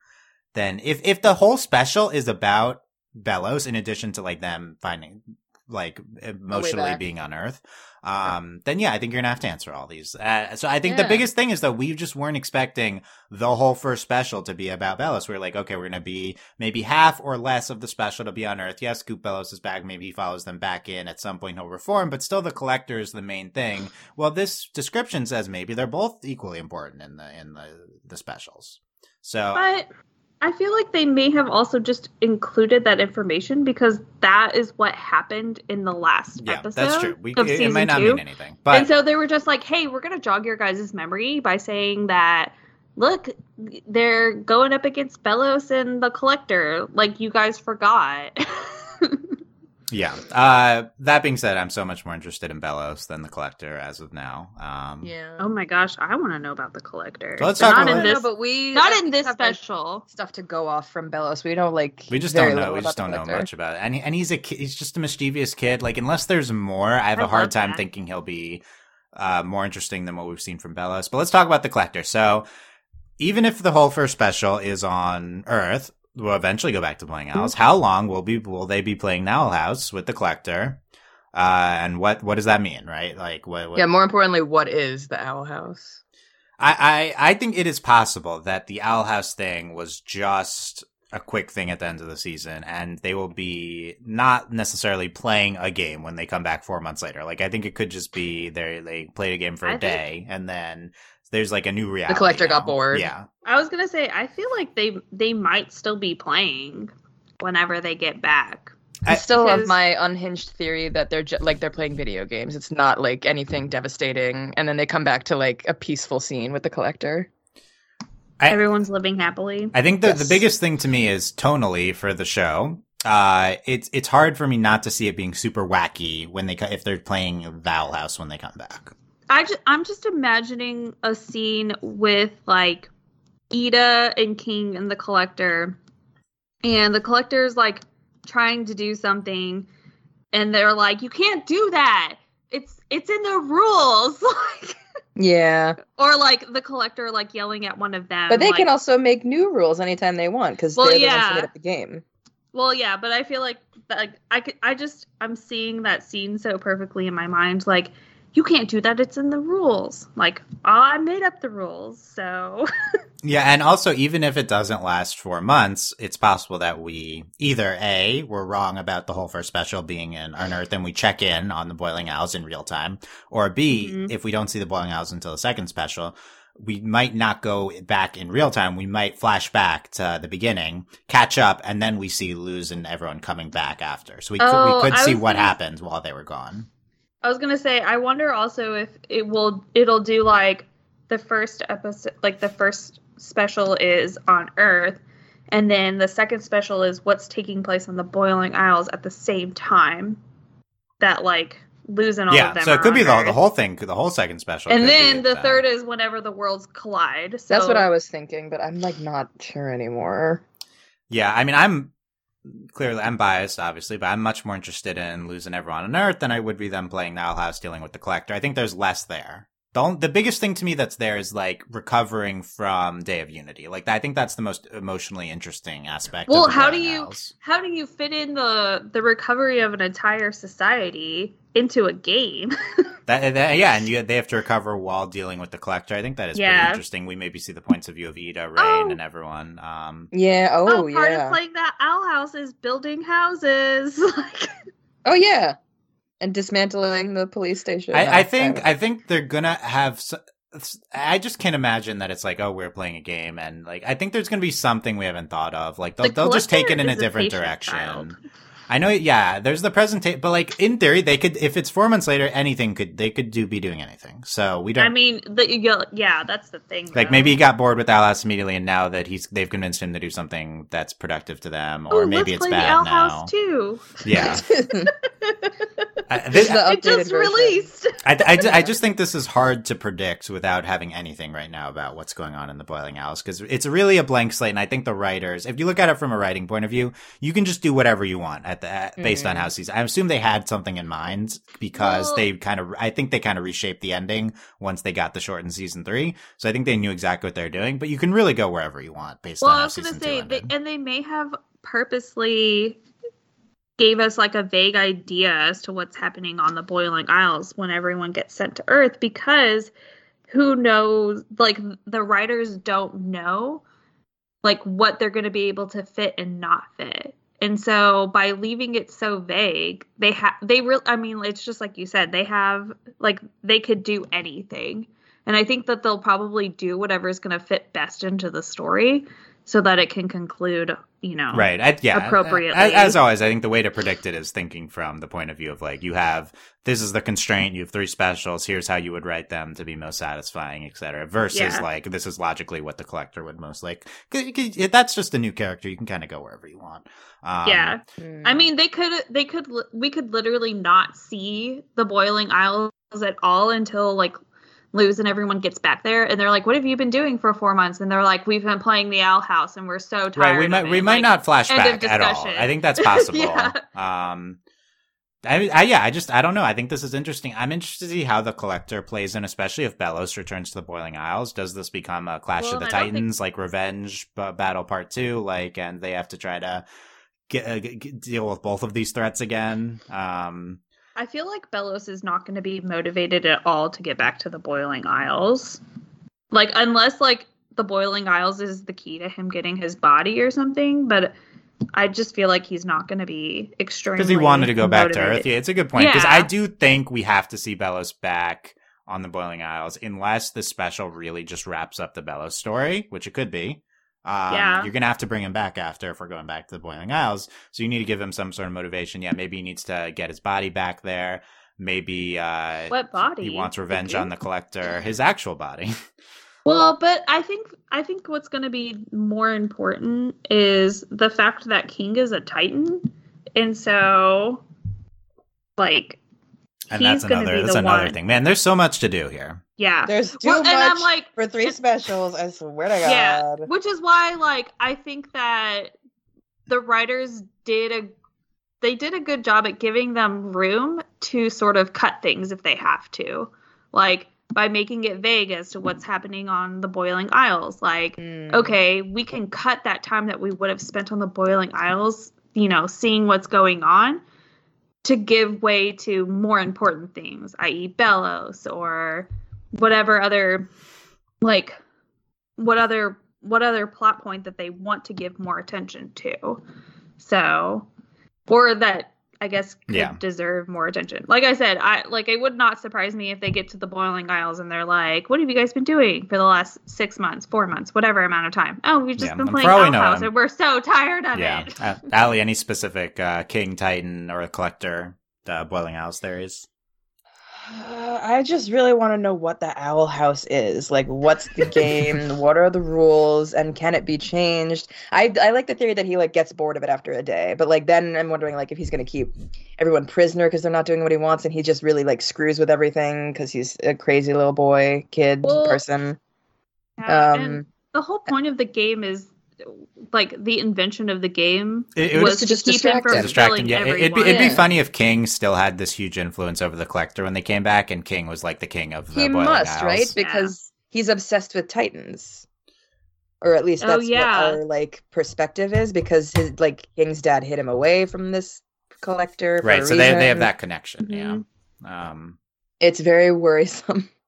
Speaker 1: then if if the whole special is about Belos, in addition to like them finding like emotionally
Speaker 2: back.
Speaker 1: being unearthed, um, then yeah, I think you're gonna have to answer all these. Uh, so I think the
Speaker 2: Yeah.
Speaker 1: biggest thing is that we just weren't expecting the whole first special to be about Belos. We are like, okay, we're gonna be maybe half or less of the special to be unearthed. Yes, Scoop Belos is back. Maybe he follows them back in at some point. He'll reform, but still, the collector is the main thing. Well, this description says maybe they're both equally important in the in the the specials. So
Speaker 3: But I feel like they may have also just included that information because that is what happened in the last
Speaker 1: yeah,
Speaker 3: episode.
Speaker 1: that's true. We,
Speaker 3: of
Speaker 1: it, it
Speaker 3: season
Speaker 1: might not
Speaker 3: two.
Speaker 1: mean anything, but
Speaker 3: and so they were just like, hey, we're going to jog your guys' memory by saying that, look, they're going up against Belos and the Collector. Like, you guys forgot. <laughs>
Speaker 1: yeah. Uh, that being said, I'm so much more interested in Belos than the Collector as of now. Um,
Speaker 2: Yeah.
Speaker 3: oh my gosh, I want to know about the Collector.
Speaker 1: So let's
Speaker 3: But
Speaker 1: talk
Speaker 3: not
Speaker 1: about-
Speaker 3: in
Speaker 1: No,
Speaker 3: this,
Speaker 2: but we
Speaker 3: not in this
Speaker 2: have, like,
Speaker 3: special.
Speaker 2: stuff to go off from Belos. We don't like.
Speaker 1: We just
Speaker 2: very
Speaker 1: don't know.
Speaker 2: little
Speaker 1: We
Speaker 2: about
Speaker 1: just
Speaker 2: the
Speaker 1: don't know
Speaker 2: collector.
Speaker 1: much about it. And, he- and he's a ki- he's just a mischievous kid. Like unless there's more, I have a
Speaker 3: I
Speaker 1: hard
Speaker 3: love
Speaker 1: time
Speaker 3: that.
Speaker 1: thinking he'll be uh, more interesting than what we've seen from Bellows. But let's talk about the collector. So even if the whole first special is on Earth, we'll eventually go back to playing Owls.
Speaker 2: Mm-hmm.
Speaker 1: How long will be will they be playing Owl House with the collector? Uh, and what what does that mean, right? Like what, what
Speaker 2: Yeah. More importantly, what is the Owl House?
Speaker 1: I, I I think it is possible that the Owl House thing was just a quick thing at the end of the season, and they will be not necessarily playing a game when they come back four months later. Like I think it could just be they they played a game for a
Speaker 3: I think-
Speaker 1: day, and then there's like a new reality.
Speaker 2: collector got
Speaker 1: now.
Speaker 2: bored.
Speaker 1: Yeah,
Speaker 3: I was gonna say, I feel like they they might still be playing whenever they get back.
Speaker 2: I,
Speaker 1: I-
Speaker 2: still
Speaker 3: because-
Speaker 2: love my unhinged theory that they're ju- like they're playing video games. It's not like anything devastating, and then they come back to like a peaceful scene with the collector.
Speaker 1: I-
Speaker 3: Everyone's living happily.
Speaker 1: I think the the
Speaker 2: Yes.
Speaker 1: biggest thing to me is tonally for the show. uh, it's it's hard for me not to see it being super wacky when they co- if they're playing Vowel House when they come back.
Speaker 3: I ju- I'm just imagining a scene with like Ida and King and the Collector, and the Collector is like trying to do something, and they're like, "You can't do that. It's it's in the rules." <laughs> Like,
Speaker 2: Yeah.
Speaker 3: or like the Collector like yelling at one of them.
Speaker 2: But they
Speaker 3: like-
Speaker 2: can also make new rules anytime they want because
Speaker 3: Well,
Speaker 2: they're the ones
Speaker 3: yeah.
Speaker 2: who made up the game.
Speaker 3: Well, yeah, but I feel like like I could, I just I'm seeing that scene so perfectly in my mind. Like, you can't do that. It's in the rules. Like, I made up the rules, so
Speaker 1: Yeah, and also even if it doesn't last four months, it's possible that we either a we're wrong about the whole first special being in Unearth and we check in on the Boiling Owls in real time, or b
Speaker 3: Mhm.
Speaker 1: if we don't see the Boiling Owls until the second special. We might not go back in real time. We might flash back to the beginning, catch up, and then we see Luz and everyone coming back after. So we could,
Speaker 3: Oh,
Speaker 1: we could
Speaker 3: I
Speaker 1: see
Speaker 3: was
Speaker 1: what
Speaker 3: gonna-
Speaker 1: happened while they were gone.
Speaker 3: I was gonna say, I wonder also if it will it'll do like the first episode, like the first special is on Earth, and then the second special is what's taking place on the Boiling Isles at the same time. That like losing all
Speaker 1: yeah,
Speaker 3: of them.
Speaker 1: so it
Speaker 3: are
Speaker 1: could be
Speaker 3: on
Speaker 1: the, the
Speaker 3: Earth.
Speaker 1: whole thing, the whole second special.
Speaker 3: And
Speaker 1: could be
Speaker 3: then the
Speaker 1: that.
Speaker 3: third is whenever the worlds collide. So
Speaker 2: That's what I was thinking, but I'm like not sure anymore.
Speaker 1: Yeah, I mean, I'm clearly I'm biased, obviously, but I'm much more interested in losing everyone on Earth than I would be them playing Nile House dealing with the Collector. I think there's less there. The on- the biggest thing to me that's there is like recovering from Day of Unity. Like I think that's the most emotionally interesting aspect. of
Speaker 3: Well,
Speaker 1: the
Speaker 3: how do
Speaker 1: Boiling
Speaker 3: you-
Speaker 1: Isles.
Speaker 3: How do you fit in the the recovery of an entire society into a game?
Speaker 1: That, that- yeah, and you, they have to recover while dealing with the Collector. I think that is
Speaker 3: Yeah.
Speaker 1: pretty interesting. We maybe see the points of view of Ida, Rain,
Speaker 3: Oh.
Speaker 1: and everyone. Um,
Speaker 2: Yeah.
Speaker 3: <laughs>
Speaker 2: Oh,
Speaker 3: part
Speaker 2: yeah.
Speaker 3: of playing that owl house is building houses. <laughs> Like,
Speaker 2: oh yeah. And dismantling the police station.
Speaker 1: I, I
Speaker 2: <laughs> No,
Speaker 1: think I think they're gonna have. s- s- I just can't imagine that it's like, oh, we're playing a game, and like I think there's gonna be something we haven't thought of. Like they'll
Speaker 3: The
Speaker 1: they'll just take it
Speaker 3: collector
Speaker 1: in a
Speaker 3: is a
Speaker 1: different
Speaker 3: patient
Speaker 1: direction.
Speaker 3: child.
Speaker 1: I know, yeah. There's the presentation, but like in theory, they could if it's four months later, anything could they could do be doing anything. So we don't.
Speaker 3: I mean, the, you- yeah, that's the thing.
Speaker 1: like
Speaker 3: though.
Speaker 1: maybe he got bored with Alice immediately, and now that he's they've convinced him to do something that's productive to them, or
Speaker 3: Ooh,
Speaker 1: maybe
Speaker 3: let's
Speaker 1: it's
Speaker 3: play
Speaker 1: bad
Speaker 3: the owl
Speaker 1: now.
Speaker 3: house too.
Speaker 2: <laughs>
Speaker 1: Yeah, I, this,
Speaker 2: This is the
Speaker 3: It
Speaker 2: updated
Speaker 3: just
Speaker 2: version.
Speaker 3: released.
Speaker 1: I, I, ju- I
Speaker 3: <laughs>
Speaker 1: just think this is hard to predict without having anything right now about what's going on in the Boiling Owls because it's really a blank slate. And I think the writers, if you look at it from a writing point of view, you can just do whatever you want at the at, based on
Speaker 2: Mhm.
Speaker 1: how season. I assume they had something in mind because
Speaker 3: Mm-hmm. Well-
Speaker 1: they kind of, I think they kind of reshaped the ending once they got the shortened season three. So I think they knew exactly what they're doing. But you can really go wherever you want based
Speaker 3: Well,
Speaker 1: on
Speaker 3: I
Speaker 1: how
Speaker 3: was gonna
Speaker 1: season
Speaker 3: say,
Speaker 1: two
Speaker 3: they,
Speaker 1: ended.
Speaker 3: and they may have purposely gave us like a vague idea as to what's happening on the Boiling Isles when everyone gets sent to Earth, because who knows? Like the writers don't know, like what they're gonna be able to fit and not fit. And so by leaving it so vague, they have they real. I mean, it's just like you said, they have like they could do anything. And I think that they'll probably do whatever's going to fit best into the story so that it can conclude, you know.
Speaker 1: Right. I, yeah.
Speaker 3: Appropriately.
Speaker 1: As, as always, I think the way to predict it is thinking from the point of view of like you have this is the constraint. You have three specials. Here's how you would write them to be most satisfying, et cetera. Versus
Speaker 3: Yeah.
Speaker 1: like this is logically what the collector would most like. 'Cause- 'cause That's just a new character. You can kind of go wherever you want. Um,
Speaker 3: yeah.
Speaker 2: Mm.
Speaker 3: I mean, they could they could li- we could literally not see the boiling isles at all until like Luz and everyone gets back there and they're like, "What have you been doing for 4 months?" and they're like, "We've been playing the owl house and we're so tired."
Speaker 1: Right, we
Speaker 3: of
Speaker 1: might
Speaker 3: it."
Speaker 1: we might
Speaker 3: Like,
Speaker 1: not flash
Speaker 3: end of
Speaker 1: back at all.
Speaker 3: discussion.
Speaker 1: I think that's possible.
Speaker 3: <laughs> Yeah.
Speaker 1: Um, I, mean, I yeah, I just I don't know. I think this is interesting. I'm interested to see how the collector plays in, especially if Bellows returns to the Boiling Isles. Does this become a Clash
Speaker 3: Well,
Speaker 1: of the
Speaker 3: and I don't think-
Speaker 1: Titans, like Revenge b- Battle Part Two, like, and they have to try to get, uh, g- g- deal with both of these threats again? Um,
Speaker 3: I feel like Belos is not going to be motivated at all to get back to the Boiling Isles. Like, unless, like, the Boiling Isles is the key to him getting his body or something, but I just feel like he's not going to be extremely.
Speaker 1: because he wanted to go back to Earth.
Speaker 3: motivated.
Speaker 1: Yeah, it's a good point. Because
Speaker 3: Yeah.
Speaker 1: I do think we have to see Bellows back on the Boiling Isles, unless the special really just wraps up the Bellows story, which it could be. Um,
Speaker 3: Yeah.
Speaker 1: You're gonna have to bring him back after if we're going back to the Boiling Isles. So you need to give him some sort of motivation. Yeah, maybe he needs to get his body back there. Maybe uh,
Speaker 3: What body?
Speaker 1: he wants revenge on the collector, his actual body. <laughs>
Speaker 3: Well, but I think I think what's going to be more important is the fact that King is a Titan, and so like
Speaker 1: And that's
Speaker 3: gonna
Speaker 1: another
Speaker 3: be
Speaker 1: that's
Speaker 3: the
Speaker 1: another
Speaker 3: one.
Speaker 1: thing. Man, there's so much to do here.
Speaker 3: yeah.
Speaker 2: There's too
Speaker 3: Well, and
Speaker 2: much
Speaker 3: I'm like,
Speaker 2: for three specials. I swear to God.
Speaker 3: yeah, which is why like I think that the writers did a they did a good job at giving them room to sort of cut things if they have to, like by making it vague as to what's happening on the Boiling Isles, like.
Speaker 2: Mm.
Speaker 3: okay, we can cut that time that we would have spent on the boiling isles, you know, seeing what's going on to give way to more important things, i.e., Bellows or whatever other, like, what other what other plot point that they want to give more attention to so or that i guess could
Speaker 1: Yeah.
Speaker 3: deserve more attention like i said i like it would not surprise me if they get to the boiling isles and they're like what have you guys been doing for the last six months four months whatever amount of time oh we've just
Speaker 1: Yeah,
Speaker 3: been
Speaker 1: and
Speaker 3: playing
Speaker 1: for all we know,
Speaker 3: outhouse
Speaker 1: I'm-
Speaker 3: and we're so tired of
Speaker 1: Yeah. <laughs>
Speaker 3: it
Speaker 1: Uh, Ali, any specific uh, King Titan or a collector uh, boiling house there is?
Speaker 2: Uh, I just really want to know what the Owl House is. Like, what's
Speaker 1: <laughs>
Speaker 2: the game? what are the rules? And can it be changed? I I like the theory that he like gets bored of it after a day, but like then I'm wondering like if he's gonna keep everyone prisoner because they're not doing what he wants, and he just really like screws with everything because he's a crazy little boy, kid,
Speaker 3: Well,
Speaker 2: person.
Speaker 1: uh,
Speaker 3: Yeah, and
Speaker 2: Um,
Speaker 3: the whole point of the game is like the invention of the game
Speaker 1: It- it
Speaker 3: was
Speaker 1: was
Speaker 3: to
Speaker 2: to just
Speaker 3: keep him
Speaker 2: distract
Speaker 3: from
Speaker 2: him.
Speaker 1: distracting.
Speaker 3: killing
Speaker 1: Yeah, it,
Speaker 3: everyone.
Speaker 1: it'd be it'd be
Speaker 2: Yeah.
Speaker 1: funny if King still had this huge influence over the collector when they came back, and King was like the king of the
Speaker 2: he
Speaker 1: boiling
Speaker 2: must
Speaker 1: Isles.
Speaker 2: right
Speaker 3: Yeah.
Speaker 2: because he's obsessed with Titans. Or at least
Speaker 3: Oh,
Speaker 2: that's
Speaker 3: yeah.
Speaker 2: what our like perspective is because his like King's dad hid him away from this collector. for a
Speaker 1: Right. So they they have
Speaker 2: reason. Mm-hmm.
Speaker 1: that connection. Yeah. Um.
Speaker 2: It's very worrisome. <laughs>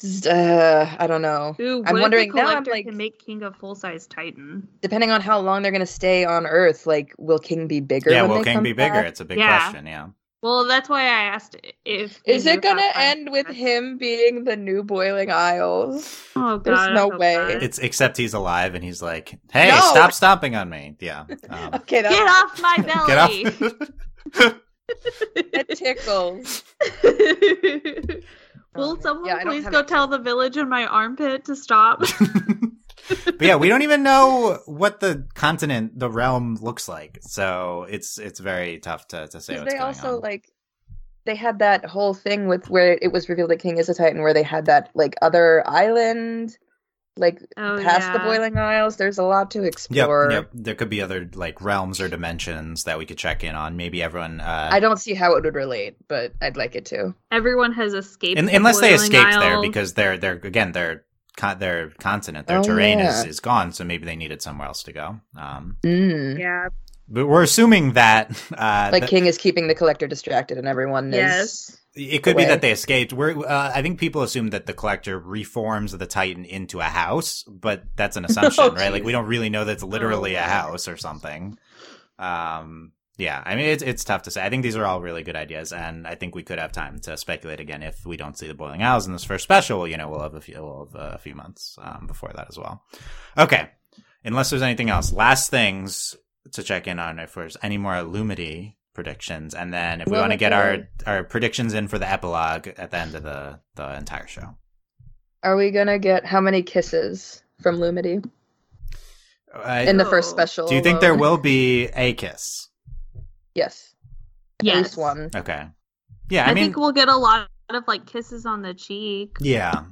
Speaker 2: Just, uh, I don't know.
Speaker 3: Ooh, what
Speaker 2: I'm
Speaker 3: if
Speaker 2: wondering
Speaker 3: the
Speaker 2: now, I'm
Speaker 3: collector
Speaker 2: like-
Speaker 3: can make King a full size Titan.
Speaker 2: Depending on how long they're gonna stay on Earth, like will King be bigger?
Speaker 1: Yeah.
Speaker 2: when
Speaker 1: Will
Speaker 2: they
Speaker 1: King
Speaker 2: come
Speaker 1: be bigger?
Speaker 2: back?
Speaker 1: It's a big
Speaker 3: Yeah.
Speaker 1: question. Yeah.
Speaker 3: Well, that's why I asked if.
Speaker 2: Is
Speaker 3: he
Speaker 2: it
Speaker 3: knew
Speaker 2: gonna
Speaker 3: how to find-
Speaker 2: end with him being the new Boiling Isles? <laughs>
Speaker 3: Oh God,
Speaker 2: There's
Speaker 3: I
Speaker 2: no
Speaker 3: hope
Speaker 2: way.
Speaker 3: not.
Speaker 1: It's except he's alive and he's like, "Hey,
Speaker 2: No!
Speaker 1: stop stomping on me!" Yeah,
Speaker 2: <laughs>
Speaker 1: um,
Speaker 2: Okay,
Speaker 3: Get
Speaker 2: that,
Speaker 3: off my
Speaker 2: <laughs>
Speaker 3: belly.
Speaker 1: get <laughs> off.
Speaker 2: that tickles.
Speaker 3: <laughs>
Speaker 2: <laughs>
Speaker 3: Will someone
Speaker 2: Oh, Yeah, I don't
Speaker 3: please
Speaker 2: have
Speaker 3: go
Speaker 2: it.
Speaker 3: tell the village in my armpit
Speaker 2: <laughs>
Speaker 3: to stop?
Speaker 1: <laughs> but yeah, we don't even know what the continent, the realm looks like, so it's it's very tough to to say
Speaker 2: Because
Speaker 1: what's
Speaker 2: they
Speaker 1: going
Speaker 2: also
Speaker 1: on.
Speaker 2: like they had that whole thing with where it was revealed that King is a Titan, where they had that like other island, like
Speaker 3: oh,
Speaker 2: past the
Speaker 3: yeah.
Speaker 2: Boiling Isles. There's a lot to
Speaker 1: Yep,
Speaker 2: explore.
Speaker 1: yep. There could be other like realms or dimensions that we could check in on. Maybe everyone,
Speaker 2: I
Speaker 1: uh,
Speaker 2: don't see how it would relate, but I'd like it to.
Speaker 3: Everyone has escaped.
Speaker 1: un-
Speaker 3: the
Speaker 1: unless they
Speaker 3: boiling
Speaker 1: escaped there
Speaker 3: isle.
Speaker 1: because their their again their con- their continent, their
Speaker 2: Oh,
Speaker 1: terrain is
Speaker 2: yeah.
Speaker 1: is gone. So maybe they needed somewhere else to go. Um,
Speaker 2: Mm.
Speaker 3: Yeah.
Speaker 1: but we're assuming that uh,
Speaker 2: Like
Speaker 1: that-
Speaker 2: King is keeping the collector distracted, and everyone is.
Speaker 3: Yes.
Speaker 1: It could be
Speaker 2: away.
Speaker 1: that they escaped. We're, uh, I think people assume that the collector reforms the Titan into a house, but that's an assumption, right? Like we don't really know that's literally a
Speaker 3: wow.
Speaker 1: house or something. Um, yeah, I mean it's it's tough to say. I think these are all really good ideas, and I think we could have time to speculate again if we don't see the boiling owls in this first special. You know, we'll have a few we'll have a few months um, before that as well. Okay, unless there's anything else, last things to check in on if there's any more Illumity predictions, and then if we
Speaker 2: Well,
Speaker 1: want to get our
Speaker 2: okay.
Speaker 1: our predictions in for the epilogue at the end of the the entire show.
Speaker 2: Are we gonna get how many kisses from Lumity
Speaker 1: Uh,
Speaker 2: in the first
Speaker 3: Ew.
Speaker 2: special?
Speaker 1: do you think there
Speaker 2: alone?
Speaker 1: will be a kiss?
Speaker 2: Yes,
Speaker 3: Yes.
Speaker 2: at least one.
Speaker 1: Okay, yeah, I,
Speaker 3: I,
Speaker 1: mean,
Speaker 3: think we'll get a lot of like kisses on the cheek.
Speaker 1: yeah,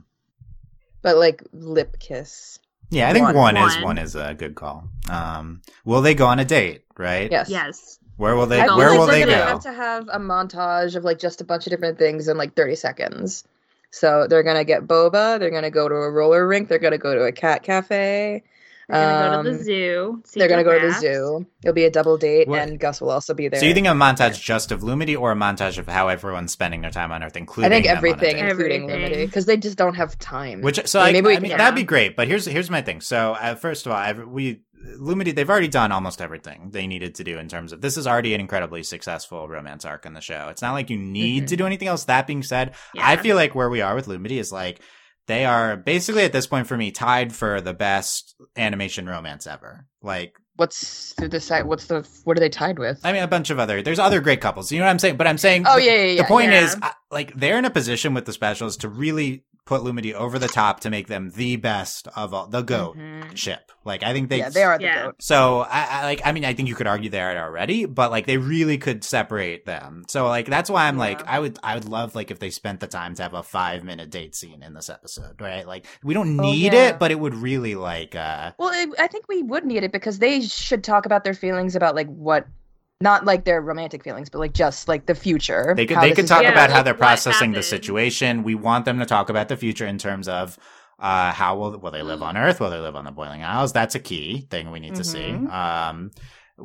Speaker 2: But like lip kiss.
Speaker 1: yeah, I think one,
Speaker 2: One.
Speaker 1: is
Speaker 3: One.
Speaker 1: one is a good call. Um, will they go on a date? Right?
Speaker 2: Yes.
Speaker 3: Yes.
Speaker 1: Where will they
Speaker 3: I feel
Speaker 1: Where
Speaker 3: like
Speaker 1: will
Speaker 3: we're
Speaker 1: they
Speaker 2: gonna
Speaker 1: go?
Speaker 2: Have to have a montage of like just a bunch of different things in like 30 seconds. So they're gonna get boba. They're gonna go to a roller rink. They're gonna go to a cat cafe.
Speaker 3: We're gonna go to
Speaker 2: Um,
Speaker 3: the zoo. see
Speaker 2: They're gonna go to the
Speaker 3: giraffes.
Speaker 2: zoo. It'll be a double date,
Speaker 1: What-
Speaker 2: and Gus will also be there.
Speaker 1: So you think a montage just of Lumity or a montage of how everyone's spending their time on Earth,
Speaker 2: I
Speaker 1: including
Speaker 2: think
Speaker 1: them on a
Speaker 2: everything,
Speaker 1: date?
Speaker 2: including
Speaker 3: Everything.
Speaker 2: Lumity, because they just don't have time.
Speaker 1: Which so
Speaker 2: Yeah,
Speaker 1: I,
Speaker 2: maybe we
Speaker 1: I
Speaker 2: can
Speaker 1: mean
Speaker 3: get-
Speaker 1: that'd be great, but here's here's my thing. So uh, first of all, i we Lumity they've already done almost everything they needed to do in terms of this is already an incredibly successful romance arc in the show. It's not like you need
Speaker 2: Mm-hmm.
Speaker 1: to do anything else. That being said, I
Speaker 3: Yeah.
Speaker 1: feel like where we are with Lumity is like they are basically at this point for me tied for the best animation romance ever. Like
Speaker 2: what's the decide? What's the what are they tied with?
Speaker 1: I mean, a bunch of other. There's other great couples. You know what I'm saying? But I'm saying.
Speaker 2: Oh,
Speaker 1: the,
Speaker 2: yeah, yeah, yeah,
Speaker 1: The point
Speaker 3: yeah.
Speaker 1: is, I- like, they're in a position with the specials to really put Lumity over the top to make them the best of all the goat
Speaker 2: Mhm.
Speaker 1: ship. Like I think they
Speaker 2: Yeah, they are the
Speaker 3: Mm-hmm. Yeah.
Speaker 2: goat.
Speaker 1: so I, I like I mean I think you could argue they are already, but like they really could separate them. So like that's why I'm like
Speaker 2: Yeah.
Speaker 1: I would I would love like if they spent the time to have a five minute date scene in this episode, right? Like we don't
Speaker 2: Oh,
Speaker 1: need
Speaker 2: yeah.
Speaker 1: it, but it would really like uh
Speaker 2: Well, it, I think we would need it because they should talk about their feelings about like what, not like their romantic feelings, but like just like the future.
Speaker 1: they could
Speaker 2: how
Speaker 1: they
Speaker 2: this
Speaker 1: could
Speaker 2: is
Speaker 1: talk
Speaker 3: Yeah,
Speaker 2: gonna-
Speaker 1: about how
Speaker 3: like,
Speaker 1: they're
Speaker 3: what
Speaker 1: processing the
Speaker 3: happened.
Speaker 1: situation. We want them to talk about the future in terms of uh how will will they live
Speaker 3: Mm-hmm.
Speaker 1: on Earth? Will they live on the Boiling Isles? That's a key thing we need to see.
Speaker 2: Mhm.
Speaker 1: Um,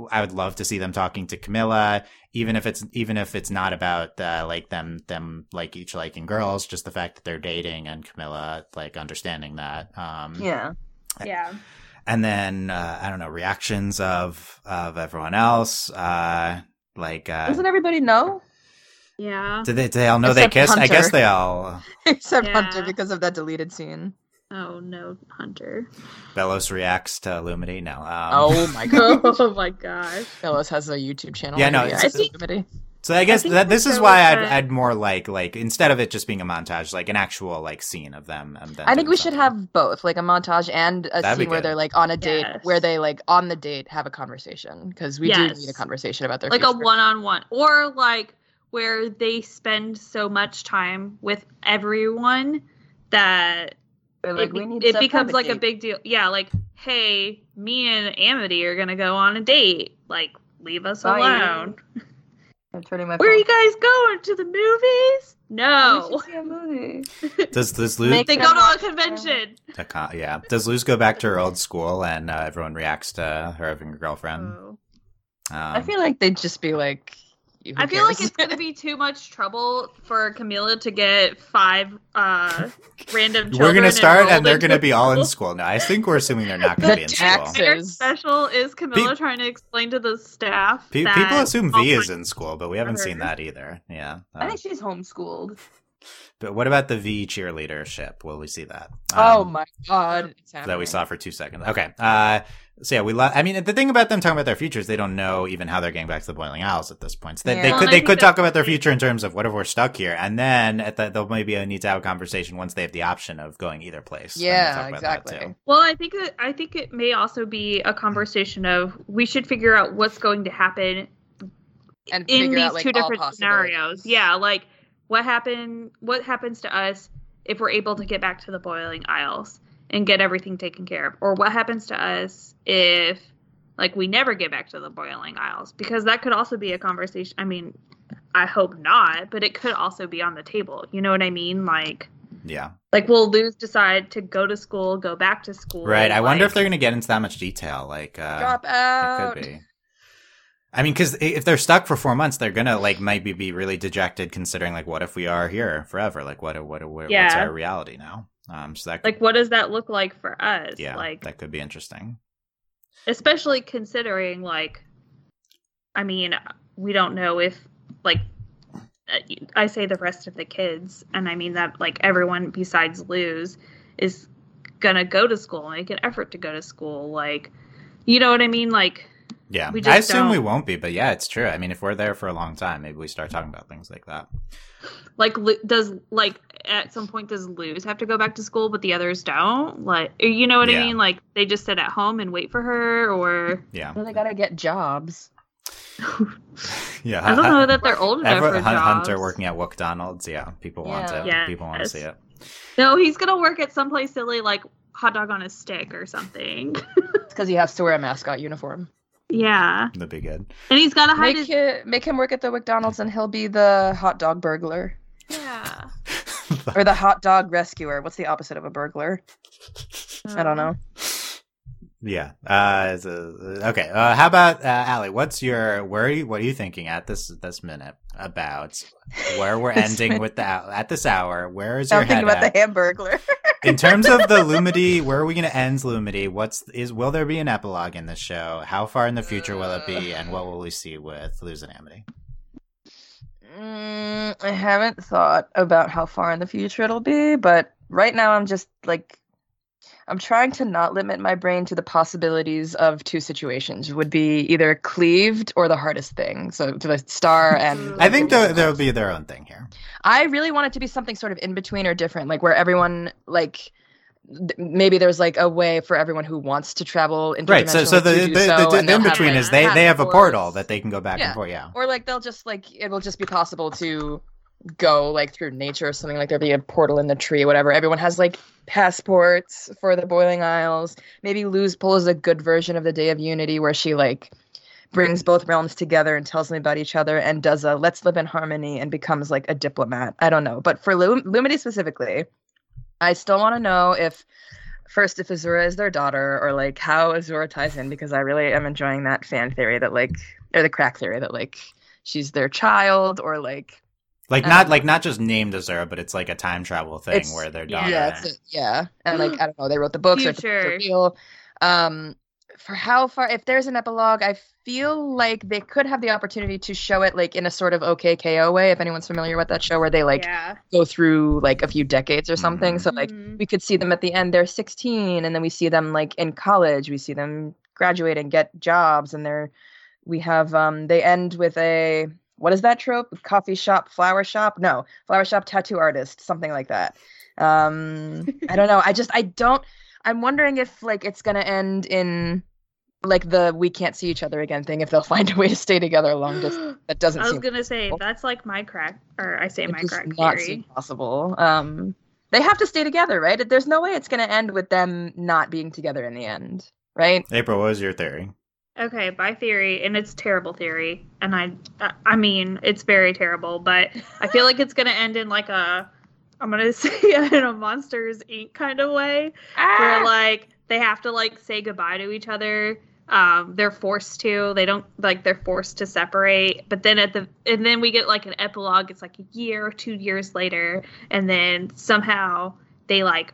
Speaker 1: I would love to see them talking to Camilla, even if it's even if it's not about uh, like them them like each liking girls, just the fact that they're dating and Camilla like understanding that. Um,
Speaker 2: Yeah.
Speaker 3: Yeah.
Speaker 1: and then uh, I don't know reactions of of everyone else. Uh, like uh,
Speaker 2: Doesn't everybody know <laughs>
Speaker 3: Yeah.
Speaker 1: did they, did they all know they
Speaker 2: Except
Speaker 1: kissed? I
Speaker 2: Hunter.
Speaker 1: guess they all.
Speaker 2: except
Speaker 3: Yeah.
Speaker 2: Hunter because of that deleted scene?
Speaker 3: Oh no, Hunter. <laughs>
Speaker 1: Bellows reacts to Lumity. No. Um,
Speaker 2: oh
Speaker 1: <laughs>
Speaker 2: my god.
Speaker 3: oh my gosh.
Speaker 2: Phyllis has a YouTube channel.
Speaker 1: Yeah, no,
Speaker 2: maybe
Speaker 1: it's-
Speaker 2: I see somebody.
Speaker 1: So I guess
Speaker 3: think
Speaker 1: that this
Speaker 3: that
Speaker 1: is
Speaker 3: there
Speaker 1: why I'd,
Speaker 3: was a-
Speaker 1: I'd more like like instead of it just being a montage, like an actual like scene of them. And them
Speaker 2: I think
Speaker 1: doing
Speaker 2: we should
Speaker 1: something.
Speaker 2: have both, like a montage and a
Speaker 1: That'd be
Speaker 2: scene where
Speaker 1: good.
Speaker 2: they're like on a date,
Speaker 3: Yes.
Speaker 2: where they like on the date have a conversation because we do need a
Speaker 3: Yes.
Speaker 2: conversation about their
Speaker 3: Like a
Speaker 2: future.
Speaker 3: one on one. Or like where they spend so much time with everyone that
Speaker 2: They're
Speaker 3: it, be- it becomes like a big deal. Yeah, like, hey, me and Amity are gonna go on a date. Like, leave us
Speaker 2: Bye. <laughs>
Speaker 3: alone.
Speaker 2: I'm turning my
Speaker 3: Where are you guys going? To the movies? No.
Speaker 1: Does does Luz?
Speaker 2: Make-
Speaker 3: <laughs> They go to a convention.
Speaker 1: to con- yeah. Does Luz go back to her old school and uh, everyone reacts to her having a girlfriend?
Speaker 3: Oh.
Speaker 1: Um,
Speaker 2: I feel like they'd just be like. who
Speaker 3: I feel like
Speaker 2: cares?
Speaker 3: it's gonna be too much trouble for Camila to get five uh random children.
Speaker 1: we're gonna start and
Speaker 3: enrolled
Speaker 1: they're
Speaker 3: into
Speaker 1: gonna be all in
Speaker 3: school.
Speaker 1: school. No, I think we're assuming they're not gonna
Speaker 2: The
Speaker 1: be in
Speaker 2: tax-
Speaker 1: school.
Speaker 3: Very
Speaker 2: Says-
Speaker 3: special is Camilla
Speaker 1: Pe-
Speaker 3: trying to explain to the staff.
Speaker 1: Pe-
Speaker 3: that
Speaker 1: people assume V
Speaker 3: Oh
Speaker 1: is in school, but we haven't seen
Speaker 3: Sure.
Speaker 1: that either. Yeah.
Speaker 6: I
Speaker 1: Um,
Speaker 6: think she's homeschooled.
Speaker 1: but what about the V cheerleadership? Will we see that?
Speaker 2: oh
Speaker 1: Um,
Speaker 2: my god, it's
Speaker 1: that we
Speaker 2: happening.
Speaker 1: saw for two seconds. Okay. Uh, so yeah, we love. I mean, the thing about them talking about their future is they don't know even how they're getting back to the Boiling Isles at this point. So they,
Speaker 2: Yeah.
Speaker 1: they
Speaker 2: Well,
Speaker 1: could
Speaker 3: and I
Speaker 1: they
Speaker 3: think
Speaker 1: could
Speaker 3: that's
Speaker 1: talk about their
Speaker 3: the-
Speaker 1: future in terms of what if we're stuck here, and then at the, they'll maybe need to have a conversation once they have the option of going either place. Then we'll
Speaker 2: Yeah,
Speaker 1: talk about that,
Speaker 2: exactly.
Speaker 1: too.
Speaker 3: Well, I think that I think it may also be a conversation of we should figure out what's going to happen
Speaker 2: And
Speaker 3: in
Speaker 2: figure
Speaker 3: these
Speaker 2: out, like,
Speaker 3: two
Speaker 2: all
Speaker 3: different
Speaker 2: possibilities.
Speaker 3: scenarios. Yeah, like what happen what happens to us if we're able to get back to the boiling isles and get everything taken care of or what happens to us if like we never get back to the boiling isles because that could also be a conversation. I mean, I hope not, but it could also be on the table. You know what I mean? Like
Speaker 1: Yeah.
Speaker 3: like will Luz decide to go to school, go back to school?
Speaker 1: Right. I wonder
Speaker 3: like-
Speaker 1: if they're going to get into that much detail. Like, uh,
Speaker 2: Drop
Speaker 1: it
Speaker 2: out.
Speaker 1: could be. I mean, because if they're stuck for four months, they're gonna like maybe be really dejected, considering like what if we are here forever? Like, what what, what what's
Speaker 3: Yeah.
Speaker 1: our reality now? Um, so that could,
Speaker 3: like what does that look like for us
Speaker 1: yeah,
Speaker 3: like
Speaker 1: that could be interesting.
Speaker 3: especially considering like i mean we don't know if like uh, i say the rest of the kids and i mean that like everyone besides luz is gonna go to school make an effort to go to school like you know what i mean like
Speaker 1: Yeah,
Speaker 3: We
Speaker 1: I
Speaker 3: just
Speaker 1: assume we
Speaker 3: don't-
Speaker 1: won't be, but yeah, it's true. I mean, if we're there for a long time, maybe we start talking about things like that.
Speaker 3: like Lu- does like at some point does luz have to go back to school but the others don't like you know what
Speaker 1: Yeah.
Speaker 3: i mean like they just sit at home and wait for her or
Speaker 1: Yeah,
Speaker 2: Well, they gotta get jobs.
Speaker 1: <laughs> yeah.
Speaker 3: i don't know that they're old enough
Speaker 1: Ever-
Speaker 3: for
Speaker 1: Hun- Hunter
Speaker 3: jobs.
Speaker 1: working at Wook Donald's. Yeah, people want
Speaker 2: Yeah.
Speaker 1: it.
Speaker 3: Yes.
Speaker 1: People want to see it.
Speaker 3: No, he's gonna work at someplace silly like hot dog on a stick or something.
Speaker 2: It's because he has to wear a mascot uniform.
Speaker 3: yeah,
Speaker 1: That'd be good.
Speaker 3: and he's gotta hide
Speaker 2: Make,
Speaker 3: his.
Speaker 2: hi- make him work at the McDonald's and he'll be the hot dog burglar
Speaker 3: Yeah,
Speaker 2: or the hot dog rescuer. What's the opposite of a burglar? I
Speaker 3: Uh-huh.
Speaker 2: don't know.
Speaker 1: yeah. Uh, it's a- okay. Uh, how about uh, Allie? What's your where? Are you, what are you thinking at this this minute about where
Speaker 3: <laughs>
Speaker 1: we're
Speaker 2: This
Speaker 1: ending with the at this hour? Where is your
Speaker 2: I'm
Speaker 1: head
Speaker 2: thinking about
Speaker 1: at?
Speaker 2: the hamburglar.
Speaker 1: in terms of the Lumity, where are we going to end Lumity? What's is will there be an epilogue in this show? How far in the future will it be, and what will we see with Luz and Amity?
Speaker 2: Mm, I haven't thought about how far in the future it'll be, but right now I'm just like I'm trying to not limit my brain to the possibilities of two situations. Would be either cleaved or the hardest thing. So the
Speaker 1: <laughs>
Speaker 2: star and
Speaker 1: I think there there'll be their own thing here.
Speaker 2: I really want it to be something sort of in between or different, like where everyone like th- maybe there's like a way for everyone who wants to travel
Speaker 1: Right. So so the
Speaker 2: interdimensionally to
Speaker 1: the,
Speaker 2: do
Speaker 1: the,
Speaker 2: so,
Speaker 1: the
Speaker 2: and they'll
Speaker 1: in
Speaker 2: have,
Speaker 1: between
Speaker 2: like-
Speaker 1: is they
Speaker 2: have
Speaker 1: they have a
Speaker 2: doors.
Speaker 1: portal that they can go back and
Speaker 2: Yeah.
Speaker 1: forth. Yeah.
Speaker 2: or like they'll just like it will just be possible to go like through nature or something like there'll be a portal in the tree whatever everyone has like passports for the boiling isles maybe lose pull is a good version of the day of unity where she like brings both realms together and tells them about each other and does a let's live in harmony and becomes like a diplomat i don't know but for Lum- lumity specifically i still want to know if first if azura is their daughter or like how azura ties in because i really am enjoying that fan theory that like or the crack theory that like she's their child or like
Speaker 1: Like
Speaker 2: Um,
Speaker 1: not like not just named Azura, but it's like a time travel thing
Speaker 2: It's-
Speaker 1: where their
Speaker 3: yeah,
Speaker 1: daughter.
Speaker 2: yeah that's it. yeah and
Speaker 3: <gasps>
Speaker 2: like i don't know they wrote the books or if the books are
Speaker 3: Future.
Speaker 2: real um for how far if there's an epilogue i feel like they could have the opportunity to show it like in a sort of okay ko way if anyone's familiar with that show where they like
Speaker 3: yeah.
Speaker 2: go through like a few decades or something
Speaker 1: Mhm.
Speaker 2: so like
Speaker 3: Mhm.
Speaker 2: we could see them at the end they're 16 and then we see them like in college we see them graduate and get jobs and they're we have um they end with a what is that trope coffee shop flower shop no flower shop tattoo artist something like that um i don't know i just i don't i'm wondering if like it's gonna end in like the we can't see each other again thing if they'll <laughs> find a way to stay together long distance that doesn't
Speaker 3: <gasps> I was
Speaker 2: seem
Speaker 3: gonna say that's like my crack, or I say
Speaker 2: it
Speaker 3: my
Speaker 2: does
Speaker 3: crack
Speaker 2: not
Speaker 3: theory.
Speaker 2: seem possible. Um, they have to stay together, right? There's no way it's going to end with them not being together in the end, right?
Speaker 1: April, what was your theory?
Speaker 3: Okay, by theory, and it's terrible theory, and I, I- I mean it's very terrible, but
Speaker 2: <laughs>
Speaker 3: I feel like it's gonna end in like a, I'm gonna <laughs> say it in a Monsters Inc. kind of way,
Speaker 2: Ah.
Speaker 3: where like they have to like say goodbye to each other. Um, they're forced to. They don't like they're forced to separate. But then at the and then we get like an epilogue. It's like a year or two years later, and then somehow they like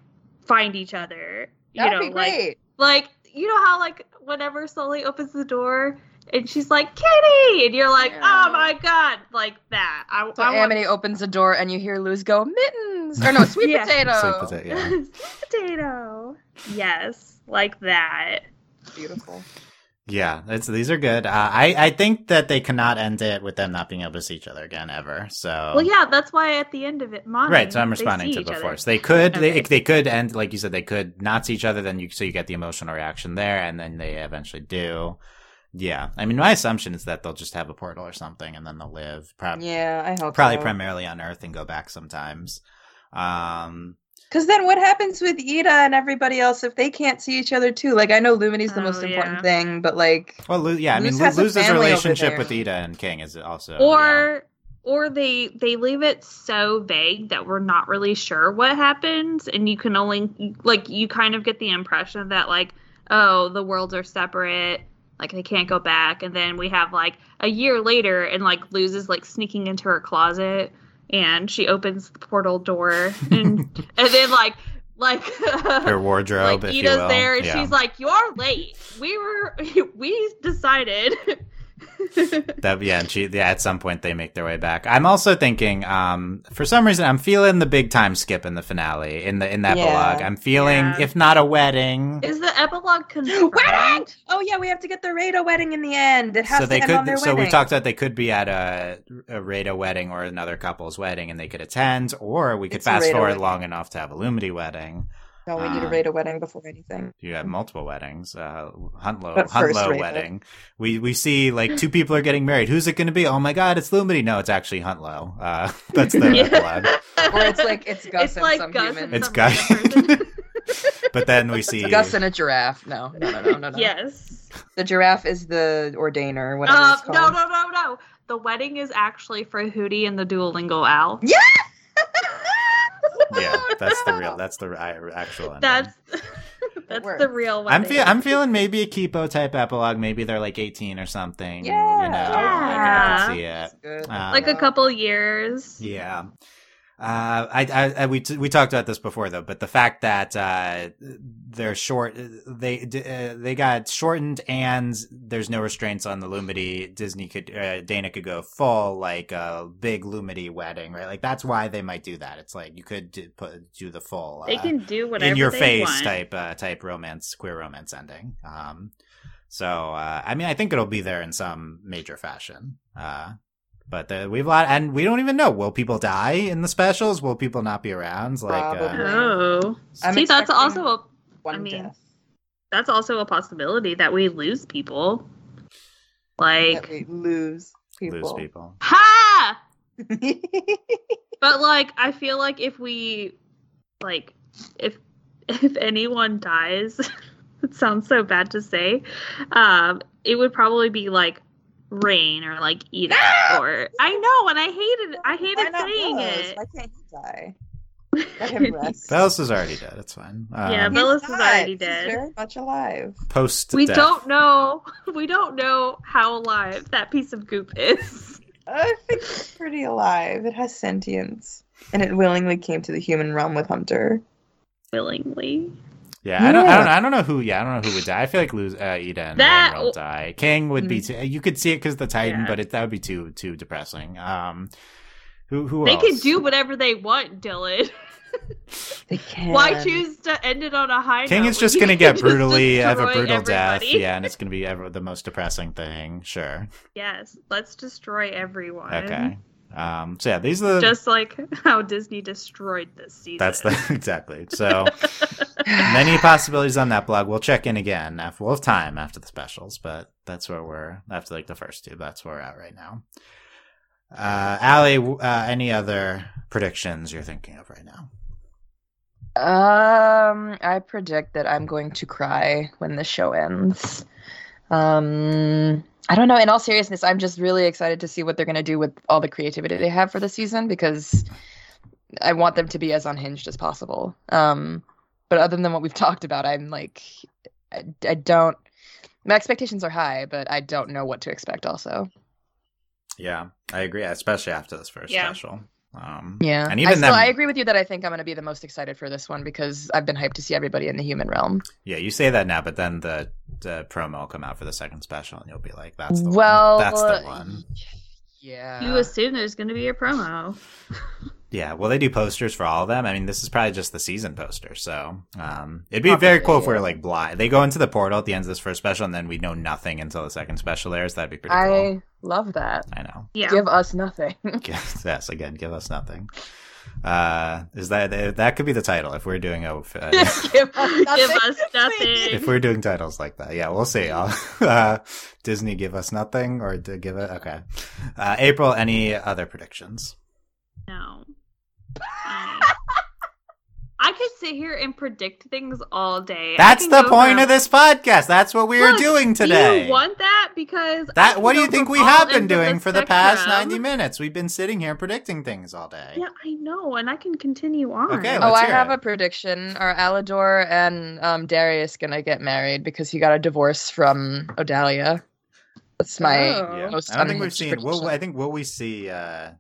Speaker 3: find each other. You
Speaker 2: That'd
Speaker 3: know,
Speaker 2: be
Speaker 3: like
Speaker 2: great.
Speaker 3: like you know how like whenever Sully opens the door and she's like Kitty, and you're like,
Speaker 2: Yeah.
Speaker 3: oh my god, like that. I,
Speaker 2: so
Speaker 3: I want
Speaker 2: Amity opens the door and you hear Luz go, mittens!
Speaker 3: <laughs>
Speaker 2: Or no, sweet
Speaker 3: Yeah.
Speaker 2: potato.
Speaker 1: Sweet potato.
Speaker 2: <laughs>
Speaker 1: Yeah.
Speaker 3: <laughs> potato. Yes, like that.
Speaker 2: Beautiful.
Speaker 1: Yeah, it's, these are good. Uh, I I think that they cannot end it with them not being able to see each other again ever. So
Speaker 3: Well, yeah, that's why at the end of it, Monty,
Speaker 1: Um, right. So I'm
Speaker 3: they
Speaker 1: responding
Speaker 3: see
Speaker 1: to
Speaker 3: each other.
Speaker 1: before. So they could they
Speaker 3: Okay.
Speaker 1: they could end like you said they could not see each other. Then you so you get the emotional reaction there, and then they eventually do. Yeah, I mean my assumption is that they'll just have a portal or something, and then they'll live. Prob-
Speaker 2: Yeah, I hope
Speaker 1: Probably primarily on Earth and go back sometimes. Um,
Speaker 2: Because then what happens with Ida and everybody else if they can't see each other too? Like, I know Lumini's the
Speaker 3: Oh,
Speaker 2: most
Speaker 3: yeah.
Speaker 2: important thing, but like,
Speaker 1: well, Lu- yeah, I mean,
Speaker 2: Luz
Speaker 1: Lu-
Speaker 2: has a
Speaker 1: Luz's
Speaker 2: family over
Speaker 1: relationship
Speaker 2: there.
Speaker 1: with Ida and King is also yeah.
Speaker 3: or or they they leave it so vague that we're not really sure what happens and you can only like you kind of get the impression that like oh the worlds are separate like they can't go back and then we have like a year later and like Luz is like sneaking into her closet and she opens the portal door
Speaker 1: <laughs>
Speaker 3: and and then like like <laughs>
Speaker 1: her wardrobe,
Speaker 3: like
Speaker 1: if
Speaker 3: Ida's
Speaker 1: you will.
Speaker 3: there and
Speaker 1: yeah.
Speaker 3: she's like you are late we were <laughs> we decided <laughs>
Speaker 1: That yeah, and she yeah, at some point they make their way back. I'm also thinking, um, for some reason I'm feeling the big time skip in the finale, in the in that
Speaker 2: Yeah.
Speaker 1: blog. I'm feeling
Speaker 3: Yeah.
Speaker 1: if not a wedding.
Speaker 3: Is the epilogue
Speaker 2: <gasps>
Speaker 3: confirmed?
Speaker 2: wedding! Oh, yeah, we have to get the Rado wedding in the end. It has
Speaker 1: So
Speaker 2: to
Speaker 1: they
Speaker 2: end on their
Speaker 1: could so we
Speaker 2: wedding.
Speaker 1: talked about they could be at a a Rada wedding or another couple's wedding and they could attend, or we could
Speaker 2: It's a
Speaker 1: fast
Speaker 2: Rada
Speaker 1: forward
Speaker 2: wedding.
Speaker 1: long enough to have a Lumity wedding.
Speaker 2: No, we need a
Speaker 1: Uh,
Speaker 2: Rado wedding before anything.
Speaker 1: You have multiple weddings. Uh, Huntlow,
Speaker 2: But first
Speaker 1: Huntlow
Speaker 2: Rada.
Speaker 1: wedding. We we see like two people are getting married. Who's it going to be? Oh my God, it's Lumity. No, it's actually Huntlow. Uh, <laughs> that's
Speaker 2: <laughs>
Speaker 1: the
Speaker 3: Yeah.
Speaker 1: epilogue.
Speaker 3: <laughs>
Speaker 2: Or it's like it's Gus
Speaker 3: It's
Speaker 2: and
Speaker 3: like
Speaker 2: some
Speaker 3: Gus
Speaker 2: human.
Speaker 3: and
Speaker 1: It's
Speaker 3: some
Speaker 1: Gus. <laughs>
Speaker 3: random person.
Speaker 1: but then we
Speaker 2: <laughs>
Speaker 1: see
Speaker 2: Gus and a giraffe. No, no, no, no, no. no.
Speaker 3: yes.
Speaker 2: The giraffe is the ordainer, whatever
Speaker 3: Uh,
Speaker 2: it's called.
Speaker 3: no, no, no, no. The wedding is actually for Hootie and the Duolingo Owl.
Speaker 1: yeah, that's the real. That's
Speaker 3: <laughs>
Speaker 1: the i- actual. Ending. <laughs>
Speaker 3: That's <laughs> that's
Speaker 2: works.
Speaker 3: the real wedding.
Speaker 1: I'm feel, I'm feeling maybe a Kipo type epilogue. Maybe they're like 18 or something.
Speaker 2: Yeah.
Speaker 1: you know, like, I
Speaker 3: Yeah.
Speaker 1: can see it.
Speaker 2: Good.
Speaker 1: Um,
Speaker 3: like a couple years.
Speaker 1: Yeah. Uh, I, I, I we t- we talked about this before though, but the fact that uh, they're short, they d- uh, they got shortened, and there's no restraints on the Lumity. Disney could uh, Dana could go full like a big Lumity wedding, right? Like that's why they might do that. It's like you could do, put, do the full
Speaker 3: They
Speaker 1: uh,
Speaker 3: can do whatever
Speaker 1: in your
Speaker 3: they
Speaker 1: face
Speaker 3: want.
Speaker 1: type uh, type romance queer romance ending. Um, so uh, I mean, I think it'll be there in some major fashion. Uh, but the, we've a lot, and we don't even know. Will people die in the specials? Will people not be around? Like,
Speaker 7: Probably.
Speaker 1: uh,
Speaker 3: Oh,
Speaker 7: I'm
Speaker 3: see, that's
Speaker 7: expecting-
Speaker 3: also a
Speaker 7: One
Speaker 3: I mean,
Speaker 7: death.
Speaker 3: that's also a possibility that we lose people. Like,
Speaker 7: that we lose people.
Speaker 1: lose people.
Speaker 3: ha!
Speaker 7: <laughs>
Speaker 3: But like, I feel like if we, like, if if anyone dies, <laughs> it sounds so bad to say. Um, it would probably be like rain or like Edith or I know, and I hated I
Speaker 7: Ah! Why
Speaker 3: hated
Speaker 7: not
Speaker 3: saying
Speaker 7: Bellows?
Speaker 3: it.
Speaker 7: Why can't he
Speaker 3: <laughs>
Speaker 7: die? Let him rest.
Speaker 1: Bellis is already dead. It's fine. Um,
Speaker 3: Yeah,
Speaker 7: He's
Speaker 3: Bellows is
Speaker 7: not.
Speaker 3: already
Speaker 7: He's
Speaker 3: dead.
Speaker 7: very much alive.
Speaker 1: post.
Speaker 3: we don't know. <laughs> We don't know how alive that piece of goop is. <laughs>
Speaker 7: I think it's pretty alive. It has sentience. And it willingly came to the human realm with Hunter.
Speaker 3: Willingly.
Speaker 1: Yeah, I don't. I
Speaker 7: Yeah.
Speaker 1: don't. I don't know who. Yeah, I don't know who would die. I feel like lose uh, Ida and
Speaker 3: That- Mm-hmm.
Speaker 1: Rain will die. King would be. Too, you could see it because the Titan,
Speaker 3: Yeah.
Speaker 1: but it, that would be too too depressing. Um, who who
Speaker 3: They
Speaker 1: else?
Speaker 3: can do whatever they want, Dylan. <laughs>
Speaker 7: They can. <laughs>
Speaker 3: Why choose to end it on a high
Speaker 1: King
Speaker 3: note
Speaker 1: is
Speaker 3: when
Speaker 1: just
Speaker 3: you <laughs>
Speaker 1: gonna
Speaker 3: can
Speaker 1: get
Speaker 3: just
Speaker 1: brutally have a
Speaker 3: destroy
Speaker 1: brutal death.
Speaker 3: everybody?
Speaker 1: Yeah, and it's gonna be ever the most depressing thing. Sure.
Speaker 3: Yes, let's destroy everyone.
Speaker 1: Okay. Um. So yeah, these are the.
Speaker 3: Just like <laughs> how Disney destroyed this season.
Speaker 1: that's the <laughs> exactly. So many possibilities on that blog. We'll check in again. After, we'll have time after the specials, but that's where we're after like the first two. That's where we're at right now. Uh, Allie, w- uh, any other predictions you're thinking of right now?
Speaker 2: Um, I predict that I'm going to cry when the show ends. Um, I don't know. In all seriousness, I'm just really excited to see what they're going to do with all the creativity they have for the season because I want them to be as unhinged as possible. Um, but other than what we've <laughs> talked about, I'm like, I, I don't. My expectations are high, but I don't know what to expect. Also,
Speaker 1: Yeah, I agree, especially after this first
Speaker 3: Yeah.
Speaker 1: special. Um,
Speaker 2: yeah,
Speaker 1: and even
Speaker 2: I,
Speaker 1: then,
Speaker 2: still, I agree with you that I think I'm going to be the most excited for this one because I've been hyped to see everybody in the human realm.
Speaker 1: yeah, you say that now, but then the, the promo will come out for the second special, and you'll be like, "That's the
Speaker 2: well, uh,
Speaker 1: one. That's the one."
Speaker 2: Yeah.
Speaker 3: You assume there's going to be a promo.
Speaker 1: Yeah, well, they do posters for all of them. I mean, this is probably just the season poster, so um, it'd be
Speaker 2: Probably,
Speaker 1: very cool if we
Speaker 2: yeah.
Speaker 1: we're like blind. They go into the portal at the end of this first special, and then we know nothing until the second special airs. That'd be pretty cool.
Speaker 2: I love that.
Speaker 1: I know. <laughs>
Speaker 3: Yeah.
Speaker 2: Give us <laughs> nothing.
Speaker 1: yes, again, give us nothing. Uh, is that that could be the title if we're doing a
Speaker 2: <laughs>
Speaker 1: uh,
Speaker 2: Give us
Speaker 3: <laughs> Give
Speaker 2: nothing.
Speaker 3: us nothing.
Speaker 1: if we're doing titles like that. Yeah, we'll see. I'll, uh, <laughs> Disney give us nothing or to give it. Okay, uh, April. Any other predictions?
Speaker 2: <laughs>
Speaker 3: No. I I could sit here and predict things all day. I
Speaker 1: That's
Speaker 3: can
Speaker 1: the
Speaker 3: go
Speaker 1: point
Speaker 3: from-
Speaker 1: of this podcast. That's what we are
Speaker 3: Look,
Speaker 1: doing
Speaker 3: Do
Speaker 1: today.
Speaker 3: you want that? Because I
Speaker 1: That
Speaker 3: can
Speaker 1: what do
Speaker 3: go
Speaker 1: you think
Speaker 3: from
Speaker 1: we
Speaker 3: all
Speaker 1: have been
Speaker 3: ends of
Speaker 1: doing for the past
Speaker 3: spectrum.
Speaker 1: 90 minutes? We've been sitting here predicting things all day.
Speaker 3: Yeah, I know, and I can continue on.
Speaker 1: Okay,
Speaker 2: Oh,
Speaker 1: Let's
Speaker 2: I
Speaker 1: hear
Speaker 2: have
Speaker 1: it.
Speaker 2: a prediction. Are Alidor and um, Darius gonna get married because he got a divorce from Odalia? That's my
Speaker 3: Oh. Yeah.
Speaker 2: most
Speaker 1: I don't think we've
Speaker 2: unhinged
Speaker 1: seen. Will,
Speaker 2: prediction.
Speaker 1: I think will we see? Uh,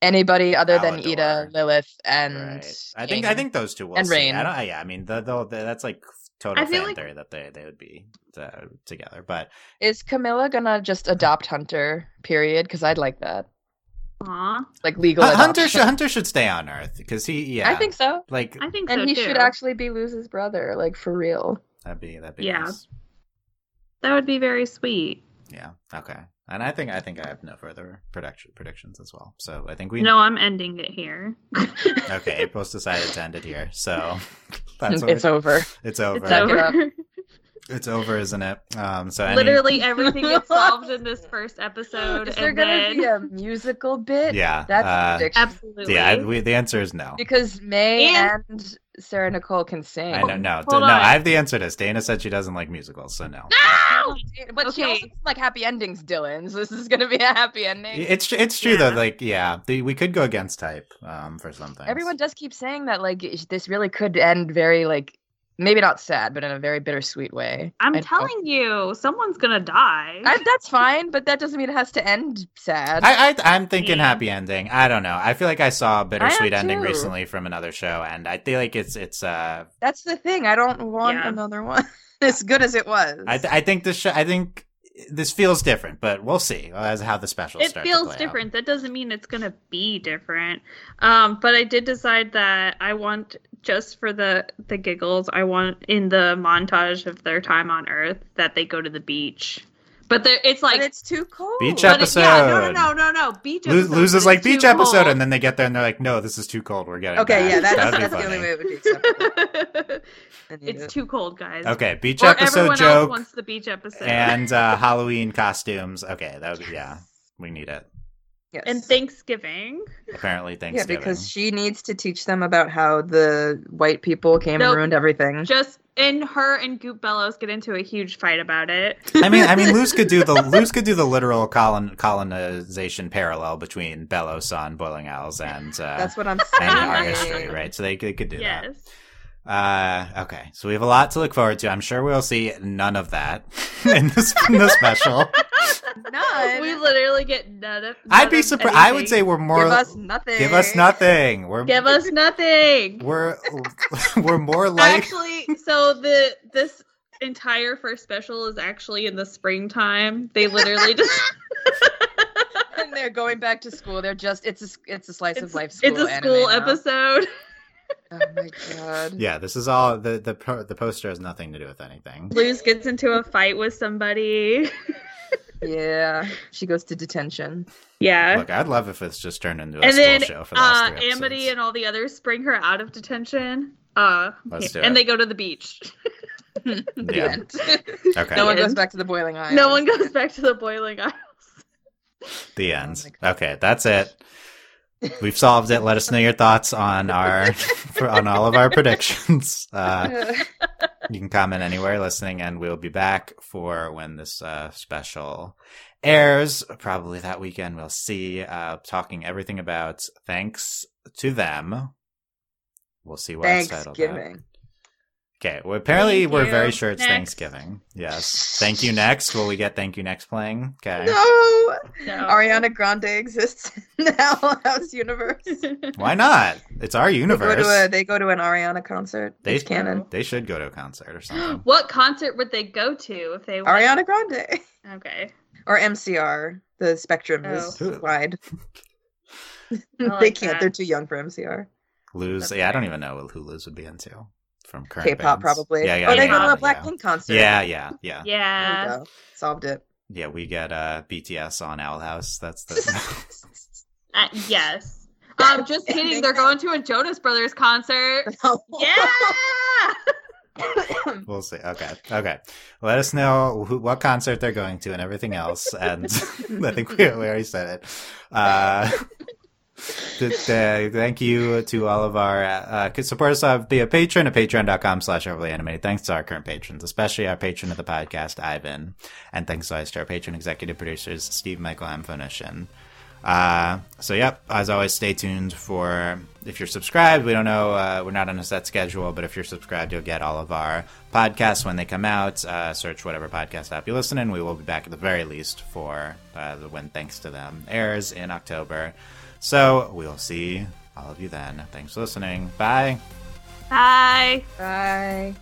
Speaker 2: anybody other than
Speaker 1: Alidor.
Speaker 2: Ida, Lilith, and
Speaker 1: right. I think
Speaker 2: Aang.
Speaker 1: I think those two will.
Speaker 2: And
Speaker 1: see.
Speaker 2: Rain.
Speaker 1: I don't. I- Yeah, I mean, the, the, the- that's like total
Speaker 3: I feel
Speaker 1: fan
Speaker 3: like-
Speaker 1: theory that they they would be uh, together. But
Speaker 2: is Camilla gonna just adopt Hunter? Period. Because I'd like that,
Speaker 3: Aw,
Speaker 2: like legal.
Speaker 1: Hun- Hunter should,
Speaker 2: adoption.
Speaker 1: Hunter should stay on Earth because he. Yeah,
Speaker 2: I think so.
Speaker 1: like
Speaker 3: I think
Speaker 2: And
Speaker 3: so
Speaker 2: he
Speaker 3: too.
Speaker 2: should actually be Luz's brother, like for real.
Speaker 1: that'd be that'd be.
Speaker 3: Yeah.
Speaker 1: nice.
Speaker 3: That would be very sweet.
Speaker 1: Yeah. Okay. And I think I think I have no further prediction predictions as well. So I think we
Speaker 3: No, I'm ending it here. <laughs>
Speaker 1: Okay, April's decided to end it here. So <laughs> that's what
Speaker 2: It's
Speaker 1: we-
Speaker 2: over.
Speaker 1: It's over. It's over,
Speaker 3: It's
Speaker 2: Suck it
Speaker 3: <laughs> over.
Speaker 1: isn't it? Um, so any,
Speaker 3: Literally
Speaker 2: <laughs>
Speaker 3: everything gets solved in this first episode.
Speaker 2: Is there
Speaker 3: and
Speaker 2: gonna
Speaker 3: then...
Speaker 2: be a musical bit?
Speaker 1: yeah,
Speaker 2: That's
Speaker 1: uh,
Speaker 2: a prediction.
Speaker 3: <laughs> Absolutely.
Speaker 1: yeah. I- we, the answer is no.
Speaker 2: Because May
Speaker 3: And-
Speaker 2: and, Sarah Nicole can sing.
Speaker 1: I know. No,
Speaker 3: Hold
Speaker 1: no.
Speaker 3: on.
Speaker 1: I have the answer to this. Dana said she doesn't like musicals, so no.
Speaker 3: No!
Speaker 2: But she
Speaker 3: Okay.
Speaker 2: also doesn't like happy endings, Dylan. So this is gonna be a happy ending.
Speaker 1: It's it's true
Speaker 3: Yeah.
Speaker 1: though. Like yeah, the, we could go against type um, for something.
Speaker 2: Everyone does keep saying that like ish- this really could end very like maybe not sad, but in a very bittersweet way.
Speaker 3: I'm
Speaker 2: I don't know.
Speaker 3: telling you, someone's gonna die.
Speaker 2: I, that's fine, but that doesn't mean it has to end sad.
Speaker 1: I, I I'm thinking happy ending. I don't know. I feel like I saw a bittersweet
Speaker 2: am
Speaker 1: ending
Speaker 2: too.
Speaker 1: recently from another show, and I feel like it's it's uh
Speaker 2: That's the thing. I don't want
Speaker 3: Yeah.
Speaker 2: another one <laughs> as good as it was.
Speaker 1: I th- I think this show I think this feels different, but we'll see as how the special
Speaker 3: it feels different. That doesn't mean it's gonna be different. Um, but I did decide that I want just for the the giggles. I want in the montage of their time on Earth that they go to the beach. But there, it's like
Speaker 2: but it's too cold.
Speaker 1: Beach
Speaker 3: but it- yeah, no, no,
Speaker 1: episode.
Speaker 3: no, no, no. Beach
Speaker 1: Lose,
Speaker 3: episode,
Speaker 1: loses
Speaker 3: but
Speaker 1: like
Speaker 3: it's too
Speaker 1: beach episode,
Speaker 3: cold.
Speaker 1: and then they get there and they're like, "No, this is too cold. We're getting
Speaker 2: Okay,
Speaker 1: back."
Speaker 2: yeah, that's,
Speaker 1: That'd be
Speaker 2: that's the only
Speaker 1: funny.
Speaker 2: way it would be acceptable. I need
Speaker 3: <laughs> it's
Speaker 2: it.
Speaker 3: too cold, guys.
Speaker 1: Okay, beach
Speaker 3: Or
Speaker 1: episode
Speaker 3: everyone
Speaker 1: joke
Speaker 3: else wants the beach episode. <laughs>
Speaker 1: and uh, Halloween costumes. Okay, that would yeah, we need it.
Speaker 2: Yes.
Speaker 3: and Thanksgiving.
Speaker 1: Apparently
Speaker 2: yeah,
Speaker 1: Thanksgiving.
Speaker 2: because she needs to teach them about how the white people came
Speaker 3: Nope.
Speaker 2: and ruined everything.
Speaker 3: Just and her and Goop Bellows get into a huge fight
Speaker 1: <laughs>
Speaker 3: about it.
Speaker 1: I mean,
Speaker 3: <laughs>
Speaker 1: I mean, Luz could do the Luz could do the literal colon, colonization parallel between Bellows on Boiling Owls and uh,
Speaker 2: That's what
Speaker 1: <laughs>
Speaker 2: I'm
Speaker 1: and
Speaker 2: saying.
Speaker 1: our history, right? So they, they could do
Speaker 3: yes.
Speaker 1: that. Uh, okay, so we have a lot to look forward to. I'm sure we'll see none of that <laughs> in this in the
Speaker 3: <laughs>
Speaker 1: special.
Speaker 2: None.
Speaker 3: We literally get none of. none
Speaker 1: I'd be
Speaker 3: of
Speaker 1: surprised. I would
Speaker 3: anything.
Speaker 1: say we're more
Speaker 2: give us nothing.
Speaker 1: give us nothing. We're
Speaker 3: give us nothing.
Speaker 1: <laughs> we're we're
Speaker 3: <laughs>
Speaker 1: more like
Speaker 3: Actually, so the this entire first special is actually in the springtime.
Speaker 2: <laughs>
Speaker 3: They literally just
Speaker 2: and <laughs> they're going back to school. They're just it's a it's a slice
Speaker 3: it's,
Speaker 2: of life. School
Speaker 3: it's a school
Speaker 2: anime now.
Speaker 3: episode.
Speaker 2: Oh my god.
Speaker 1: yeah. This is all the the po- the poster has nothing to do with anything.
Speaker 3: Luz gets into a fight with somebody.
Speaker 2: <laughs> Yeah, she goes to detention.
Speaker 3: Yeah.
Speaker 1: Look, I'd love if it's just turned into a
Speaker 3: and
Speaker 1: school
Speaker 3: then
Speaker 1: show for the
Speaker 3: uh,
Speaker 1: last three episodes.
Speaker 3: Amity and all the others spring her out of detention. Uh,
Speaker 1: Let's do
Speaker 3: and
Speaker 1: it.
Speaker 3: they go to the beach.
Speaker 2: <laughs> The
Speaker 3: <laughs>
Speaker 1: Yeah.
Speaker 2: end.
Speaker 1: okay.
Speaker 2: <laughs> No one
Speaker 3: The
Speaker 2: goes
Speaker 3: end.
Speaker 2: back to the boiling island.
Speaker 3: no one goes back to the boiling isles.
Speaker 1: the
Speaker 2: Oh
Speaker 1: end.
Speaker 2: my God.
Speaker 1: Okay, that's it. We've solved it. Let us know your thoughts on
Speaker 2: <laughs>
Speaker 1: our for, on all of our predictions. Uh, you can comment anywhere listening, and we'll be back for when this uh, special airs. Probably that weekend. We'll see. Uh, talking everything about thanks to them. We'll see what it's titled. at.
Speaker 2: Thanksgiving.
Speaker 1: Okay. Well, apparently
Speaker 3: Thank
Speaker 1: we're
Speaker 3: you.
Speaker 1: very sure it's
Speaker 3: Next.
Speaker 1: Thanksgiving. Yes. Thank you. Next, will we get thank you next playing? Okay.
Speaker 2: No,
Speaker 3: No.
Speaker 2: <laughs> Ariana Grande exists <laughs> in the Owl House universe.
Speaker 1: Why not? It's our
Speaker 2: They go, to a,
Speaker 1: universe.
Speaker 2: they go to an Ariana concert.
Speaker 1: They-
Speaker 2: It's canon.
Speaker 1: They should go to a concert or something.
Speaker 3: <laughs> what concert would they go to if they went?
Speaker 2: Ariana Grande <laughs>
Speaker 3: Okay.
Speaker 2: or MCR. The spectrum is
Speaker 1: Oh. <laughs>
Speaker 2: wide.
Speaker 3: I
Speaker 2: <laughs> they
Speaker 3: like
Speaker 2: can't.
Speaker 3: that.
Speaker 2: They're too young for MCR.
Speaker 1: Luz,
Speaker 3: That's
Speaker 1: yeah, I don't even know who Luz would be into from current
Speaker 2: K-pop
Speaker 1: bands.
Speaker 2: probably.
Speaker 1: Yeah, yeah,
Speaker 2: oh, they
Speaker 1: yeah,
Speaker 2: go to a
Speaker 1: yeah.
Speaker 2: Blackpink concert.
Speaker 1: Yeah, yeah, yeah,
Speaker 2: There
Speaker 3: Yeah.
Speaker 2: we go. Solved it.
Speaker 1: yeah. We get uh, BTS on Owl House. That's
Speaker 2: <laughs>
Speaker 1: the
Speaker 3: Uh, yes. Um, just kidding. They're going to a Jonas Brothers
Speaker 2: <laughs>
Speaker 3: concert. Yeah.
Speaker 1: <laughs> we'll see. Okay, okay. Let us know who, what concert they're going to and everything else. And <laughs> I think we, we already said it. Uh, <laughs> th- th- thank you to all of our uh, uh, support us uh, via patreon at patreon.com slash overly animated thanks to our current patrons especially our patron of the podcast ivan and thanks always to our patron executive producers steve michael and phonician uh, so yep as always stay tuned for if you're subscribed we don't know uh, we're not on a set schedule but if you're subscribed you'll get all of our podcasts when they come out uh, search whatever podcast app you listen in we will be back at the very least for uh, the when thanks to them airs in october so we'll see all of you then. Thanks for listening. Bye.
Speaker 3: Bye.
Speaker 2: Bye.